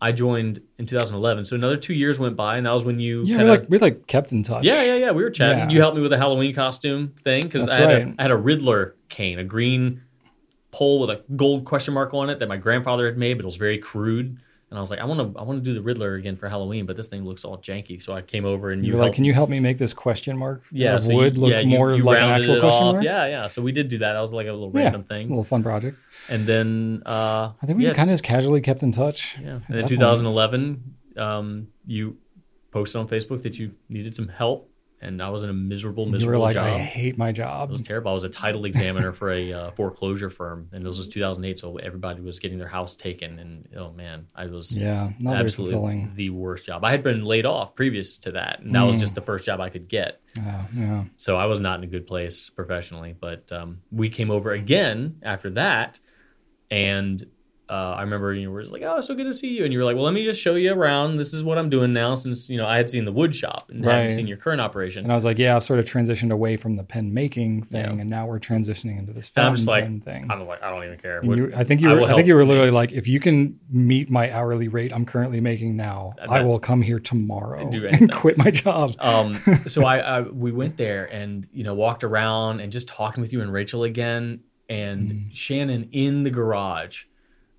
Speaker 2: I joined in 2011. So another two years went by, and that was when you
Speaker 1: yeah, we
Speaker 2: kinda-
Speaker 1: like we like kept in touch.
Speaker 2: yeah, yeah, yeah. We were chatting.
Speaker 1: Yeah.
Speaker 2: You helped me with a Halloween costume thing because I,
Speaker 1: That's
Speaker 2: had a-
Speaker 1: right.
Speaker 2: I had a Riddler cane, a green pole with a gold question mark on it that my grandfather had made, but it was very crude. And I was like, I want to, I want to do the Riddler again for Halloween, but this thing looks all janky. So I came over and
Speaker 1: You
Speaker 2: you,
Speaker 1: were like,
Speaker 2: helped.
Speaker 1: can you help me make this question mark?
Speaker 2: yeah,
Speaker 1: of
Speaker 2: so you-
Speaker 1: wood look
Speaker 2: yeah, you-
Speaker 1: more
Speaker 2: you
Speaker 1: like an
Speaker 2: rounded
Speaker 1: actual
Speaker 2: it
Speaker 1: question
Speaker 2: off.
Speaker 1: mark.
Speaker 2: Yeah, yeah. So we did do that. That was like a little
Speaker 1: Yeah,
Speaker 2: random
Speaker 1: a
Speaker 2: thing.
Speaker 1: little fun project.
Speaker 2: And then, uh,
Speaker 1: I think we
Speaker 2: yeah,
Speaker 1: kind of just casually kept in touch.
Speaker 2: yeah.
Speaker 1: at
Speaker 2: And
Speaker 1: that
Speaker 2: then
Speaker 1: point.
Speaker 2: 2011, um, you posted on Facebook that you needed some help, and I was in a miserable,
Speaker 1: You
Speaker 2: miserable
Speaker 1: were like,
Speaker 2: job.
Speaker 1: I hate my
Speaker 2: It was
Speaker 1: job.
Speaker 2: terrible. I was a title examiner for a uh, foreclosure firm, and this
Speaker 1: Mm-hmm.
Speaker 2: was 2008, so everybody was getting their house taken. And oh man, I was
Speaker 1: Yeah, not very
Speaker 2: absolutely
Speaker 1: fulfilling.
Speaker 2: the worst job. I had been laid off previous to that, and that was
Speaker 1: Mm.
Speaker 2: just the first job I could get.
Speaker 1: Yeah, yeah.
Speaker 2: So I was not in a good place professionally. But um, we came over again after that, and uh, I remember you were just like, "Oh, it's so good to see you," and you were like, "Well, let me just show you around. This is what I'm doing now." Since you know I had seen the wood shop and
Speaker 1: Right.
Speaker 2: hadn't seen your current operation,
Speaker 1: And I was like, yeah, I've sort of transitioned away from the pen making thing,
Speaker 2: Yeah.
Speaker 1: and now we're transitioning into this
Speaker 2: And
Speaker 1: fountain
Speaker 2: I'm just like,
Speaker 1: pen thing.
Speaker 2: I was like, "I don't even care."
Speaker 1: And
Speaker 2: What-
Speaker 1: you- I think you
Speaker 2: I
Speaker 1: were,
Speaker 2: will
Speaker 1: I, think
Speaker 2: help.
Speaker 1: you were literally like, if you can meet my hourly rate I'm currently making now,
Speaker 2: I
Speaker 1: I
Speaker 2: bet.
Speaker 1: will come here tomorrow
Speaker 2: Do
Speaker 1: and
Speaker 2: anything.
Speaker 1: quit my job.
Speaker 2: um so I, I we went there and you know walked around and just talking with you and rachel again and shannon in the garage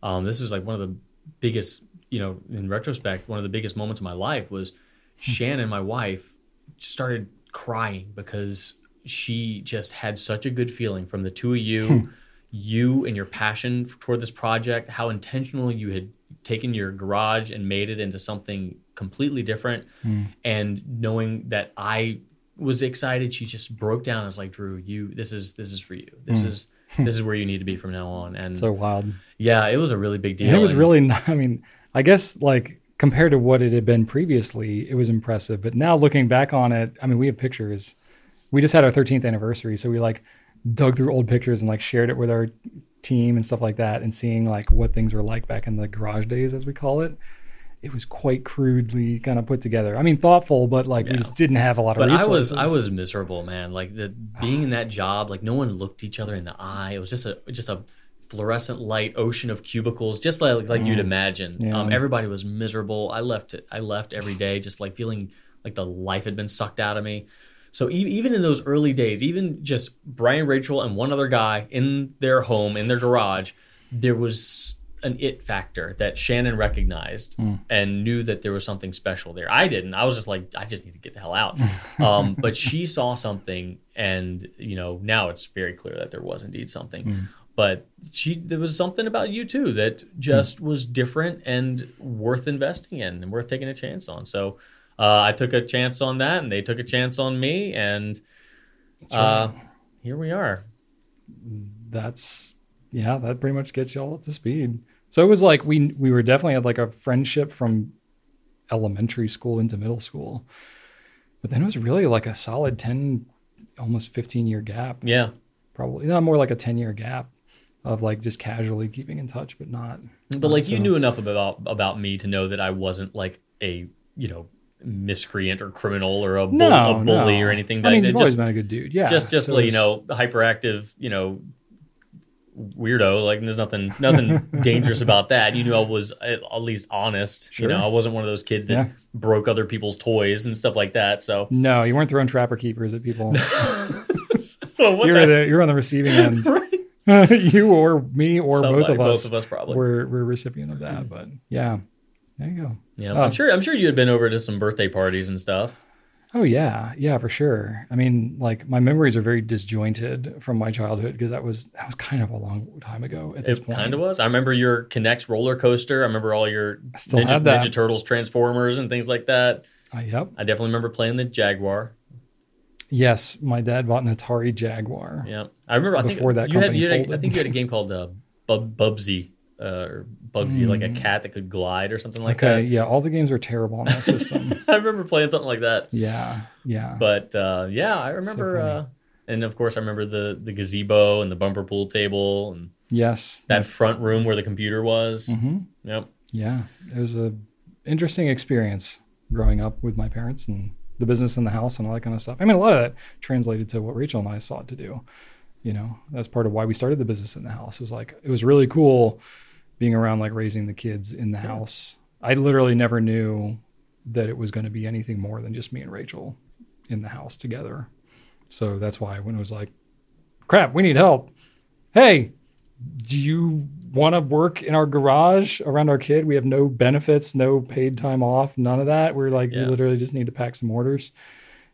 Speaker 2: um this was like one of the biggest you know in retrospect one of the biggest moments of my life was shannon my wife started crying because she just had such a good feeling from the two of
Speaker 1: Hmm.
Speaker 2: you you and your passion toward this project how intentional you had taken your garage and made it into something completely different
Speaker 1: Hmm.
Speaker 2: and knowing that I was excited, she just broke down. I was like, Drew, you, this is this is for you. This is this is where you need to be from now on. And
Speaker 1: Hmm. So wild.
Speaker 2: yeah, it was a really big deal.
Speaker 1: And it was
Speaker 2: And
Speaker 1: really, not, I mean, I guess like compared to what it had been previously, it was impressive. But now looking back on it, I mean, we have pictures. We just had our 13th anniversary. So we like dug through old pictures and like shared it with our team and stuff like that and seeing like what things were like back in the garage days, as we call it. It was quite crudely kind of put together. I mean, thoughtful, but like we
Speaker 2: Yeah.
Speaker 1: just didn't have a lot of
Speaker 2: But I was
Speaker 1: resources.
Speaker 2: I was miserable, man. Like the being in that job, like no one looked each other in the eye. It was just a just a fluorescent light ocean of cubicles, just like like you'd imagine.
Speaker 1: Mm. Yeah.
Speaker 2: Um, everybody was miserable. I left it. I left every day, just like feeling like the life had been sucked out of me. So e- even in those early days, even just Brian, Rachel, and one other guy in their home in their garage, there was an it factor that Shannon recognized
Speaker 1: Mm.
Speaker 2: and knew that there was something special there. I didn't. I was just like, I just need to get the hell out. Um, but she saw something, and you know, now it's very clear that there was indeed something.
Speaker 1: Mm.
Speaker 2: But she, there was something about you too that just
Speaker 1: Mm.
Speaker 2: was different and worth investing in and worth taking a chance on. So uh, I took a chance on that, and they took a chance on me, and uh, here we are.
Speaker 1: That's yeah, that pretty much gets y'all up to speed. So it was like we we were definitely had like a friendship from elementary school into middle school. But then it was really like a solid 10 almost 15 year gap.
Speaker 2: Yeah.
Speaker 1: Probably not more like a 10 year gap of like just casually keeping in touch but not
Speaker 2: But like
Speaker 1: not
Speaker 2: you
Speaker 1: so-
Speaker 2: knew enough about about me to know that I wasn't like a you know miscreant or criminal or a, bull,
Speaker 1: no,
Speaker 2: a bully
Speaker 1: no.
Speaker 2: or anything.
Speaker 1: I
Speaker 2: like
Speaker 1: mean,
Speaker 2: that.
Speaker 1: you've always
Speaker 2: just
Speaker 1: been a good dude. Yeah.
Speaker 2: just just
Speaker 1: So
Speaker 2: like, you
Speaker 1: it's-
Speaker 2: know hyperactive you know weirdo. Like there's nothing nothing dangerous about that. You knew I was at at least honest.
Speaker 1: Sure.
Speaker 2: You know I wasn't one of those kids that
Speaker 1: Yeah.
Speaker 2: broke other people's toys and stuff like that. So
Speaker 1: No, you weren't throwing trapper keepers at people.
Speaker 2: Well, what
Speaker 1: you were
Speaker 2: the-
Speaker 1: the, you were on the receiving end.
Speaker 2: Right.
Speaker 1: you or me or both
Speaker 2: Somebody,
Speaker 1: of us,
Speaker 2: probably.
Speaker 1: were were recipient of
Speaker 2: Mm-hmm.
Speaker 1: that. But yeah, there you go.
Speaker 2: yeah,
Speaker 1: Oh.
Speaker 2: I'm sure. I'm sure you had been over to some birthday parties and stuff.
Speaker 1: Oh yeah, yeah for sure. I mean, like my memories are very disjointed from my childhood because that was that was kind of a long time ago at this
Speaker 2: It
Speaker 1: point.
Speaker 2: kind of was. I remember your Connects roller coaster. I remember all your
Speaker 1: I still
Speaker 2: Ninja,
Speaker 1: have that.
Speaker 2: Ninja Turtles, Transformers, and things like that.
Speaker 1: Uh, yep.
Speaker 2: I definitely remember playing the Jaguar.
Speaker 1: Yes, my dad bought an Atari Jaguar.
Speaker 2: Yeah, I remember. I think
Speaker 1: Before that
Speaker 2: you had,
Speaker 1: company
Speaker 2: you had a, I
Speaker 1: folded.
Speaker 2: think you had a game called uh, Bub, Bubsy uh, or Bugsy, like a cat that could glide or something like
Speaker 1: Hmm. okay. Yeah, all the games were terrible on that system.
Speaker 2: that. I remember playing something like that.
Speaker 1: yeah. Yeah.
Speaker 2: But uh, yeah, I remember.
Speaker 1: funny.
Speaker 2: uh, and of course, I remember the the gazebo and the bumper pool table and
Speaker 1: yes.
Speaker 2: that front room where the computer was.
Speaker 1: hmm
Speaker 2: Yep.
Speaker 1: Yeah, it was a interesting experience growing up with my parents and the business in the house and all that kind of stuff. I mean, a lot of that translated to what Rachel and I sought to do. You know, that's part of why we started the business in the house. It was like it was really cool being around, like raising the kids in the house. I literally never knew that it was going to be anything more than just me and Rachel in the house together. So that's why when it was like, "Crap, we need help," hey, do you want to work in our garage around our kid? We have no benefits, no paid time off, none of that. We're like, we
Speaker 2: Yeah.
Speaker 1: literally just need to pack some orders.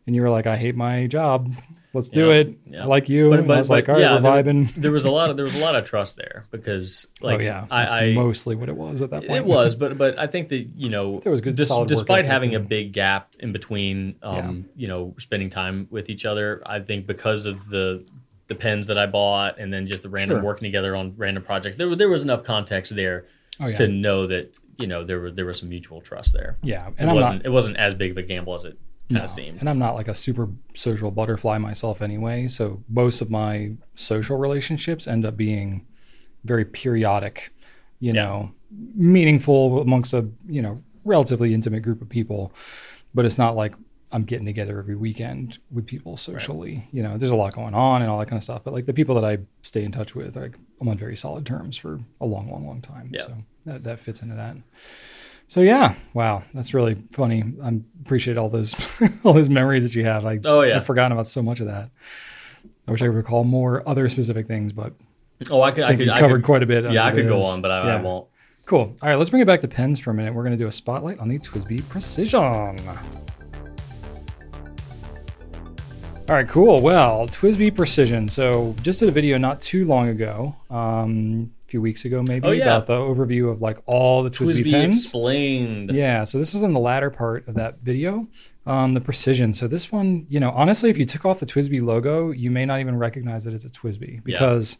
Speaker 1: And you were like, I hate my job. Let's do
Speaker 2: Yeah,
Speaker 1: it.
Speaker 2: yeah.
Speaker 1: I like you.
Speaker 2: But-
Speaker 1: and I
Speaker 2: but-
Speaker 1: was like,
Speaker 2: but,
Speaker 1: all right,
Speaker 2: yeah,
Speaker 1: we're vibing.
Speaker 2: There was a lot of there was a lot of trust there because like
Speaker 1: oh yeah, that's
Speaker 2: I, I
Speaker 1: mostly what it was at that point.
Speaker 2: It was, but but I think that you know,
Speaker 1: There was good, solid work
Speaker 2: despite
Speaker 1: ethic
Speaker 2: having a
Speaker 1: and-
Speaker 2: big gap in between, um, you know, spending time with each other. I think because of the the pens that I bought, and then just the random
Speaker 1: Sure.
Speaker 2: working together on random projects, there wa- there was enough context there
Speaker 1: Oh yeah,
Speaker 2: to know that you know there was there was some mutual trust there.
Speaker 1: yeah.
Speaker 2: it
Speaker 1: And I'm
Speaker 2: wasn't
Speaker 1: not.
Speaker 2: it wasn't as big of a gamble as it kind of
Speaker 1: no.
Speaker 2: seemed.
Speaker 1: And I'm not like a super social butterfly myself anyway. So most of my social relationships end up being very periodic, you
Speaker 2: Yeah.
Speaker 1: know, meaningful amongst a, you know, relatively intimate group of people. But it's not like I'm getting together every weekend with people socially. You know, there's a lot going on and all that kind of stuff. But like the people that I stay in touch with, like I'm on very solid terms for a long, long, long time.
Speaker 2: Yeah.
Speaker 1: So that, that fits into that. So yeah, wow, that's really funny. I appreciate all those all those memories that you have. Like,
Speaker 2: Oh, yeah.
Speaker 1: I've forgotten about so much of that. I wish I could recall more other specific things, but
Speaker 2: Oh, I could
Speaker 1: I
Speaker 2: I
Speaker 1: think
Speaker 2: could
Speaker 1: we
Speaker 2: I
Speaker 1: covered
Speaker 2: could,
Speaker 1: quite a bit. as
Speaker 2: yeah I
Speaker 1: it
Speaker 2: could go
Speaker 1: is.
Speaker 2: on, but I, I
Speaker 1: Yeah.
Speaker 2: won't.
Speaker 1: Cool. All right, let's bring it back to pens for a minute. We're going to do a spotlight on the Twisby Precision. All right, cool. Well, Twisby Precision. So, just did a video not too long ago, um, a few weeks ago maybe,
Speaker 2: Oh, yeah.
Speaker 1: about the overview of like all the Twisby,
Speaker 2: Twisby
Speaker 1: pens.
Speaker 2: explained.
Speaker 1: Yeah, so this was in the latter part of that video, um, the precision. So this one, you know, honestly, if you took off the Twisby logo, you may not even recognize that it's a Twisby because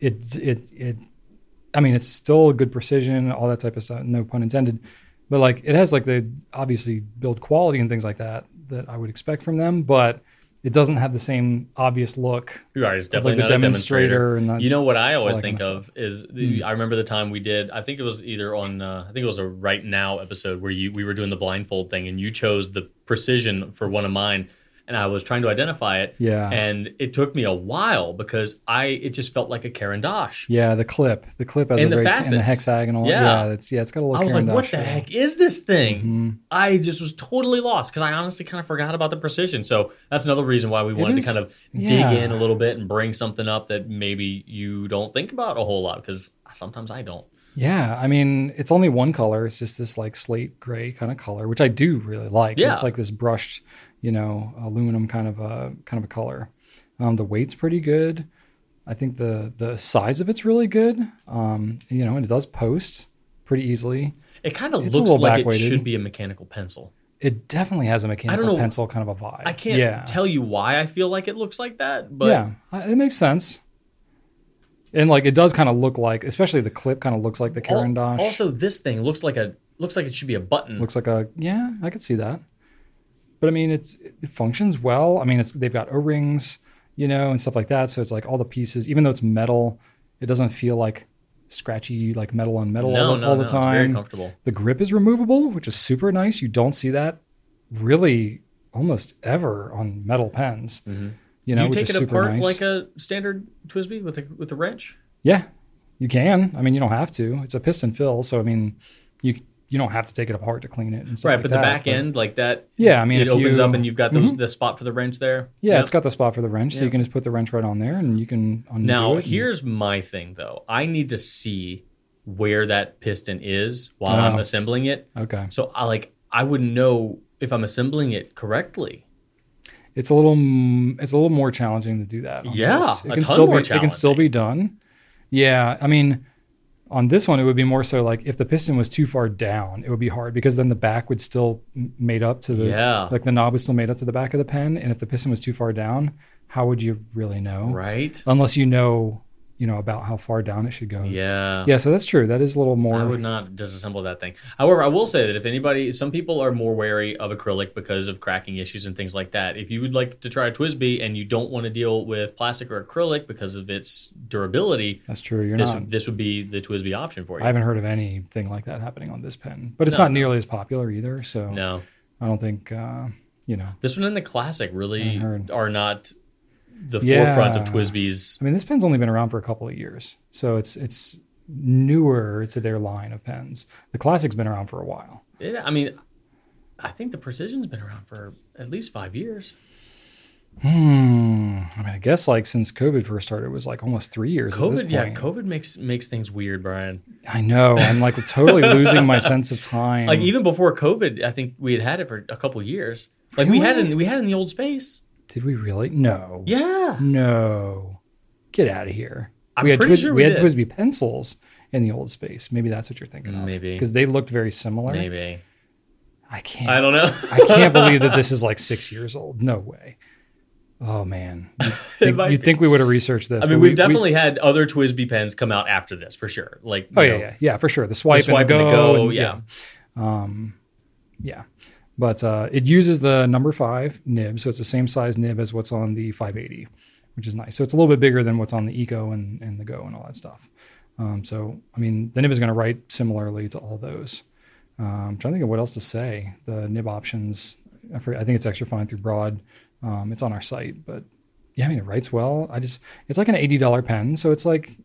Speaker 1: it it it. I mean, it's still a good precision, all that type of stuff. No pun intended, but like it has like the obviously build quality and things like that that I would expect from them, but it doesn't have the same obvious look.
Speaker 2: You are. It's
Speaker 1: of,
Speaker 2: definitely
Speaker 1: like the
Speaker 2: not a demonstrator.
Speaker 1: demonstrator, and the,
Speaker 2: You know what I always
Speaker 1: that
Speaker 2: think
Speaker 1: kinda Hmm.
Speaker 2: of is the, I remember the time we did. I think it was either on uh, I think it was a right now episode where you we were doing the blindfold thing and you chose the precision for one of mine, and I was trying to identify it,
Speaker 1: yeah,
Speaker 2: and it took me a while because I it just felt like a Caran d'Ache.
Speaker 1: yeah, the clip, the clip has
Speaker 2: And
Speaker 1: a
Speaker 2: the
Speaker 1: very and the
Speaker 2: facets.
Speaker 1: hexagonal.
Speaker 2: Yeah.
Speaker 1: Yeah, it's yeah, it's got a little.
Speaker 2: I was like,
Speaker 1: Caran
Speaker 2: what
Speaker 1: d'Ache,
Speaker 2: the
Speaker 1: yeah.
Speaker 2: heck is this thing?
Speaker 1: Mhm.
Speaker 2: I just was totally lost because I honestly kind of forgot about the precision. So that's another reason why we wanted
Speaker 1: is-
Speaker 2: to kind of
Speaker 1: yeah.
Speaker 2: dig in a little bit and bring something up that maybe you don't think about a whole lot because sometimes I don't.
Speaker 1: Yeah, I mean, it's only one color. It's just this like slate gray kind of color, which I do really like.
Speaker 2: Yeah.
Speaker 1: It's like this brushed, you know, aluminum kind of a kind of a color. Um, the weight's pretty good. I think the the size of it's really good. Um, you know, and it does post pretty easily.
Speaker 2: It kind of
Speaker 1: It's a
Speaker 2: looks
Speaker 1: little
Speaker 2: like it
Speaker 1: back-weighted.
Speaker 2: should be a mechanical pencil.
Speaker 1: It definitely has a mechanical
Speaker 2: know.
Speaker 1: pencil kind of a vibe.
Speaker 2: I can't
Speaker 1: yeah.
Speaker 2: tell you why I feel like it looks like that, but
Speaker 1: yeah, I- it makes sense. And like it does kind of look like, especially the clip kind of looks like the Caran
Speaker 2: Al-
Speaker 1: d'Ache.
Speaker 2: Also, this thing looks like a looks like it should be a button.
Speaker 1: looks like a yeah, I could see that. But I mean, it's it functions well. I mean, it's they've got O rings, you know, and stuff like that. So it's like all the pieces, even though it's metal, it doesn't feel like scratchy like metal on metal all,
Speaker 2: no,
Speaker 1: the-
Speaker 2: no,
Speaker 1: all
Speaker 2: no,
Speaker 1: the
Speaker 2: It's very
Speaker 1: time.
Speaker 2: comfortable.
Speaker 1: The grip is removable, which is super nice. You don't see that really almost ever on metal pens. You know,
Speaker 2: Mm-hmm. Do you
Speaker 1: which
Speaker 2: take
Speaker 1: is
Speaker 2: it
Speaker 1: super
Speaker 2: apart
Speaker 1: nice.
Speaker 2: like a standard Twisby with a with a wrench?
Speaker 1: yeah, you can. I mean, you don't have to. It's a piston fill, so I mean, you you don't have to take it apart to clean it. And stuff
Speaker 2: Right,
Speaker 1: like
Speaker 2: but the
Speaker 1: that,
Speaker 2: back end like that.
Speaker 1: Yeah, I mean,
Speaker 2: it
Speaker 1: if
Speaker 2: opens
Speaker 1: you- Mm-hmm.
Speaker 2: up and you've got those the spot for the wrench there.
Speaker 1: Yeah,
Speaker 2: Yep.
Speaker 1: it's got the spot for the wrench, so
Speaker 2: Yeah.
Speaker 1: you can just put the wrench right on there, and you can undo
Speaker 2: Now,
Speaker 1: it and-
Speaker 2: here's my thing though. I need to see where that piston is while I'm
Speaker 1: Oh.
Speaker 2: assembling it.
Speaker 1: okay,
Speaker 2: So I like I wouldn't know if I'm assembling it correctly.
Speaker 1: it's a little mm, it's a little more challenging to do that. on
Speaker 2: Yeah,
Speaker 1: this. it
Speaker 2: a
Speaker 1: can
Speaker 2: ton
Speaker 1: still
Speaker 2: more
Speaker 1: be it can still be done. Yeah, I mean, on this one, it would be more so like if the piston was too far down, it would be hard because then the back would still m- made up to the
Speaker 2: Yeah.
Speaker 1: like the knob was still made up to the back of the pen, and if the piston was too far down, how would you really know?
Speaker 2: Right?
Speaker 1: Unless you know, you know about how far down it should go.
Speaker 2: Yeah.
Speaker 1: yeah. So that's true. That is a little more.
Speaker 2: I would not disassemble that thing. However, I will say that if anybody, some people are more wary of acrylic because of cracking issues and things like that. If you would like to try a Twisby and you don't want to deal with plastic or acrylic because of its durability,
Speaker 1: that's true. You're
Speaker 2: this
Speaker 1: not.
Speaker 2: this would be the Twisby option for you.
Speaker 1: I haven't heard of anything like that happening on this pen, but it's
Speaker 2: No,
Speaker 1: not
Speaker 2: no.
Speaker 1: nearly as popular either. So
Speaker 2: no,
Speaker 1: I don't think, uh, you know,
Speaker 2: this one and the classic really
Speaker 1: I heard.
Speaker 2: are not the
Speaker 1: Yeah.
Speaker 2: forefront of Twisby's.
Speaker 1: I mean, this pen's only been around for a couple of years, so it's it's newer to their line of pens. The classic's been around for a while.
Speaker 2: It- I mean, I think the Precision's been around for at least five years.
Speaker 1: Hmm. I mean, I guess like since COVID first started, it was like almost three years. at this
Speaker 2: COVID, yeah,
Speaker 1: point.
Speaker 2: COVID makes makes things weird, Brian.
Speaker 1: I know. I'm like totally losing my sense of time.
Speaker 2: like even before COVID, I think we had had it for a couple years. Like we had it in, we had it in the old space.
Speaker 1: Did we really? No.
Speaker 2: Yeah,
Speaker 1: No. Get out of here.
Speaker 2: I'm
Speaker 1: we had
Speaker 2: pretty
Speaker 1: Twisby,
Speaker 2: sure
Speaker 1: we,
Speaker 2: we
Speaker 1: had
Speaker 2: did.
Speaker 1: Twisby pencils in the old space. Maybe that's what you're thinking of.
Speaker 2: Maybe.
Speaker 1: because they looked very similar.
Speaker 2: maybe
Speaker 1: I can't.
Speaker 3: I
Speaker 1: I,
Speaker 3: don't know.
Speaker 1: can't believe that this is like six years old. No way. Oh man, you think,
Speaker 3: might
Speaker 1: you'd
Speaker 3: be.
Speaker 1: think we would have researched this?
Speaker 2: I
Speaker 1: but
Speaker 2: mean,
Speaker 1: we-
Speaker 2: we've
Speaker 1: we-
Speaker 2: definitely had other Twisby pens come out after this for sure. Like,
Speaker 1: oh
Speaker 2: you
Speaker 1: yeah,
Speaker 2: know,
Speaker 1: yeah, yeah, for sure. The swipe,
Speaker 2: the swipe
Speaker 1: and the go. and-
Speaker 2: yeah.
Speaker 1: Um, yeah, yeah. But uh, it uses the number five nib, so it's the same size nib as what's on the 580, which is nice. So it's a little bit bigger than what's on the Eco and, and the Go and all that stuff. Um, so I mean, the nib is going to write similarly to all those. Um, I'm trying to think of what else to say. The nib options, I, forget, I think it's extra fine through broad. Um, it's on our site, but yeah, I mean, it writes well. I just, it's like an $80 pen. So it's like,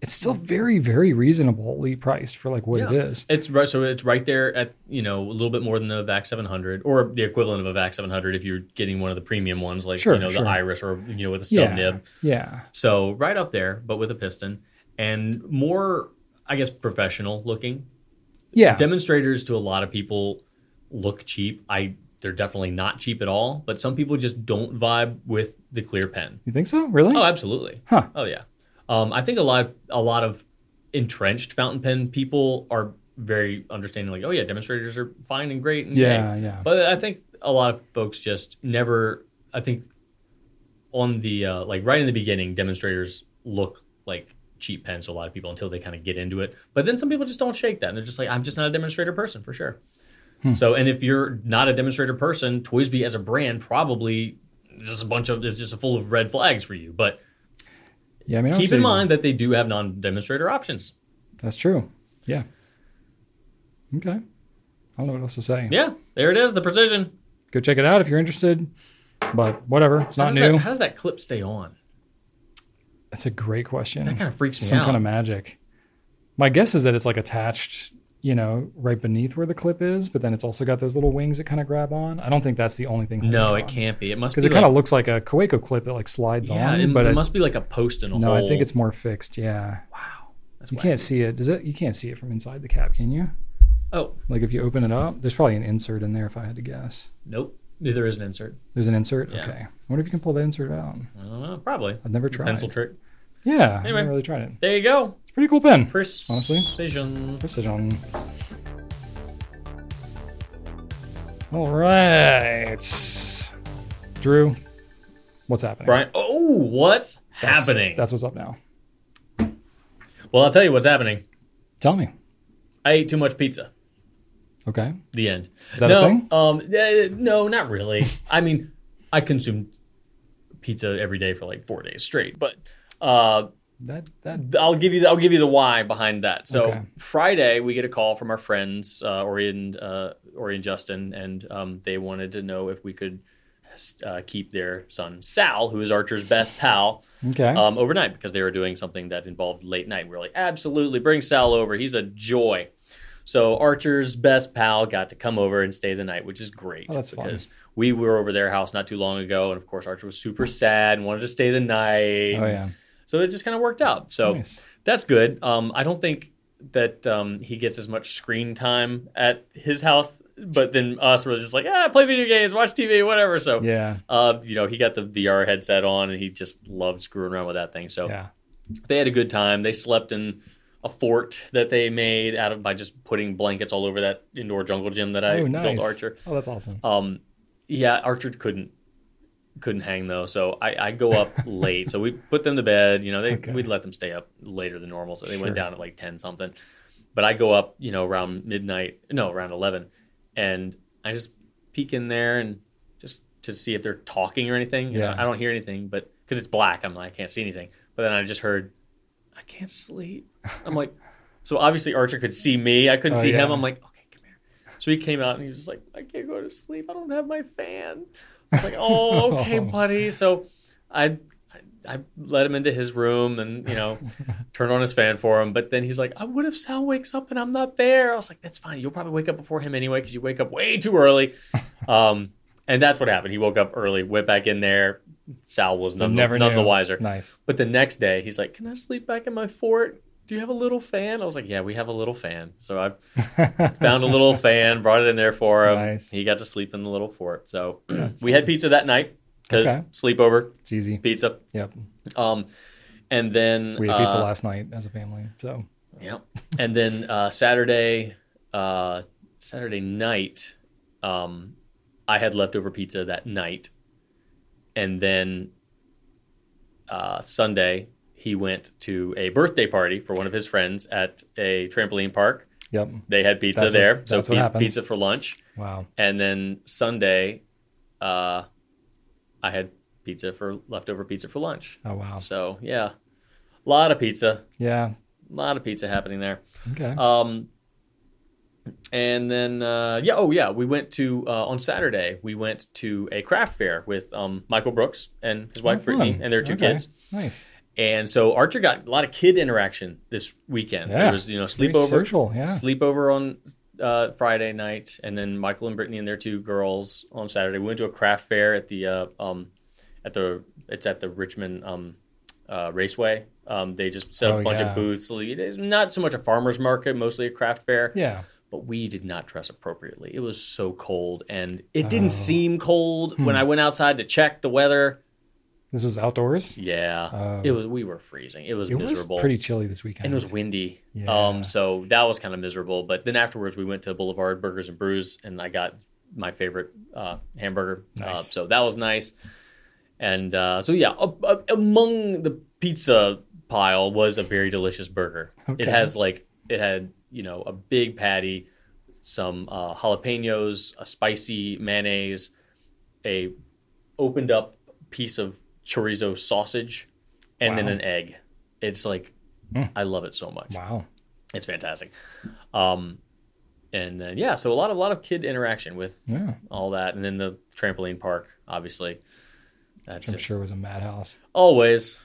Speaker 1: it's still very, very reasonably priced for like what it
Speaker 2: Yeah.
Speaker 1: is.
Speaker 2: It's right, so it's right there at you know a little bit more than the VAC 700 or the equivalent of a VAC 700 if you're getting one of the premium ones like
Speaker 1: Sure,
Speaker 2: you know
Speaker 1: sure.
Speaker 2: the Iris or you know with a stub nib.
Speaker 1: Yeah.
Speaker 2: So right up there, but with a piston and more, I guess, professional looking.
Speaker 1: Yeah.
Speaker 2: demonstrators to a lot of people look cheap. I they're definitely not cheap at all, but some people just don't vibe with the clear pen.
Speaker 1: you think so? Really?
Speaker 2: Oh, absolutely.
Speaker 1: Huh.
Speaker 2: Oh yeah. Um, I think a lot a lot of entrenched fountain pen people are very understanding like, oh yeah, demonstrators are fine and great and yay.
Speaker 1: yeah, yeah.
Speaker 2: But I think a lot of folks just never. I think on the uh, like right in the beginning, demonstrators look like cheap pens to a lot of people until they kind of get into it. But then some people just don't shake that, and they're just like, I'm just not a demonstrator person for sure.
Speaker 1: Hmm.
Speaker 2: So, and if you're not a demonstrator person, Twisby as a brand probably is just a bunch of is just a full of red flags for you. But
Speaker 1: yeah, I mean, I would
Speaker 2: keep
Speaker 1: say
Speaker 2: in mind that they do have non-demonstrator options.
Speaker 1: that's true. Yeah. Okay. I don't know what else to say.
Speaker 2: Yeah, there it is, the precision.
Speaker 1: Go check it out if you're interested. But whatever, it's
Speaker 2: How
Speaker 1: not
Speaker 2: does that-
Speaker 1: new.
Speaker 2: how does that clip stay on?
Speaker 1: That's a great question.
Speaker 2: That kind of freaks me
Speaker 1: Some
Speaker 2: out.
Speaker 1: kind of magic. My guess is that it's like attached, you know, right beneath where the clip is, but then it's also got those little wings that kind of grab on. I don't think that's the only thing.
Speaker 2: no, it can't be. It must
Speaker 1: Because
Speaker 2: be
Speaker 1: it kind
Speaker 2: like-
Speaker 1: of looks like a Kaweco clip that like slides
Speaker 2: Yeah,
Speaker 1: on,
Speaker 2: it,
Speaker 1: but
Speaker 2: there
Speaker 1: it-
Speaker 2: must be like a post in a
Speaker 1: no,
Speaker 2: hole.
Speaker 1: I think it's more fixed. Yeah,
Speaker 2: wow. That's
Speaker 1: you
Speaker 2: wacky.
Speaker 1: can't see it. Does it? You can't see it from inside the cap, can you?
Speaker 2: Oh
Speaker 1: Like if you open it up, there's probably an insert in there if I had to guess.
Speaker 2: nope, there is an insert.
Speaker 1: There's an insert?
Speaker 2: Yeah.
Speaker 1: Okay. I wonder if you can pull that insert out.
Speaker 2: I don't know, Uh, probably
Speaker 1: I've never tried.
Speaker 2: pencil trick.
Speaker 1: Yeah. I've
Speaker 2: Anyway.
Speaker 1: never really tried it.
Speaker 2: There you go.
Speaker 1: It's a pretty cool pen. Honestly.
Speaker 2: Precision.
Speaker 1: Oh. Precision. All right. Drew, what's happening?
Speaker 2: Brian. Oh, what's
Speaker 1: That's-
Speaker 2: happening?
Speaker 1: That's what's up now.
Speaker 2: Well, I'll tell you what's happening.
Speaker 1: Tell me.
Speaker 2: I ate too much pizza.
Speaker 1: Okay.
Speaker 2: The end.
Speaker 1: Is that
Speaker 2: no,
Speaker 1: a thing?
Speaker 2: um, eh, no, not really. I mean, I consumed pizza every day for like four days straight, but uh,
Speaker 1: That that
Speaker 2: I'll give you the, I'll give you the why behind that. So
Speaker 1: Okay.
Speaker 2: Friday we get a call from our friends uh, Ori and uh, Ori and Justin, and um, they wanted to know if we could uh, keep their son Sal, who is Archer's best pal,
Speaker 1: okay. Oh,
Speaker 2: um, overnight because they were doing something that involved late night. We were like, absolutely, bring Sal over. He's a joy. So Archer's best pal got to come over and stay the night, which is great
Speaker 1: Oh, that's fun.
Speaker 2: because we were over their house not too long ago, and of course Archer was super sad and wanted to stay the night.
Speaker 1: oh yeah.
Speaker 2: So it just kind of worked out. So
Speaker 1: Nice.
Speaker 2: that's good. Um, I don't think that um, he gets as much screen time at his house, but then us were just like, ah, play video games, watch TV, whatever. So
Speaker 1: Yeah.
Speaker 2: uh, you know, he got the VR headset on and he just loved screwing around with that thing. So
Speaker 1: Yeah.
Speaker 2: they had a good time. They slept in a fort that they made out of by just putting blankets all over that indoor jungle gym that I
Speaker 1: oh nice.
Speaker 2: built Archer.
Speaker 1: Oh, that's awesome.
Speaker 2: Um, yeah, Archer couldn't couldn't hang though, so I, I go up late. So we put them to bed. You know, they
Speaker 1: Okay.
Speaker 2: we'd let them stay up later than normal, so they
Speaker 1: Sure.
Speaker 2: went down at like ten something. But I go up, you know, around midnight. No, around eleven, and I just peek in there and just to see if they're talking or anything. You know,
Speaker 1: Yeah.
Speaker 2: I don't hear anything, but because it's black, I'm like I can't see anything. But then I just heard, I can't sleep. I'm like, so obviously Archer could see me. I couldn't
Speaker 1: Oh,
Speaker 2: see him.
Speaker 1: yeah.
Speaker 2: I'm like, okay, come here. So he came out and he was just like, I can't go to sleep. I don't have my fan. I was like, oh, okay,
Speaker 1: Oh.
Speaker 2: buddy. So I, I, I let him into his room and, you know, turned on his fan for him. But then he's like, I what if Sal wakes up and I'm not there? I was like, that's fine. You'll probably wake up before him anyway because you wake up way too early. Um, and that's what happened. He woke up early, went back in there. Sal was none,
Speaker 1: Never
Speaker 2: none the
Speaker 1: knew.
Speaker 2: wiser.
Speaker 1: Nice.
Speaker 2: But the next day, he's like, "Can I sleep back in my fort? Do you have a little fan?" I was like, "Yeah, we have a little fan." So I found a little fan, brought it in there for him.
Speaker 1: Nice.
Speaker 2: He got to sleep in the little fort. So
Speaker 1: That's
Speaker 2: we had pizza that night because
Speaker 1: Okay.
Speaker 2: sleepover
Speaker 1: It's easy.
Speaker 2: pizza.
Speaker 1: Yep.
Speaker 2: Um, and then
Speaker 1: We had pizza
Speaker 2: uh,
Speaker 1: last night as a family. So
Speaker 2: Yeah. And then uh, Saturday, uh, Saturday night, um, I had leftover pizza that night, and then uh, Sunday he went to a birthday party for one of his friends at a trampoline park.
Speaker 1: yep.
Speaker 2: They had pizza
Speaker 1: That's what-
Speaker 2: there, so
Speaker 1: that's what
Speaker 2: pi-
Speaker 1: happens.
Speaker 2: pizza for lunch,
Speaker 1: Wow.
Speaker 2: and then Sunday, uh, I had pizza for leftover pizza for lunch.
Speaker 1: Oh wow.
Speaker 2: So yeah, a lot of pizza,
Speaker 1: Yeah.
Speaker 2: a lot of pizza happening there.
Speaker 1: Okay.
Speaker 2: Um, and then uh, yeah, oh yeah, we went to uh, on Saturday. We went to a craft fair with um, Michael Brooks and his wife
Speaker 1: Oh,
Speaker 2: Brittany
Speaker 1: fun.
Speaker 2: and their two
Speaker 1: Okay.
Speaker 2: kids.
Speaker 1: Nice.
Speaker 2: And so Archer got a lot of kid interaction this weekend.
Speaker 1: Yeah.
Speaker 2: There was you know
Speaker 1: Very
Speaker 2: sleepover,
Speaker 1: Social. Yeah.
Speaker 2: sleepover on uh, Friday night, and then Michael and Brittany and their two girls on Saturday. We went to a craft fair at the uh, um, at the it's at the Richmond um, uh, Raceway. Um, they just set up
Speaker 1: Oh,
Speaker 2: a bunch
Speaker 1: yeah.
Speaker 2: of booths. It's not so much a farmers market, mostly a craft fair
Speaker 1: Yeah.
Speaker 2: but we did not dress appropriately. It was so cold, and it didn't
Speaker 1: Oh. Hmm.
Speaker 2: seem cold when I went outside to check the weather.
Speaker 1: This was outdoors.
Speaker 2: Yeah,
Speaker 1: Oh.
Speaker 2: it was. We were freezing. It was
Speaker 1: It
Speaker 2: miserable.
Speaker 1: was pretty chilly this weekend.
Speaker 2: and it was windy.
Speaker 1: Yeah.
Speaker 2: Um, so that was kind of miserable. But then afterwards, we went to Boulevard Burgers and Brews, and I got my favorite uh, hamburger. Uh,
Speaker 1: Nice.
Speaker 2: so that was nice. And uh, so yeah, up, up- among the pizza pile was a very delicious burger. It
Speaker 1: Okay.
Speaker 2: has like it had you know a big patty, some uh, jalapenos, a spicy mayonnaise, a opened up piece of chorizo sausage, and then
Speaker 1: Wow.
Speaker 2: an egg. It's like
Speaker 1: Mm.
Speaker 2: I love it so much.
Speaker 1: wow.
Speaker 2: It's fantastic. Um, and then yeah, so a lot of a lot of kid interaction with
Speaker 1: Yeah.
Speaker 2: all that, and then the trampoline park, obviously. That's
Speaker 1: I'm
Speaker 2: just
Speaker 1: sure it was a madhouse.
Speaker 2: always,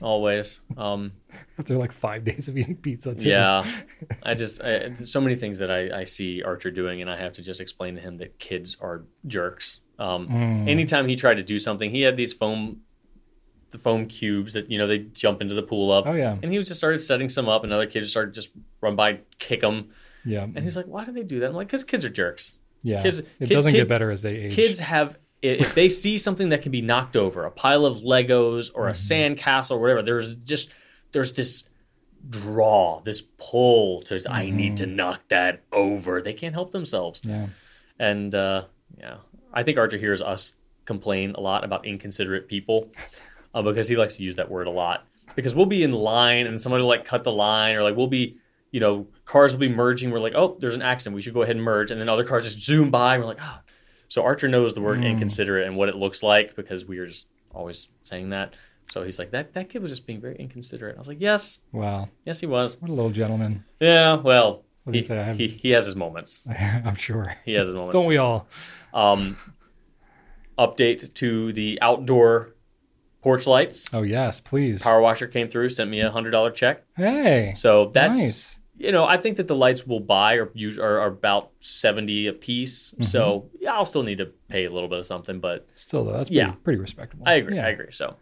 Speaker 2: always. Um,
Speaker 1: After like five days of eating pizza. Too.
Speaker 2: yeah, I just I, there's so many things that I, I see Archer doing, and I have to just explain to him that kids are jerks. Um,
Speaker 1: Mm.
Speaker 2: Anytime he tried to do something, he had these foam, the foam cubes that you know they jump into the pool of,
Speaker 1: Oh yeah.
Speaker 2: and he was just started setting some up. Another kid just started just run by, kick them,
Speaker 1: Yeah.
Speaker 2: and he's like, "Why do they do that?" I'm like, "Cause kids are jerks.
Speaker 1: Yeah.
Speaker 2: kids-
Speaker 1: it
Speaker 2: kid-
Speaker 1: doesn't get
Speaker 2: kid-
Speaker 1: better as they age.
Speaker 2: Kids have." i- If they see something that can be knocked over, a pile of Legos or a sandcastle or whatever, there's just there's this draw, this pull to I need to knock that over. They can't help themselves.
Speaker 1: Yeah.
Speaker 2: And uh, yeah, I think Archer hears us complain a lot about inconsiderate people uh, because he likes to use that word a lot. because we'll be in line and somebody will like cut the line or like we'll be you know cars will be merging we're like oh there's an accident we should go ahead and merge and then other cars just zoom by and we're like ah so archer knows the word
Speaker 1: Mm.
Speaker 2: inconsiderate and what it looks like because we're just always saying that so he's like that that kid was just being very inconsiderate i was like yes
Speaker 1: Wow,
Speaker 2: yes he was
Speaker 1: what a little gentleman.
Speaker 2: yeah well
Speaker 1: What do
Speaker 2: he,
Speaker 1: you say? I have-
Speaker 2: he, he has his moments
Speaker 1: I'm sure.
Speaker 2: he has his moments
Speaker 1: Don't we all?
Speaker 2: um, update to the outdoor porch lights.
Speaker 1: Oh yes, please.
Speaker 2: Power washer came through, sent me a hundred dollar check.
Speaker 1: Hey,
Speaker 2: So that's
Speaker 1: nice.
Speaker 2: you know I think that the lights we'll buy are us- are, are about seventy a piece.
Speaker 1: Mm-hmm.
Speaker 2: So yeah, I'll still need to pay a little bit of something, but
Speaker 1: Still though, that's
Speaker 2: Yeah.
Speaker 1: pretty, pretty respectable.
Speaker 2: I agree.
Speaker 1: Yeah.
Speaker 2: I agree. So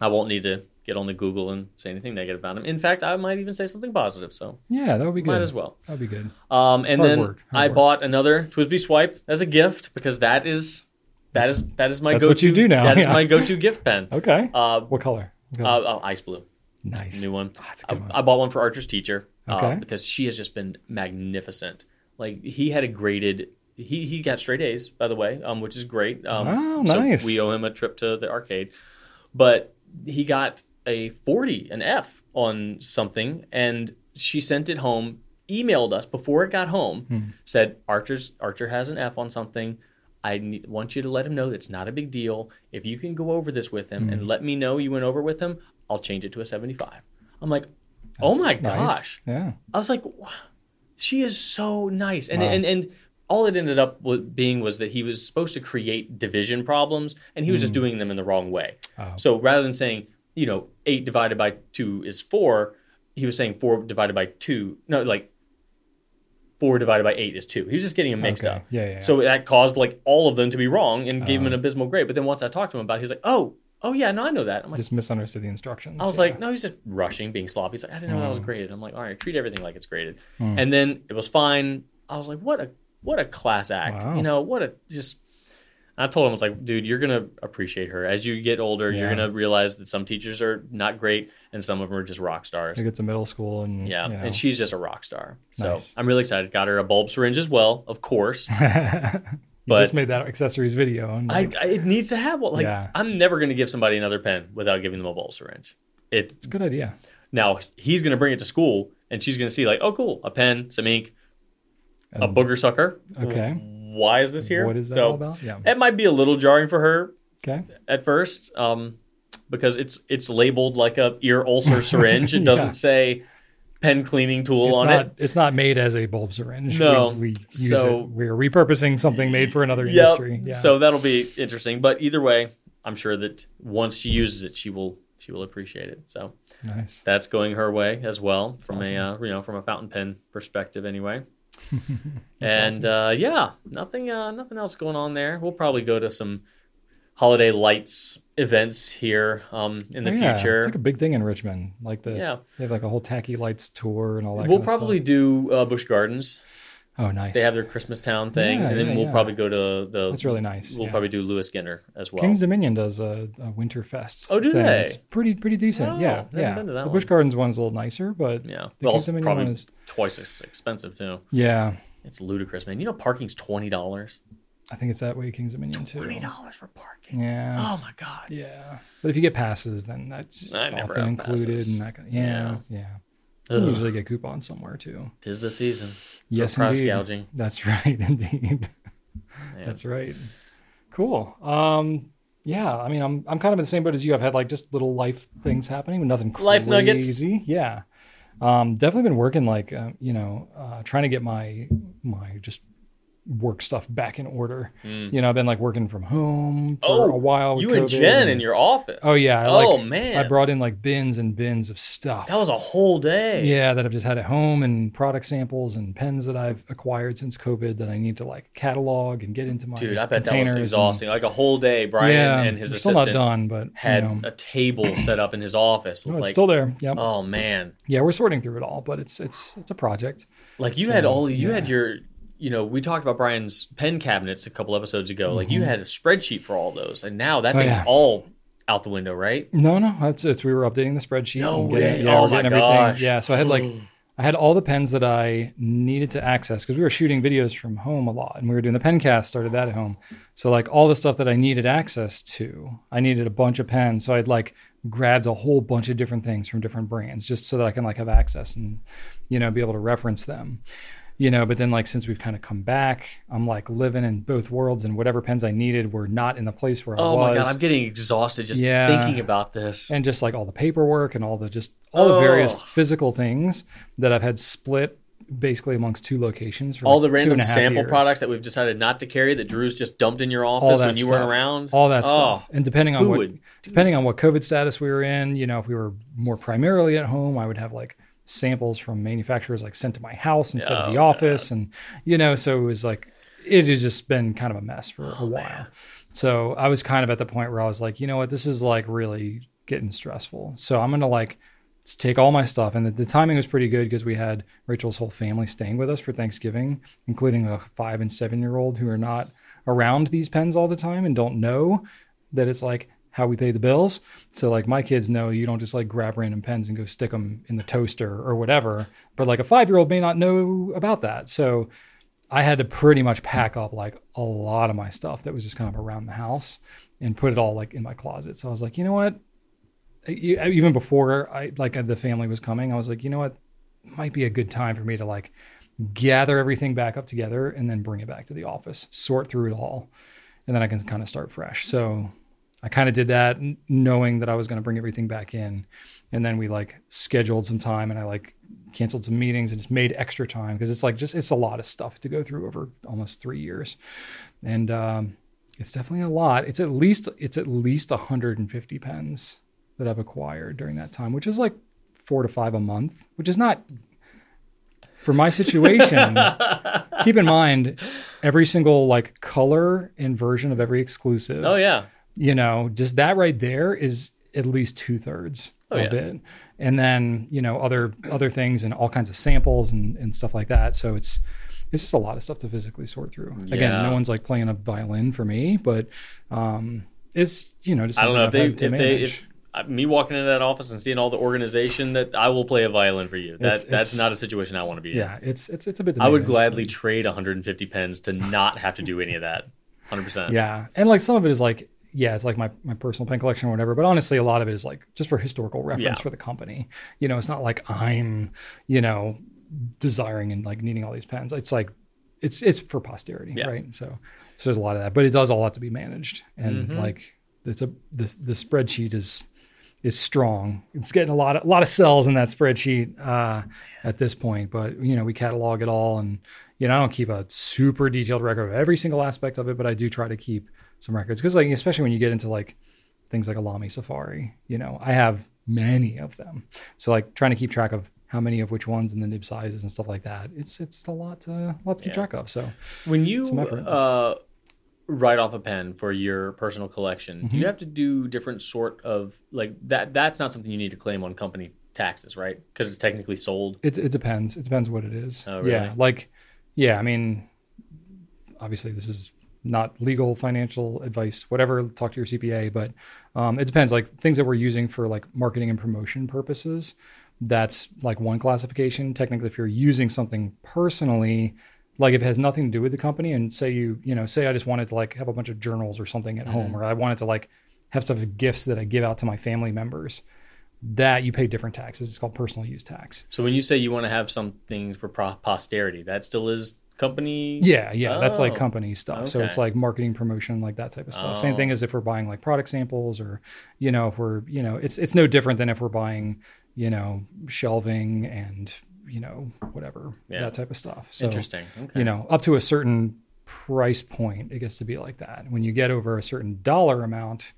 Speaker 2: I won't need to get on the Google and say anything negative about them. In fact, I might even say something positive. So
Speaker 1: Yeah, that would be good.
Speaker 2: might as well.
Speaker 1: That'd be good.
Speaker 2: Um, and
Speaker 1: hard
Speaker 2: then
Speaker 1: work, hard
Speaker 2: I
Speaker 1: work.
Speaker 2: bought another Twisby swipe as a gift because that is that is that is my
Speaker 1: That's
Speaker 2: go-to.
Speaker 1: what you do now,
Speaker 2: That is
Speaker 1: yeah.
Speaker 2: my go-to gift pen.
Speaker 1: Okay.
Speaker 2: Uh,
Speaker 1: what color? What
Speaker 2: uh,
Speaker 1: color?
Speaker 2: uh, ice blue,
Speaker 1: nice.
Speaker 2: new uh, one.
Speaker 1: Ah, that's a
Speaker 2: I,
Speaker 1: good one.
Speaker 2: I bought one for Archer's teacher uh,
Speaker 1: Okay.
Speaker 2: because she has just been magnificent. Like he had a graded. He, he got straight A's, by the way, um, which is great. Um,
Speaker 1: Wow, nice.
Speaker 2: So we owe him a trip to the arcade, but he got a forty, an F on something, and she sent it home, emailed us before it got home,
Speaker 1: Hmm.
Speaker 2: said Archer's Archer has an F on something. I need, want you to let him know that's not a big deal. If you can go over this with him
Speaker 1: Mm.
Speaker 2: and let me know you went over with him, I'll change it to a 75. I'm like, oh my
Speaker 1: That's nice.
Speaker 2: gosh.
Speaker 1: Yeah.
Speaker 2: I was like, "Wha- she is so nice. And,
Speaker 1: Wow.
Speaker 2: and, and all it ended up wa- being was that he was supposed to create division problems and he was just
Speaker 1: Hmm.
Speaker 2: doing them in the wrong way.
Speaker 1: Oh.
Speaker 2: So rather than saying, you know, eight divided by two is four, he was saying four divided by two, no, like four divided by eight is two. He was just getting them mixed
Speaker 1: Okay.
Speaker 2: up.
Speaker 1: Yeah, yeah, yeah.
Speaker 2: So that caused like all of them to be wrong and gave him an
Speaker 1: Oh.
Speaker 2: abysmal grade. But then once I talked to him about it, he's like, oh, oh yeah, no, I know that. I'm like,
Speaker 1: Just misunderstood the instructions.
Speaker 2: I was
Speaker 1: yeah.
Speaker 2: like, no, he's just rushing, being sloppy. He's like, I didn't know that was
Speaker 1: Mm.
Speaker 2: graded. I'm like, all right, treat everything like it's graded.
Speaker 1: Mm.
Speaker 2: And then it was fine. I was like, what a what a class act.
Speaker 1: Wow.
Speaker 2: You know, what a just. I told him, I was like, dude, you're gonna appreciate her as you get older. You're
Speaker 1: Yeah.
Speaker 2: gonna realize that some teachers are not great and some of them are just rock stars.
Speaker 1: I get to middle school and
Speaker 2: Yeah,
Speaker 1: you know.
Speaker 2: and she's just a rock star. So
Speaker 1: Nice.
Speaker 2: I'm really excited. Got her a bulb syringe as well, of course.
Speaker 1: you just
Speaker 2: But-
Speaker 1: made that accessories video. And
Speaker 2: I,
Speaker 1: like,
Speaker 2: I it needs to have one. Like
Speaker 1: Yeah.
Speaker 2: I'm never gonna give somebody another pen without giving them a bulb syringe. It
Speaker 1: it's a good idea.
Speaker 2: Now he's going to bring it to school, and she's going to see like, oh, cool, a pen, some ink, a
Speaker 1: And
Speaker 2: booger sucker.
Speaker 1: Um, Okay.
Speaker 2: Why is this here? Eh,
Speaker 1: What is that all about? Yeah.
Speaker 2: It might be a little jarring for her
Speaker 1: Okay.
Speaker 2: at first, um, because it's it's labeled like a ear ulcer syringe. It
Speaker 1: Yeah.
Speaker 2: doesn't say pen cleaning tool
Speaker 1: It's
Speaker 2: on
Speaker 1: not,
Speaker 2: it.
Speaker 1: it's not made as a bulb syringe.
Speaker 2: No.
Speaker 1: We, we use
Speaker 2: So-
Speaker 1: it. We're repurposing something made for another
Speaker 2: Yep.
Speaker 1: industry. Yeah.
Speaker 2: So that'll be interesting. But either way, I'm sure that once she uses it, she will she will appreciate it. So
Speaker 1: nice.
Speaker 2: that's going her way as well from
Speaker 1: awesome.
Speaker 2: a uh, you know from a fountain pen perspective anyway.
Speaker 1: That's
Speaker 2: and uh, yeah, nothing uh, nothing else going on there. We'll probably go to some holiday lights events here um, in the
Speaker 1: Oh, Yeah,
Speaker 2: future.
Speaker 1: It's like a big thing in Richmond. Like the
Speaker 2: yeah,
Speaker 1: they have like a whole tacky lights tour and all that.
Speaker 2: we'll
Speaker 1: kinda stuff.
Speaker 2: probably do uh, Bush Gardens.
Speaker 1: Oh, nice.
Speaker 2: They have their Christmas town thing,
Speaker 1: Yeah,
Speaker 2: and then
Speaker 1: yeah,
Speaker 2: we'll
Speaker 1: yeah.
Speaker 2: probably go to the.
Speaker 1: That's really nice.
Speaker 2: We'll
Speaker 1: yeah.
Speaker 2: probably do Lewis Ginner as well.
Speaker 1: King's Dominion does a, a winter fest.
Speaker 2: Oh, do
Speaker 1: thing.
Speaker 2: they?
Speaker 1: It's pretty pretty decent.
Speaker 2: Oh,
Speaker 1: yeah,
Speaker 2: I haven't
Speaker 1: yeah.
Speaker 2: been to
Speaker 1: the
Speaker 2: that
Speaker 1: Busch
Speaker 2: one.
Speaker 1: Gardens one's a little nicer, but
Speaker 2: yeah,
Speaker 1: the
Speaker 2: well,
Speaker 1: King's Dominion
Speaker 2: probably
Speaker 1: one is
Speaker 2: twice as expensive too.
Speaker 1: yeah.
Speaker 2: It's ludicrous, man. You know, parking's twenty dollars.
Speaker 1: I think it's that way. King's Dominion too.
Speaker 2: Twenty dollars for parking.
Speaker 1: Yeah,
Speaker 2: Oh my god.
Speaker 1: yeah. But if you get passes, then that's
Speaker 2: I never
Speaker 1: often
Speaker 2: have
Speaker 1: included.
Speaker 2: passes.
Speaker 1: And that kind yeah, yeah. You
Speaker 2: Ugh.
Speaker 1: usually get coupons somewhere too.
Speaker 2: Tis the season. for
Speaker 1: Yes,
Speaker 2: price
Speaker 1: indeed.
Speaker 2: gouging.
Speaker 1: That's right, indeed.
Speaker 2: Yeah.
Speaker 1: That's right. Cool. Um, yeah, I mean, I'm I'm kind of in the same boat as you. I've had like just little life things happening, but nothing crazy.
Speaker 2: Life nuggets.
Speaker 1: Yeah. Um, definitely been working like uh, you know, uh, trying to get my my just work stuff back in order.
Speaker 2: Mm.
Speaker 1: You know, I've been like working from home for
Speaker 2: Oh,
Speaker 1: a while. with
Speaker 2: You and
Speaker 1: COVID
Speaker 2: Jen in your office.
Speaker 1: Oh yeah. I,
Speaker 2: oh
Speaker 1: like,
Speaker 2: man.
Speaker 1: I brought in like bins and bins of stuff.
Speaker 2: that was a whole day.
Speaker 1: Yeah, that I've just had at home and product samples and pens that I've acquired since COVID that I need to like catalog and get into my
Speaker 2: Dude, I bet that was
Speaker 1: containers and-
Speaker 2: exhausting. like a whole day, Brian and his
Speaker 1: we're
Speaker 2: assistant
Speaker 1: still not done, but
Speaker 2: had
Speaker 1: you know,
Speaker 2: a table set up in his office.
Speaker 1: no,
Speaker 2: with
Speaker 1: it's
Speaker 2: like,
Speaker 1: still there. Yep.
Speaker 2: oh man.
Speaker 1: yeah, we're sorting through it all, but it's it's it's a project.
Speaker 2: Like you
Speaker 1: So,
Speaker 2: had all you had
Speaker 1: yeah.
Speaker 2: your you know, we talked about Brian's pen cabinets a couple episodes ago. Like you had a spreadsheet for all those, and now that
Speaker 1: Mm-hmm. Oh,
Speaker 2: thing's
Speaker 1: yeah.
Speaker 2: all out the window, right?
Speaker 1: No, no, that's it's we were updating the spreadsheet.
Speaker 2: No
Speaker 1: and getting-
Speaker 2: way.
Speaker 1: Yeah,
Speaker 2: Oh
Speaker 1: we're getting
Speaker 2: my
Speaker 1: everything.
Speaker 2: gosh.
Speaker 1: Yeah, so I had like I had all the pens that I needed to access because we were shooting videos from home a lot, and we were doing the pen cast. Started that at home, so like all the stuff that I needed access to, I needed a bunch of pens. So I'd like grabbed a whole bunch of different things from different brands just so that I can like have access and you know be able to reference them. You know, but then like since we've kind of come back, I'm like living in both worlds and whatever pens I needed were not in the place where I
Speaker 2: Oh my
Speaker 1: was.
Speaker 2: god, I'm getting exhausted just
Speaker 1: Yeah.
Speaker 2: thinking about this.
Speaker 1: and just like all the paperwork and all the just all the various
Speaker 2: Oh.
Speaker 1: physical things that I've had split basically amongst two locations for
Speaker 2: All the
Speaker 1: like, two
Speaker 2: random
Speaker 1: and a half
Speaker 2: sample
Speaker 1: years.
Speaker 2: products that we've decided not to carry that Drew's just dumped in your office when you weren't
Speaker 1: stuff.
Speaker 2: around.
Speaker 1: All that
Speaker 2: Oh,
Speaker 1: stuff. And depending on
Speaker 2: who
Speaker 1: what
Speaker 2: would
Speaker 1: depending on what COVID status we were in, you know, if we were more primarily at home, I would have like samples from manufacturers like sent to my house instead of
Speaker 2: Oh,
Speaker 1: the office. And you know, so it was like it has just been kind of a mess for a while. So I was kind of at the point where I was like, you know what, this is like really getting stressful. So I'm gonna like s- take all my stuff and the, the timing was pretty good because we had rachel's whole family staying with us for thanksgiving including a five and seven year old who are not around these pens all the time and don't know that it's like how we pay the bills. So like my kids know you don't just like grab random pens and go stick them in the toaster or whatever. But like a five year old may not know about that. So I had to pretty much pack up like a lot of my stuff that was just kind of around the house and put it all like in my closet. So I was like, you know what? E- Even before I like the family was coming, I was like, you know what? Might be a good time for me to like gather everything back up together and then bring it back to the office, sort through it all, and then I can kind of start fresh. So I kind of did that n- knowing that I was going to bring everything back in. And then we like scheduled some time and I like canceled some meetings and just made extra time because it's like just, it's a lot of stuff to go through over almost three years. And um, it's definitely a lot. It's at least, it's at least 150 pens that I've acquired during that time, which is like four to five a month, which is not for my situation. keep in mind every single like color and version of every exclusive
Speaker 2: Oh yeah.
Speaker 1: you know, just that right there is at least two thirds
Speaker 2: Oh,
Speaker 1: of
Speaker 2: yeah.
Speaker 1: it. And then, you know, other other things and all kinds of samples and, and stuff like that. So it's it's just a lot of stuff to physically sort through. Again,
Speaker 2: Yeah.
Speaker 1: no one's like playing a violin for me, but um it's you know just
Speaker 2: I don't know if they
Speaker 1: something I've
Speaker 2: if
Speaker 1: had to
Speaker 2: they
Speaker 1: manage.
Speaker 2: if uh, me walking into that office and seeing all the organization that I will play a violin for you. That
Speaker 1: It's-
Speaker 2: that's
Speaker 1: it's-
Speaker 2: not a situation I want to be in.
Speaker 1: yeah, it's it's it's a bit to
Speaker 2: I would
Speaker 1: manage.
Speaker 2: gladly trade 150 pens to not have to do any of that. 100%.
Speaker 1: Yeah. And like some of it is like, yeah, it's like my, my personal pen collection or whatever. But honestly, a lot of it is like just for historical reference
Speaker 2: Yeah.
Speaker 1: for the company. You know, it's not like I'm, you know, desiring and like needing all these pens. It's like, it's it's for posterity,
Speaker 2: Yeah.
Speaker 1: right? So, so there's a lot of that, but it does all have to be managed, and
Speaker 2: Mhm.
Speaker 1: like it's a the the spreadsheet is is strong. It's getting a lot of, a lot of cells in that spreadsheet uh, at this point, but you know we catalog it all, and you know I don't keep a super detailed record of every single aspect of it, but I do try to keep some records because like especially when you get into like things like Alami Safari, you know I have many of them, so like trying to keep track of how many of which ones and the nib sizes and stuff like that. It's it's a lot to lot to keep
Speaker 2: Yeah.
Speaker 1: track of. So
Speaker 2: When you
Speaker 1: Some effort.
Speaker 2: uh, write off a pen for your personal collection, do
Speaker 1: Mm-hmm.
Speaker 2: you have to do different sort of like that? That's not something you need to claim on company taxes, right? Because it's technically sold.
Speaker 1: It it depends. It depends what it is.
Speaker 2: Oh, really?
Speaker 1: Yeah, like, yeah. I mean, obviously, this is not legal financial advice. Whatever, talk to your CPA. But um, it depends. Like things that we're using for like marketing and promotion purposes, that's like one classification. Technically, if you're using something personally, like if it has nothing to do with the company, and say you you know say I just wanted to like have a bunch of journals or something
Speaker 2: Mm-hmm.
Speaker 1: at home, or I wanted to like have stuff as gifts that I give out to my family members. That you pay different taxes. It's called personal use tax.
Speaker 2: So when you say you want to have something for pro- posterity, that still is company.
Speaker 1: Yeah, yeah, that's like
Speaker 2: Oh,
Speaker 1: company stuff. So it's
Speaker 2: okay.
Speaker 1: like marketing, promotion, like that type of stuff. Same
Speaker 2: Oh.
Speaker 1: thing as if we're buying like product samples, or you know, if we're you know, it's it's no different than if we're buying you know shelving and you know whatever
Speaker 2: Yeah.
Speaker 1: that type of stuff. So
Speaker 2: Interesting. Okay.
Speaker 1: you know, up to a certain price point, it gets to be like that. When you get over a certain dollar amount,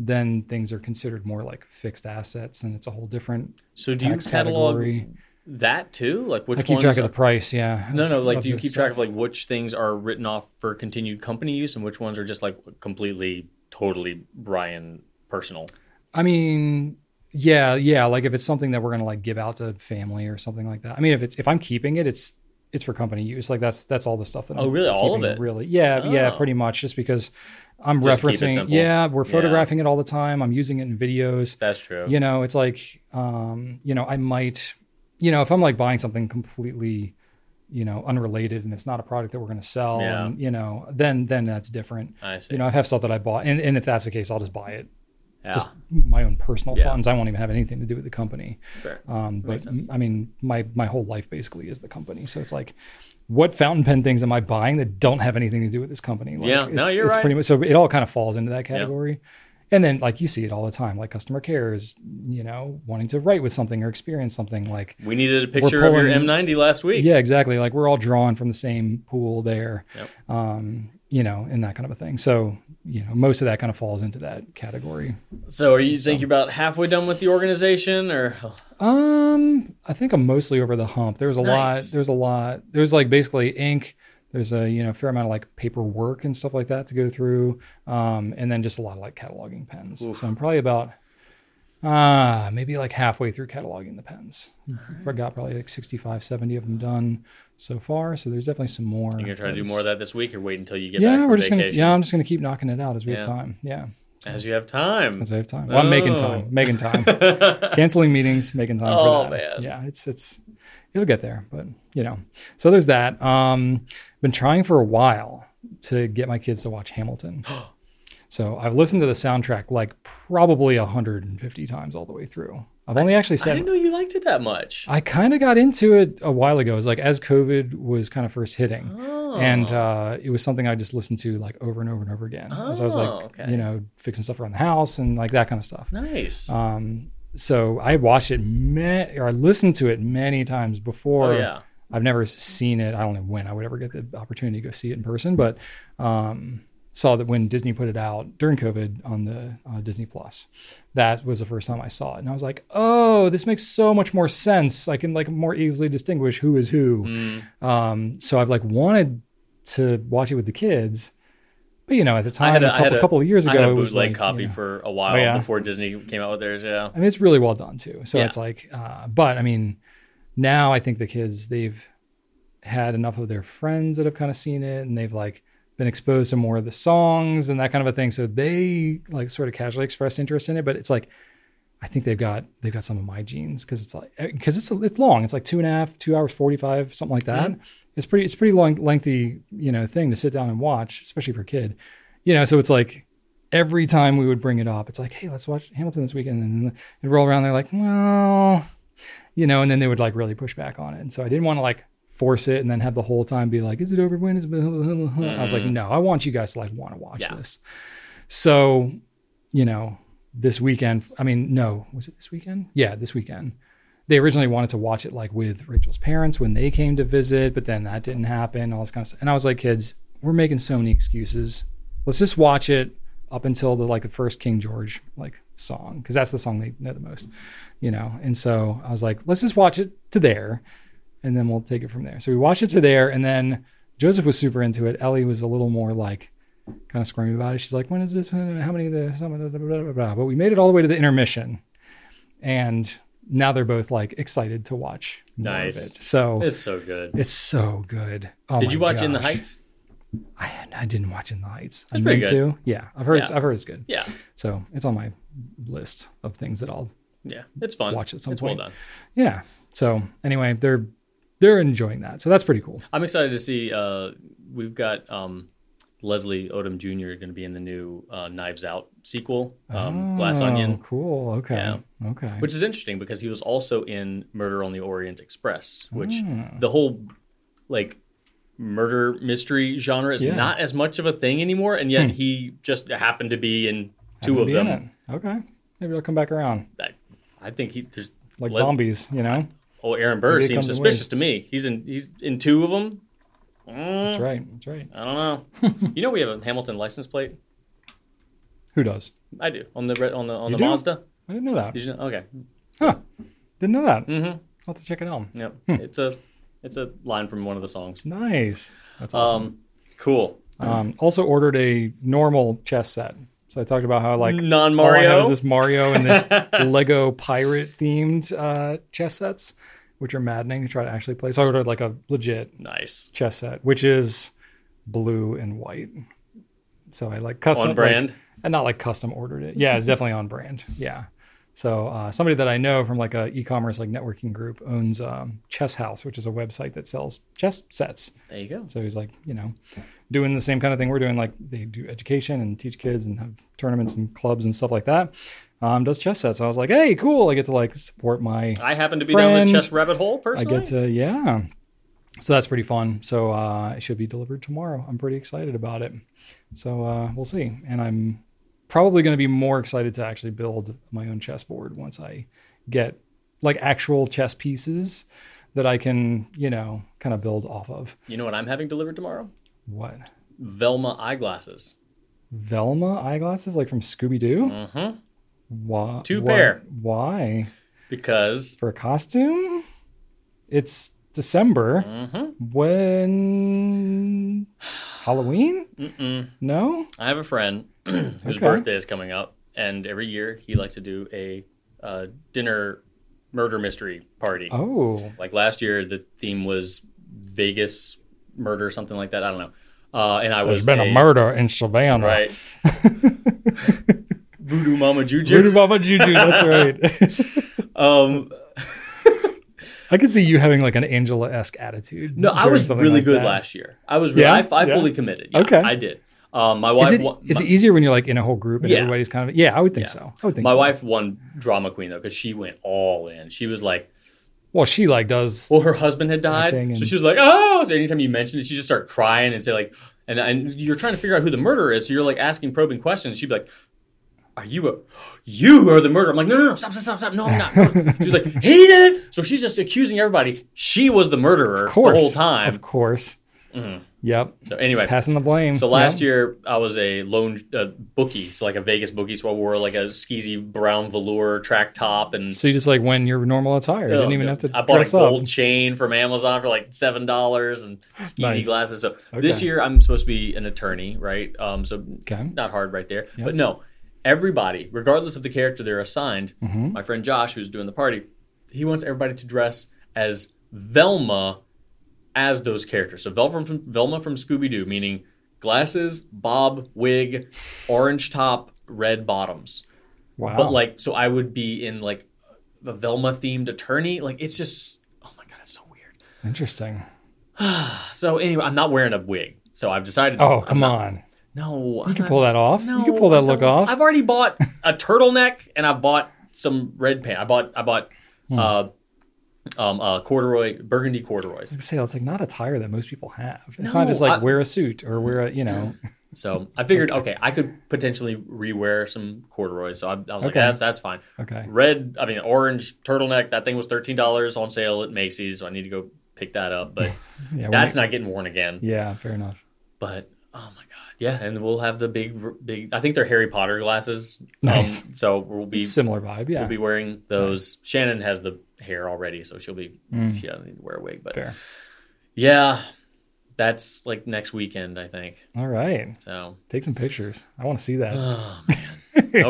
Speaker 1: then things are considered more like fixed assets, and it's a whole different
Speaker 2: so do you
Speaker 1: tax
Speaker 2: catalog
Speaker 1: category.
Speaker 2: that too? Like which
Speaker 1: I keep
Speaker 2: ones
Speaker 1: track of
Speaker 2: are-
Speaker 1: the price. Yeah.
Speaker 2: No,
Speaker 1: of-
Speaker 2: no. Like,
Speaker 1: of
Speaker 2: do you
Speaker 1: the
Speaker 2: keep track of
Speaker 1: stuff.
Speaker 2: like which things are written off for continued company use and which ones are just like completely, totally Brian personal?
Speaker 1: I mean, yeah, yeah. Like if it's something that we're gonna like give out to family or something like that. I mean, if it's if I'm keeping it, it's it's for company use. Like that's that's all the stuff that.
Speaker 2: Oh,
Speaker 1: I'm
Speaker 2: really? All of
Speaker 1: keeping,
Speaker 2: it?
Speaker 1: Really? Yeah, yeah.
Speaker 2: Oh.
Speaker 1: Pretty much, just because I'm
Speaker 2: Just keep it
Speaker 1: referencing.
Speaker 2: simple.
Speaker 1: Yeah, we're
Speaker 2: Yeah.
Speaker 1: photographing it all the time. I'm using it in videos.
Speaker 2: That's true.
Speaker 1: You know, it's like, um, you know, I might, you know, if I'm like buying something completely, you know, unrelated and it's not a product that we're gonna sell,
Speaker 2: Yeah.
Speaker 1: and, you know, then then that's different
Speaker 2: I see.
Speaker 1: you know, I have stuff that I bought, and, and if that's the case, I'll just buy it
Speaker 4: Yeah.
Speaker 1: just my own personal
Speaker 4: Yeah.
Speaker 1: funds. I won't even have anything to do with the company.
Speaker 4: Fair.
Speaker 1: Um, but
Speaker 4: Makes sense.
Speaker 1: I mean, my my whole life basically is the company. So it's like, what fountain pen things am I buying that don't have anything to do with this company? Like,
Speaker 2: Yeah, no,
Speaker 1: it's,
Speaker 2: you're
Speaker 1: it's
Speaker 2: right.
Speaker 1: Pretty much, so it all kind of falls into that category. And then like you see it all the time, like customer care is, you know, wanting to write with something or experience something. Like
Speaker 2: We needed a picture of your
Speaker 1: pulling-
Speaker 2: M90 last week.
Speaker 1: yeah, exactly. Like we're all drawn from the same pool there.
Speaker 2: Yep.
Speaker 1: Um, you know, and that kind of a thing. So you know, most of that kind of falls into that category.
Speaker 2: So, are you think you're about halfway done with the organization, or
Speaker 1: Um, I think I'm mostly over the hump. There was a lot.
Speaker 4: Nice.
Speaker 1: There's a lot. There's like basically ink. There's a you know fair amount of like paperwork and stuff like that to go through. Um, and then just a lot of like cataloging pens. So I'm probably about uh maybe like halfway through cataloging the pens.
Speaker 2: Mm-hmm.
Speaker 1: I got probably like 65, 70 of them done so far. So there's definitely some more.
Speaker 2: you're gonna try to do more of that this week, or wait until you get back
Speaker 1: Yeah,
Speaker 2: from
Speaker 1: we're just gonna.
Speaker 2: vacation
Speaker 1: Yeah, I'm just gonna keep knocking it out as we have
Speaker 2: Yeah.
Speaker 1: time. Yeah,
Speaker 2: as you have time?
Speaker 1: as I have time. Well, I'm making time.
Speaker 2: Oh.
Speaker 1: Making time canceling meetings, making time
Speaker 2: Oh,
Speaker 1: for that.
Speaker 2: man.
Speaker 1: Yeah, it's it's it'll get there, but you know. So there's that. Um been trying for a while to get my kids to watch Hamilton. so I've listened to the soundtrack like probably 150 times all the way through. I've only actually
Speaker 2: I
Speaker 1: said
Speaker 2: didn't know you liked it that much.
Speaker 1: I kind of got into it a while ago. It was like as COVID was kind of first hitting.
Speaker 2: Oh,
Speaker 1: And uh, it was something I just listened to like over and over and over again. as I was like,
Speaker 2: Oh, okay.
Speaker 1: you know, fixing stuff around the house and like that kind of stuff.
Speaker 2: nice. Oh,
Speaker 1: Um, so I watched it ma- or I listened to it many times before.
Speaker 2: oh yeah.
Speaker 1: I've never seen it. I don't know when I would ever get the opportunity to go see it in person, but um, saw that when Disney put it out during COVID on the uh, Disney Plus, that was the first time I saw it, and I was like, "Oh, this makes so much more sense. I can like more easily distinguish who is who."
Speaker 2: Mm.
Speaker 1: Um, so I've like wanted to watch it with the kids, but you know, at the time,
Speaker 2: I had a-
Speaker 1: a
Speaker 2: I
Speaker 1: couple,
Speaker 2: had a-
Speaker 1: couple of years
Speaker 2: I
Speaker 1: ago,
Speaker 2: had a
Speaker 1: it was
Speaker 2: bootleg
Speaker 1: like,
Speaker 2: copy
Speaker 1: you know,
Speaker 2: for a while
Speaker 1: Oh, yeah.
Speaker 2: before Disney came out with theirs. Yeah.
Speaker 1: I mean, it's really well done too. So
Speaker 2: Yeah.
Speaker 1: it's like, uh, but I mean, now I think the kids they've had enough of their friends that have kind of seen it, and they've like been exposed to more of the songs and that kind of a thing. So they like sort of casually expressed interest in it, but it's like, I think they've got they've got some of my genes because it's like because it's it's long. It's like two and a half, two hours forty five, something like that.
Speaker 2: Mm-hmm.
Speaker 1: It's pretty it's pretty long lengthy you know thing to sit down and watch, especially for a kid. You know, so it's like every time we would bring it up, it's like, hey, let's watch Hamilton this weekend. And it'd roll around. They're like, well, you know, and then they would like really push back on it. And so I didn't want to like force it and then have the whole time be like, is it over? When is it? blah, blah, blah, blah?" I was like, no, I want you guys to like want to watch
Speaker 2: Yeah.
Speaker 1: this. So, you know, this weekend, I mean, no, was it this weekend? Yeah, this weekend. They originally wanted to watch it like with Rachel's parents when they came to visit, but then that didn't happen, all this kind of stuff. And I was like, kids, we're making so many excuses. Let's just watch it up until the like the first King George like song because that's the song they know the most, you know. And so I was like, let's just watch it to there, and then we'll take it from there. So we watched it to there, and then Joseph was super into it. Ellie was a little more like kind of squirmy about it. She's like, when is this? How many of the? some of the- Blah, blah, blah, blah. But we made it all the way to the intermission, and now they're both like excited to watch. more of
Speaker 2: Nice.
Speaker 1: it. So it's,
Speaker 2: It's so good.
Speaker 1: so good. Oh
Speaker 2: Did
Speaker 1: my
Speaker 2: you watch In the
Speaker 1: gosh.
Speaker 2: Heights?
Speaker 1: I, I didn't watch In the Heights. I
Speaker 2: It's pretty
Speaker 1: meant
Speaker 2: good.
Speaker 1: to. Yeah, I've heard.
Speaker 2: Yeah.
Speaker 1: I've heard it's good.
Speaker 2: Yeah.
Speaker 1: So it's on my list of things that I'll
Speaker 2: Yeah. It's fun.
Speaker 1: Watch at some
Speaker 2: it's
Speaker 1: point.
Speaker 2: Well done.
Speaker 1: yeah. So anyway, they're they're enjoying that. So that's pretty cool.
Speaker 2: I'm excited to see. Uh, we've got um, Leslie Odom Jr. going to be in the new uh, Knives Out sequel, um, Glass
Speaker 1: Oh,
Speaker 2: Onion,
Speaker 1: Cool. Okay.
Speaker 2: Yeah.
Speaker 1: Okay.
Speaker 2: which is interesting because he was also in Murder on the Orient Express, which
Speaker 1: Mm. Hmm.
Speaker 2: the whole like murder mystery genre is
Speaker 1: Yeah.
Speaker 2: not as much of a thing anymore, and yet he just happened to be in two
Speaker 1: Happy to
Speaker 2: of
Speaker 1: be in
Speaker 2: them.
Speaker 1: it. Okay. Maybe they'll come back around
Speaker 2: I, I think he there's
Speaker 1: like
Speaker 2: Les-
Speaker 1: zombies. You know.
Speaker 2: Oh, Aaron Burr
Speaker 1: Maybe it
Speaker 2: seems
Speaker 1: comes in
Speaker 2: suspicious
Speaker 1: waves.
Speaker 2: to me. He's in he's in two of them. Mm, Uh-huh.
Speaker 1: That's right. That's right.
Speaker 2: I don't know. you know we have a Hamilton license plate.
Speaker 1: Who does?
Speaker 2: I do on the red on the on
Speaker 1: You
Speaker 2: the
Speaker 1: do?
Speaker 2: Mazda.
Speaker 1: I didn't know that.
Speaker 2: Did you know? Okay.
Speaker 1: Huh. Didn't know that.
Speaker 2: Mhm.
Speaker 1: I'll have to check it out.
Speaker 2: Yep. It's a it's a line from one of the songs.
Speaker 1: Nice. That's awesome.
Speaker 2: Um, cool.
Speaker 1: Um, also ordered a normal chess set. So I talked about how I like
Speaker 2: Non
Speaker 1: all I have
Speaker 2: Mario.
Speaker 1: is this Mario and this Lego pirate themed uh, chess sets, which are maddening to try to actually play. So I ordered like a legit
Speaker 2: Nice.
Speaker 1: chess set, which is blue and white. So I like custom
Speaker 2: On brand. Mm-hmm.
Speaker 1: like- and not like custom ordered it. Yeah, it's definitely on brand. Yeah. So uh, somebody that I know from like a e-commerce like networking group owns um, Chess House, which is a website that sells chess sets.
Speaker 2: There you go.
Speaker 1: So he's like, you know, doing the same kind of thing we're doing. Like they do education and teach kids and have tournaments and clubs and stuff like that. Um, does chess sets. I was like, hey, cool. I get to like support my.
Speaker 2: I happen to be down
Speaker 1: Friend.
Speaker 2: the chess rabbit hole
Speaker 1: I
Speaker 2: personally.
Speaker 1: get to yeah. So that's pretty fun. So uh, it should be delivered tomorrow. I'm pretty excited about it. So uh, we'll see. And I'm probably going to be more excited to actually build my own chessboard once I get like actual chess pieces that I can, you know, kind of build off of.
Speaker 2: You know what I'm having delivered tomorrow?
Speaker 1: What?
Speaker 2: Velma eyeglasses.
Speaker 1: Velma eyeglasses like from Scooby Doo?
Speaker 2: Mm-hmm.
Speaker 1: Why?
Speaker 2: Two
Speaker 1: why-
Speaker 2: pair.
Speaker 1: Why?
Speaker 2: Because
Speaker 1: For a costume? It's December.
Speaker 2: mhm.
Speaker 1: When Halloween?
Speaker 2: Mm-mm.
Speaker 1: No.
Speaker 2: I have a friend whose
Speaker 1: Okay.
Speaker 2: birthday is coming up, and every year he likes to do a uh, dinner murder mystery party.
Speaker 1: Oh,
Speaker 2: Like last year, the theme was Vegas murder, something like that. I don't know. Uh, and I was
Speaker 1: murder in Savannah.
Speaker 2: right? Voodoo Mama
Speaker 1: Juju
Speaker 2: Juju.
Speaker 1: Baba Juju. That's right.
Speaker 2: Um,
Speaker 1: I could see you having like an Angela esque attitude.
Speaker 2: no, I
Speaker 1: during
Speaker 2: was
Speaker 1: something
Speaker 2: really
Speaker 1: like
Speaker 2: good
Speaker 1: that.
Speaker 2: last year. I was really,
Speaker 1: Yeah?
Speaker 2: I, I
Speaker 1: Yeah.
Speaker 2: fully committed. Yeah,
Speaker 1: Okay.
Speaker 2: I did. Um, my wife,
Speaker 1: Is it,
Speaker 2: wa-
Speaker 1: is
Speaker 2: my,
Speaker 1: it easier when you're like in a whole group and
Speaker 2: Yeah.
Speaker 1: everybody's kind of yeah? I would think
Speaker 2: Yeah.
Speaker 1: so. I would think
Speaker 2: my
Speaker 1: so.
Speaker 2: wife won drama queen though because she went all in. She was like,
Speaker 1: Well, she like does.
Speaker 2: well, her husband had died,
Speaker 1: Acting
Speaker 2: so
Speaker 1: and-
Speaker 2: she was like, oh. So anytime you mentioned it, she just started crying and say like, and and you're trying to figure out who the murderer is. So you're like asking probing questions. She'd be like. Are you a, you are the murderer? I'm like, no, no, no, stop, stop, stop, stop. No, I'm not. No. She's like, he did it. So she's just accusing everybody. She was the murderer
Speaker 1: Of course,
Speaker 2: the whole time. Mm-hmm.
Speaker 1: Of course. Yep.
Speaker 2: So anyway,
Speaker 1: Passing the blame.
Speaker 2: so last year I was a lone uh, bookie, so like a Vegas bookie. So I wore like a skeezy brown velour track top and
Speaker 1: So you just like when your normal attire. You didn't even have to
Speaker 2: Oh, I bought a
Speaker 1: dress up.
Speaker 2: gold chain from Amazon for like seven dollars and skeezy
Speaker 1: Nice.
Speaker 2: glasses. So this
Speaker 1: Okay.
Speaker 2: year I'm supposed to be an attorney, right? Um, so
Speaker 1: Okay.
Speaker 2: not hard right there,
Speaker 1: Yeah.
Speaker 2: but no, everybody, regardless of the character they're assigned,
Speaker 1: Mhm.
Speaker 2: my friend Josh who's doing the party, he wants everybody to dress as Velma as those characters. So Velma from Velma from Scooby Doo, meaning glasses, bob, wig, orange top, red bottoms.
Speaker 1: Wow.
Speaker 2: But like, so I would be in like a Velma themed attorney. Like, it's just, oh my god, it's so weird.
Speaker 1: Interesting.
Speaker 2: So anyway, I'm not wearing a wig. So I've decided.
Speaker 1: Oh,
Speaker 2: I'm
Speaker 1: come
Speaker 2: not-
Speaker 1: on.
Speaker 2: No,
Speaker 1: You can pull that off.
Speaker 2: No,
Speaker 1: you can pull that
Speaker 2: I
Speaker 1: look
Speaker 2: don't-
Speaker 1: off.
Speaker 2: I've already bought a turtleneck and I bought some red pants. I bought I bought
Speaker 1: Hmm.
Speaker 2: uh, um, uh, corduroy burgundy corduroys.
Speaker 1: to say it's like not a tire that most people have. It's
Speaker 2: No,
Speaker 1: not just like
Speaker 2: I-
Speaker 1: wear a suit or wear a you know.
Speaker 2: So I figured, okay, I could potentially rewear some corduroys. So I, I was like,
Speaker 1: Okay.
Speaker 2: that's that's fine.
Speaker 1: Okay.
Speaker 2: Red, I mean, orange turtleneck. That thing was thirteen dollars on sale at Macy's. So I need to go pick that up. But
Speaker 1: Yeah, we're-
Speaker 2: that's not getting worn again.
Speaker 1: yeah, fair enough.
Speaker 2: But oh my god, yeah. And we'll have the big, big. I think they're Harry Potter glasses.
Speaker 1: Nice.
Speaker 2: Um, so we'll be
Speaker 1: Similar vibe, yeah.
Speaker 2: we'll be wearing those. Shannon has the hair already, so she'll be
Speaker 1: Mm.
Speaker 2: she doesn't need to wear a wig. But
Speaker 1: fair.
Speaker 2: yeah, that's like next weekend, I think.
Speaker 1: All right.
Speaker 2: So
Speaker 1: Take some pictures. I want to see that.
Speaker 2: oh, okay.
Speaker 1: you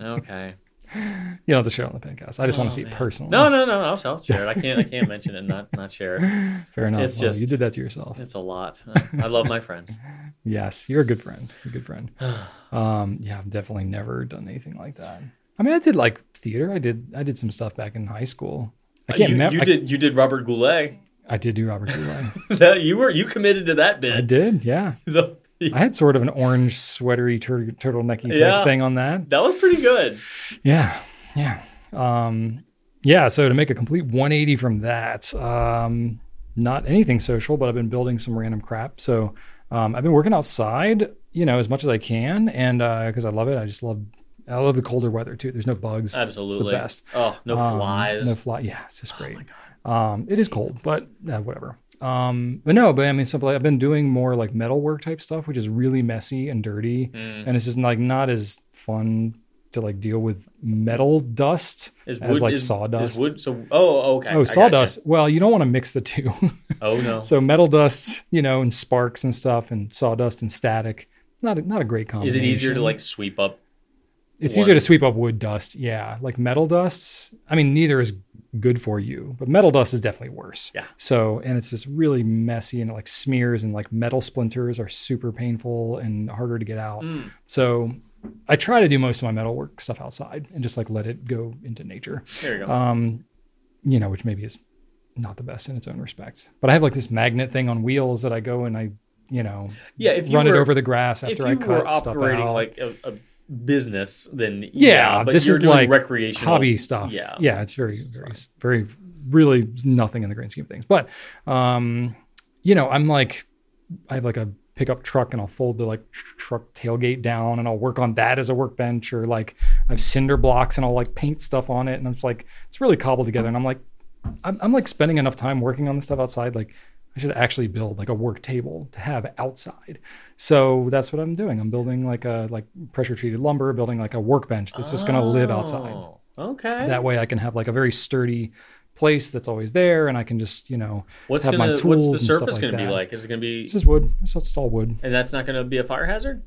Speaker 2: okay.
Speaker 1: don't have to share it on the podcast. I just want to
Speaker 2: Oh,
Speaker 1: see it
Speaker 2: man.
Speaker 1: personally.
Speaker 2: No, no, no. I'll, I'll share it. I can't. I can't mention it. and Not not share it.
Speaker 1: Fair enough.
Speaker 2: It's
Speaker 1: Well,
Speaker 2: just-
Speaker 1: you did that to yourself.
Speaker 2: It's a lot. I, I love my friends.
Speaker 1: Yes, you're a good friend. You're a good friend. Um, yeah, I've definitely never done anything like that. I mean, I did like theater. I did. I did some stuff back in high school. I can't
Speaker 2: Uh, you,
Speaker 1: remember.
Speaker 2: you
Speaker 1: I,
Speaker 2: did. You did Robert Goulet.
Speaker 1: I did do Robert Goulet.
Speaker 2: That you were. You committed to that
Speaker 1: I
Speaker 2: bit.
Speaker 1: did. Yeah.
Speaker 2: The-
Speaker 1: I had sort of an orange sweatery tur- turtlenecky type
Speaker 2: Yeah.
Speaker 1: thing on that.
Speaker 2: that was pretty good.
Speaker 1: Yeah, yeah, um, yeah. So to make a complete 180 from that, um, not anything social, but I've been building some random crap. So um, I've been working outside, you know, as much as I can, and because I love it, I just love. I love the colder weather too. There's no bugs.
Speaker 2: Absolutely.
Speaker 1: best.
Speaker 2: Oh, no
Speaker 1: Um,
Speaker 2: flies. Oh
Speaker 1: No fly. Yeah, it's just great. Um, it is cold, but uh, whatever. Um, but no, but I mean, simply I've been doing more like metal work type stuff, which is really messy and dirty,
Speaker 2: Mm.
Speaker 1: and it's just like not as fun to like deal with metal dust
Speaker 2: Is
Speaker 1: as like
Speaker 2: is- is
Speaker 1: sawdust.
Speaker 2: wood. So oh, okay. I
Speaker 1: Oh,
Speaker 2: gotcha.
Speaker 1: sawdust. Well, you don't want to mix the two.
Speaker 2: Oh no.
Speaker 1: so metal dust, you know, and sparks and stuff, and sawdust and static. Not a, not a great
Speaker 2: Is
Speaker 1: combination.
Speaker 2: it easier to like sweep up?
Speaker 1: It's
Speaker 2: one-
Speaker 1: easier to sweep up wood dust. Yeah, like metal dusts. I mean, neither is good for you, but metal dust is definitely worse.
Speaker 2: Yeah.
Speaker 1: So, and it's just really messy and it like
Speaker 2: Mm.
Speaker 1: smears and like metal splinters are super painful and harder to get out. So, I try to do most of my metalwork stuff outside and just like let it go into nature.
Speaker 2: There you go.
Speaker 1: Um, you know, which maybe is not the best in its own respect. But I have like this magnet thing on wheels that I go and I, you know,
Speaker 2: yeah, if you
Speaker 1: run
Speaker 2: were,
Speaker 1: it over the grass
Speaker 2: if
Speaker 1: after
Speaker 2: you
Speaker 1: I cut
Speaker 2: were
Speaker 1: stuff
Speaker 2: operating
Speaker 1: out.
Speaker 2: like a, a business, then yeah,
Speaker 1: Yeah,
Speaker 2: but
Speaker 1: this
Speaker 2: you're
Speaker 1: is
Speaker 2: doing
Speaker 1: like
Speaker 2: recreational
Speaker 1: hobby stuff.
Speaker 2: Yeah.
Speaker 1: yeah, it's very,
Speaker 2: It's
Speaker 1: very,
Speaker 2: fine.
Speaker 1: very, really nothing in the grand scheme of things. But, um, you know, I'm like, I have like a pickup truck, and I'll fold the like tr- truck tailgate down, and I'll work on that as a workbench, or like I have cinder blocks, and I'll like paint stuff on it, and I'm just like, it's really cobbled together, and I'm like, I'm, I'm like spending enough time working on this stuff outside, like. I should actually build like a work table to have outside. So that's what I'm doing. I'm building like a like pressure treated lumber, building like a workbench that's just going to live outside.
Speaker 2: Oh, Okay.
Speaker 1: That way I can have like a very sturdy place that's always there and I can just, you know,
Speaker 2: what's
Speaker 1: have my
Speaker 2: gonna what's
Speaker 1: tools
Speaker 2: the
Speaker 1: and stuff
Speaker 2: surface
Speaker 1: like
Speaker 2: gonna be
Speaker 1: that.
Speaker 2: like? Is it gonna be
Speaker 1: this is wood. It's just all wood.
Speaker 2: and that's not gonna be a fire hazard?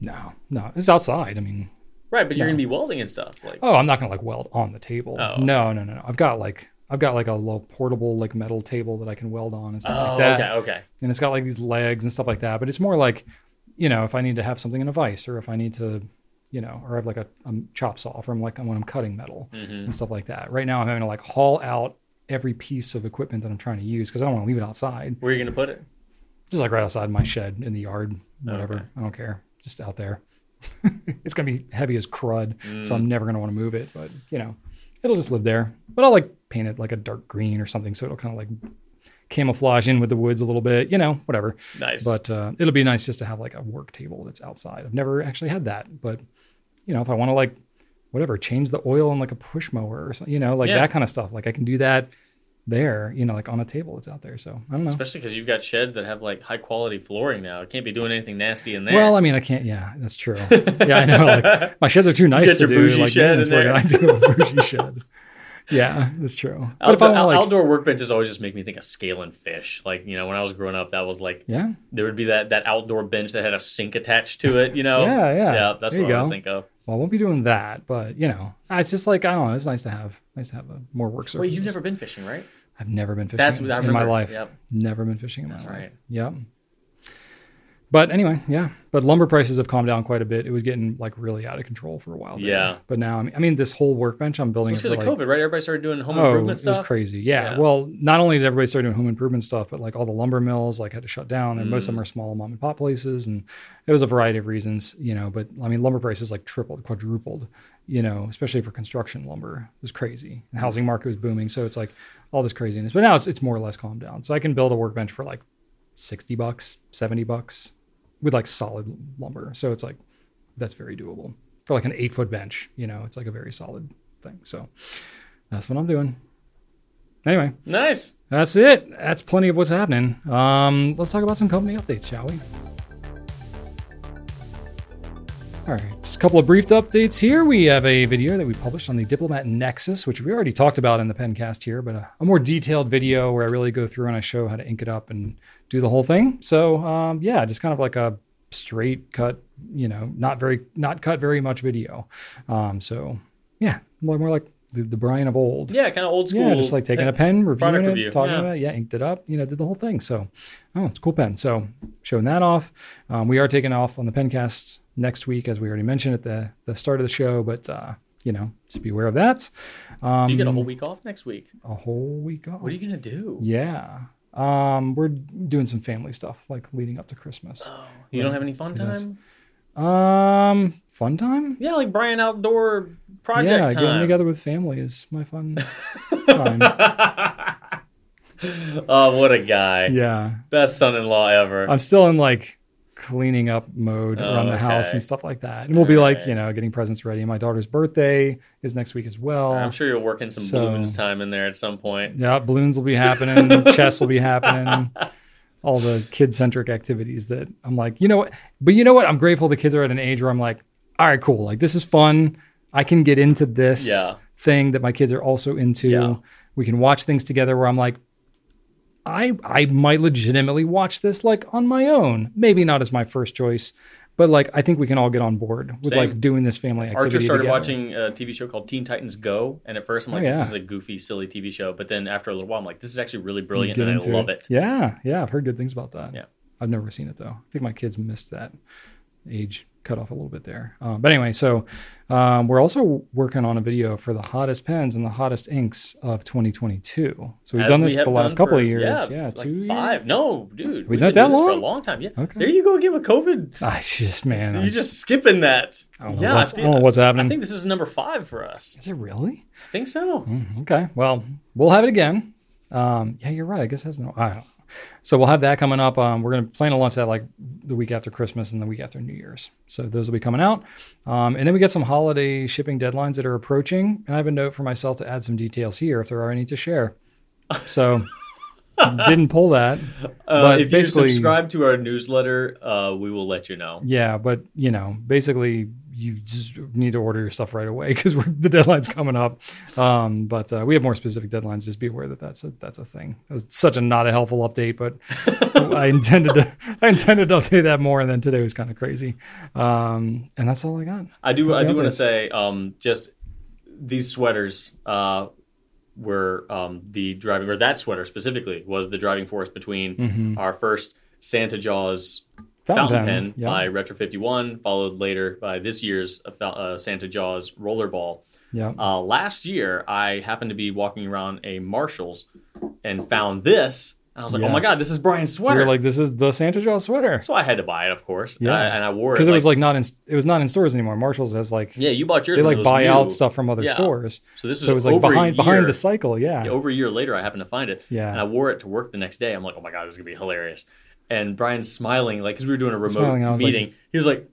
Speaker 1: No, no, it's outside. I mean,
Speaker 2: Right, but you're
Speaker 1: No.
Speaker 2: gonna be welding and stuff. Like
Speaker 1: oh, I'm not going to like weld on the table.
Speaker 2: Oh.
Speaker 1: No, no, no, no. I've got like, I've got like a little portable like metal table that I can weld on and stuff
Speaker 2: Oh,
Speaker 1: like that.
Speaker 2: okay, okay.
Speaker 1: and it's got like these legs and stuff like that. But it's more like, you know, if I need to have something in a vise or if I need to, you know, or I have like a, a chop saw from like when I'm cutting metal
Speaker 2: Mhm.
Speaker 1: and stuff like that. Right now, I'm having to like haul out every piece of equipment that I'm trying to use because I don't want to leave it outside.
Speaker 2: Where are you gonna put it?
Speaker 1: Just like right outside my shed in the yard, whatever.
Speaker 2: Okay.
Speaker 1: I don't care. Just out there. it's gonna be heavy as crud, so
Speaker 2: Mm.
Speaker 1: I'm never gonna want to move it. But you know, it'll just live there. But I'll like paint it like a dark green or something, so it'll kind of like camouflage in with the woods a little bit. You know, whatever.
Speaker 2: Nice.
Speaker 1: But uh, it'll be nice just to have like a work table that's outside. I've never actually had that, but you know, if I want to like whatever, change the oil in like a push mower or something, you know, like
Speaker 2: Yeah.
Speaker 1: that kind of stuff. Like I can do that there, you know, like on a table that's out there. So I don't know.
Speaker 2: Especially because you've got sheds that have like high quality flooring now. It can't be doing anything nasty in there.
Speaker 1: Well, I mean, I can't. Yeah, that's true. Yeah, I know. Like, my sheds are too nice
Speaker 2: get
Speaker 1: to
Speaker 2: your
Speaker 1: do.
Speaker 2: bougie
Speaker 1: Like
Speaker 2: shed
Speaker 1: maintenance
Speaker 2: in
Speaker 1: work,
Speaker 2: there.
Speaker 1: and I do a bougie shed. Yeah, that's true. But if I
Speaker 2: outdoor,
Speaker 1: want like,
Speaker 2: outdoor workbenches always just make me think of scale and fish. Like you know, when I was growing up, that was like
Speaker 1: yeah,
Speaker 2: there would be that that outdoor bench that had a sink attached to it. You know,
Speaker 1: Yeah, yeah.
Speaker 2: Oh, that's
Speaker 1: There
Speaker 2: what
Speaker 1: you
Speaker 2: I always
Speaker 1: go.
Speaker 2: think of.
Speaker 1: well, I won't be doing that. But you know, it's just like I don't know. It's nice to have nice to have a more work surface.
Speaker 2: Wait, you've never been fishing, right?
Speaker 1: I've never been fishing
Speaker 2: That's
Speaker 1: in
Speaker 2: what I
Speaker 1: my
Speaker 2: remember.
Speaker 1: life.
Speaker 2: Yep.
Speaker 1: Never been fishing in my
Speaker 2: That's
Speaker 1: life.
Speaker 2: right.
Speaker 1: Yep. But anyway, yeah. But lumber prices have calmed down quite a bit. It was getting like really out of control for a while. there.
Speaker 2: Yeah.
Speaker 1: But now, I mean, I mean, this whole workbench I'm building.
Speaker 2: It's
Speaker 1: it
Speaker 2: because
Speaker 1: for, like,
Speaker 2: of COVID, right? Everybody started doing home
Speaker 1: oh,
Speaker 2: improvement
Speaker 1: It
Speaker 2: stuff.
Speaker 1: was crazy. Yeah.
Speaker 2: Yeah.
Speaker 1: Well, not only did everybody start doing home improvement stuff, but like all the lumber mills like had to shut down, and most of them are small mom and pop places, and it was a variety of reasons, you know. But I mean, lumber prices like tripled, quadrupled, you know, especially for construction lumber. It was crazy. The housing market was booming, so it's like all this craziness. But now it's it's more or less calmed down. So I can build a workbench for like sixty bucks, seventy bucks, with like solid lumber. So it's like that's very doable for like an eight foot bench. You know, it's like a very solid thing. So that's what I'm doing. Anyway,
Speaker 2: Nice.
Speaker 1: that's it. That's plenty of what's happening. Um, let's talk about some company updates, shall we? All right, just a couple of brief updates here. We have a video that we published on the Diplomat Nexus, which we already talked about in the pencast here, but a, a more detailed video where I really go through and I show how to ink it up and do the whole thing. So um, yeah, just kind of like a straight cut, you know, not very not cut very much video. Um, so yeah, more, more like the, the Brian of old.
Speaker 2: Yeah, kind of old school.
Speaker 1: Yeah, just like taking a pen, reviewing it,
Speaker 2: review,
Speaker 1: talking
Speaker 2: yeah.
Speaker 1: about it, yeah, inked it up, you know, did the whole thing. So, oh, it's a cool pen. So, showing that off. Um, we are taking off on the pencast next week, as we already mentioned at the the start of the show. But uh, you know, just be aware of that. Um,
Speaker 2: You get a whole week off next week.
Speaker 1: a whole week off.
Speaker 2: What are you gonna do?
Speaker 1: yeah, um, we're doing some family stuff like leading up to Christmas.
Speaker 2: Oh, you don't have any fun
Speaker 1: Yes.
Speaker 2: time?
Speaker 1: Um, fun time.
Speaker 2: Yeah, like Brian outdoor project
Speaker 1: yeah,
Speaker 2: time.
Speaker 1: getting together with family is my fun time.
Speaker 2: Oh, what a guy.
Speaker 1: Yeah. Oh,
Speaker 2: Best son-in-law ever.
Speaker 1: I'm still in like cleaning up mode
Speaker 2: Oh,
Speaker 1: around the house
Speaker 2: okay.
Speaker 1: and stuff like that. And we'll be like,
Speaker 2: Alright.
Speaker 1: you know, getting presents ready. My daughter's birthday is next week as well.
Speaker 2: I'm sure you'll work in some
Speaker 1: Oh, So-
Speaker 2: balloons time in there at some point.
Speaker 1: Yeah, balloons will be happening, chess will be happening. All the kid centric activities that I'm like, you know what? But you know what? I'm grateful the kids are at an age where I'm like, all right, cool. Like this is fun. I can get into this
Speaker 2: Yeah.
Speaker 1: thing that my kids are also into.
Speaker 2: Yeah.
Speaker 1: We can watch things together where I'm like, I I might legitimately watch this like on my own. Maybe not as my first choice, but like I think we can all get on board with
Speaker 2: Same.
Speaker 1: like doing this family activity.
Speaker 2: Archer started
Speaker 1: together.
Speaker 2: watching a TV show called Teen Titans Go, and at first I'm
Speaker 1: Oh,
Speaker 2: like,
Speaker 1: yeah.
Speaker 2: this is a goofy, silly TV show. But then after a little while, I'm like, this is actually really brilliant,
Speaker 1: get
Speaker 2: and I
Speaker 1: into
Speaker 2: love it.
Speaker 1: Yeah, yeah, I've heard good things about that.
Speaker 2: Yeah.
Speaker 1: I've never seen it though. I think my kids missed that age cut off a little bit there. Um, but anyway, so um, we're also working on a video for the hottest pens and the hottest inks of 2022. So we've
Speaker 2: As
Speaker 1: done
Speaker 2: we
Speaker 1: this
Speaker 2: have
Speaker 1: the last
Speaker 2: done
Speaker 1: couple of
Speaker 2: for-
Speaker 1: years. Yeah,
Speaker 2: like
Speaker 1: two years.
Speaker 2: five. No, dude,
Speaker 1: We
Speaker 2: we've
Speaker 1: done
Speaker 2: been
Speaker 1: that
Speaker 2: doing this
Speaker 1: long?
Speaker 2: for a long time. Yeah,
Speaker 1: Okay.
Speaker 2: there you go again with COVID.
Speaker 1: I just man, I,
Speaker 2: You're just skipping that.
Speaker 1: I don't know,
Speaker 2: yeah,
Speaker 1: what's, I
Speaker 2: I feel-
Speaker 1: don't know what's happening.
Speaker 2: I think this is number five for us.
Speaker 1: Is it really?
Speaker 2: I think so.
Speaker 1: Mm, okay. Well, we'll have it again. Um, yeah, you're right. I guess that's no. I don't. know. So we'll have that coming up. Um, we're gonna plan to launch that like the week after Christmas and the week after New Year's. So those will be coming out. Um, and then we got some holiday shipping deadlines that are approaching. And I have a note for myself to add some details here if there are any to share. So didn't pull that.
Speaker 2: Uh,
Speaker 1: But
Speaker 2: if you
Speaker 1: basically-
Speaker 2: subscribe to our newsletter, uh, we will let you know.
Speaker 1: Yeah, but you know, basically, you just need to order your stuff right away because the deadline's coming up. Um, but uh, we have more specific deadlines. Just be aware that that's a that's a thing. That was such a not a helpful update, but I intended to I intended to update that more, and then today was kind of crazy. Um, and that's all I got.
Speaker 2: I do. I
Speaker 1: Yeah,
Speaker 2: do want
Speaker 1: that's-
Speaker 2: to say, um, just these sweaters uh, were um, the driving, or that sweater specifically was the driving force between
Speaker 1: Mhm.
Speaker 2: our first Santa Jaws Mm-hmm. fountain, pen
Speaker 1: yeah.
Speaker 2: by Retro Fifty One, followed later by this year's uh, fou- uh, Santa Jaws Rollerball.
Speaker 1: yeah.
Speaker 2: Uh, last year, I happened to be walking around a Marshalls and found this. And I was like, "Oh my
Speaker 1: Yes.
Speaker 2: god, this is Brian's
Speaker 1: We
Speaker 2: sweater!"
Speaker 1: were like, this is the Santa Jaws sweater
Speaker 2: so I had to buy it, of course.
Speaker 1: Yeah.
Speaker 2: Uh, and I wore it
Speaker 1: because it was like not in it was not in stores anymore. Marshalls has like
Speaker 2: yeah, you bought yours.
Speaker 1: they
Speaker 2: when it
Speaker 1: like
Speaker 2: was
Speaker 1: buy
Speaker 2: new.
Speaker 1: out stuff from other
Speaker 2: Yeah.
Speaker 1: stores,
Speaker 2: So this was,
Speaker 1: so it was like
Speaker 2: over a
Speaker 1: behind behind
Speaker 2: year-
Speaker 1: the cycle. Yeah,
Speaker 2: yeah, over a year later, I happened to find it.
Speaker 1: Yeah.
Speaker 2: And I wore it to work the next day. I'm like, oh my God, this is going to be hilarious. And Brian's smiling, like, because we were doing a remote
Speaker 1: Smiling, and I was like-
Speaker 2: meeting. he was like,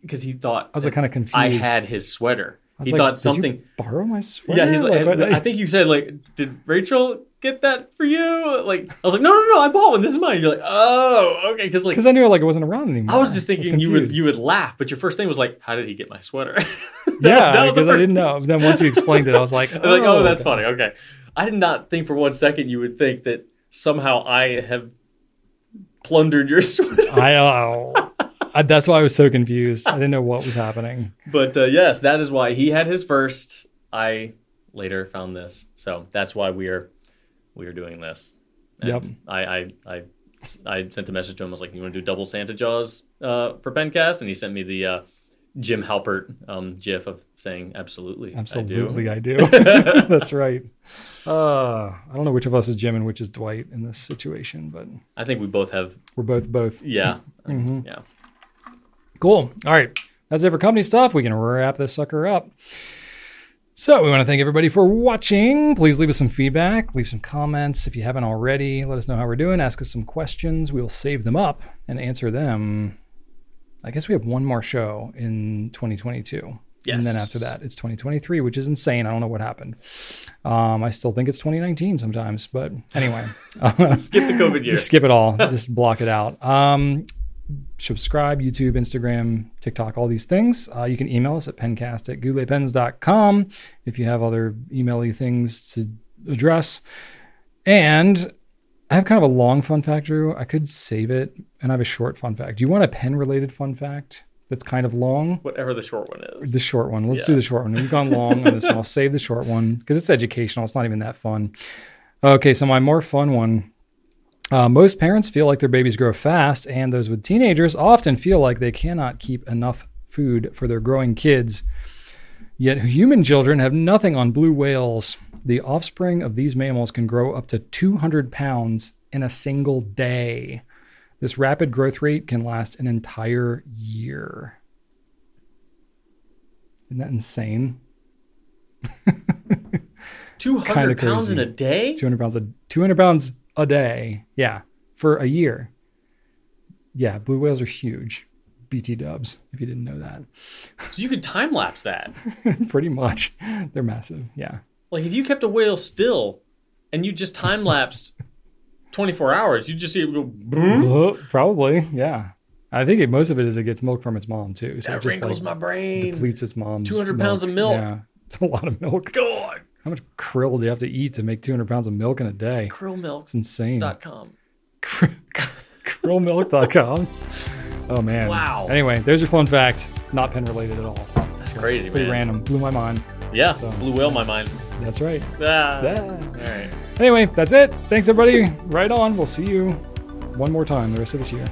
Speaker 2: because he thought
Speaker 1: I was like kind of confused.
Speaker 2: I had his sweater.
Speaker 1: I was
Speaker 2: He
Speaker 1: like,
Speaker 2: thought
Speaker 1: "Did you
Speaker 2: something.
Speaker 1: borrow my sweater.
Speaker 2: Yeah, he's like,
Speaker 1: what-
Speaker 2: I think you said, like, did Rachel get that for you? Like, I was like, no, no, no, I bought one. This is mine. You're like, oh, okay. Because, like,
Speaker 1: because I knew like it wasn't around anymore.
Speaker 2: I was just thinking you would
Speaker 1: confused.
Speaker 2: you would laugh, but your first thing was like, how did he get my sweater? that
Speaker 1: yeah,
Speaker 2: was the
Speaker 1: because I didn't
Speaker 2: first thing.
Speaker 1: know. Then once you explained it, I was like, oh,
Speaker 2: I was like, oh, that's
Speaker 1: okay."
Speaker 2: funny. Okay. I did not think for one second you would think that somehow I have plundered your sweater.
Speaker 1: I know. I- that's why I was so confused. I didn't know what was happening.
Speaker 2: But uh, yes, that is why he had his first. I later found this. So that's why we are we are doing this.
Speaker 1: Yep.
Speaker 2: I, I, I, I sent a message to him. I was like, you want to do double Santa Jaws uh, for Pencast? And he sent me the uh, Jim Halpert um, gif of saying, absolutely.
Speaker 1: Absolutely,
Speaker 2: I do.
Speaker 1: I do. that's right. Uh, I don't know which of us is Jim and which is Dwight in this situation, but
Speaker 2: I think we both have.
Speaker 1: we're both both.
Speaker 2: Yeah.
Speaker 1: Mhm.
Speaker 2: Yeah.
Speaker 1: Cool. All right. That's it for company stuff. We can wrap this sucker up. So we want to thank everybody for watching. Please leave us some feedback, leave some comments if you haven't already. Let us know how we're doing. Ask us some questions. We will save them up and answer them. I guess we have one more show in 2022. And then
Speaker 2: Yes.
Speaker 1: after that, it's 2023, which is insane. I don't know what happened. Um, I still think it's 2019 sometimes, but anyway.
Speaker 2: Skip the COVID year.
Speaker 1: Just skip it all. just block it out. Um, subscribe, YouTube, Instagram, TikTok, all these things. Uh, you can email us at pencast at gouletpens.com if you have other email-y things to address. And I have kind of a long fun fact, Drew. I could save it, and I have a short fun fact. Do you want a pen-related fun fact that's kind of long?
Speaker 2: Whatever the short one is.
Speaker 1: The short one. Let's
Speaker 2: Yeah.
Speaker 1: do the short one. We've gone long on this one. I'll save the short one because it's educational. It's not even that fun. Okay, so my more fun one. Uh, most parents feel like their babies grow fast, and those with teenagers often feel like they cannot keep enough food for their growing kids. Yet human children have nothing on blue whales. The offspring of these mammals can grow up to 200 pounds in a single day. This rapid growth rate can last an entire year. Isn't that insane?
Speaker 2: 200 pounds
Speaker 1: crazy.
Speaker 2: in a day?
Speaker 1: 200 pounds a 200 pounds a day. Yeah, for a year. Yeah, blue whales are huge. BT dubs, if you didn't know that.
Speaker 2: So you could time lapse that.
Speaker 1: Pretty much. They're massive. Yeah.
Speaker 2: Like if you kept a whale still and you just time lapsed 24 hours, you'd just see it go boom.
Speaker 1: Uh, Probably. Yeah. I think it, most of it is it gets milk from its mom too. So it
Speaker 2: That
Speaker 1: just
Speaker 2: wrinkles
Speaker 1: like
Speaker 2: my brain.
Speaker 1: depletes its mom's
Speaker 2: 200 pounds of milk.
Speaker 1: Yeah. It's a lot of milk.
Speaker 2: God.
Speaker 1: How much krill do you have to eat to make 200 pounds of milk in a day? It's insane.
Speaker 2: Krillmilk.com.
Speaker 1: Krillmilk.com. Oh man.
Speaker 2: Wow.
Speaker 1: Anyway, there's your fun fact. Not pen related at all.
Speaker 2: That's crazy,
Speaker 1: Pretty
Speaker 2: man.
Speaker 1: random. Blew my mind.
Speaker 2: Yeah,
Speaker 1: So-
Speaker 2: blue whale my mind.
Speaker 1: That's right.
Speaker 2: Ah.
Speaker 1: Yeah.
Speaker 2: All right.
Speaker 1: Anyway, that's it. Thanks everybody. Right on. We'll see you one more time the rest of this year.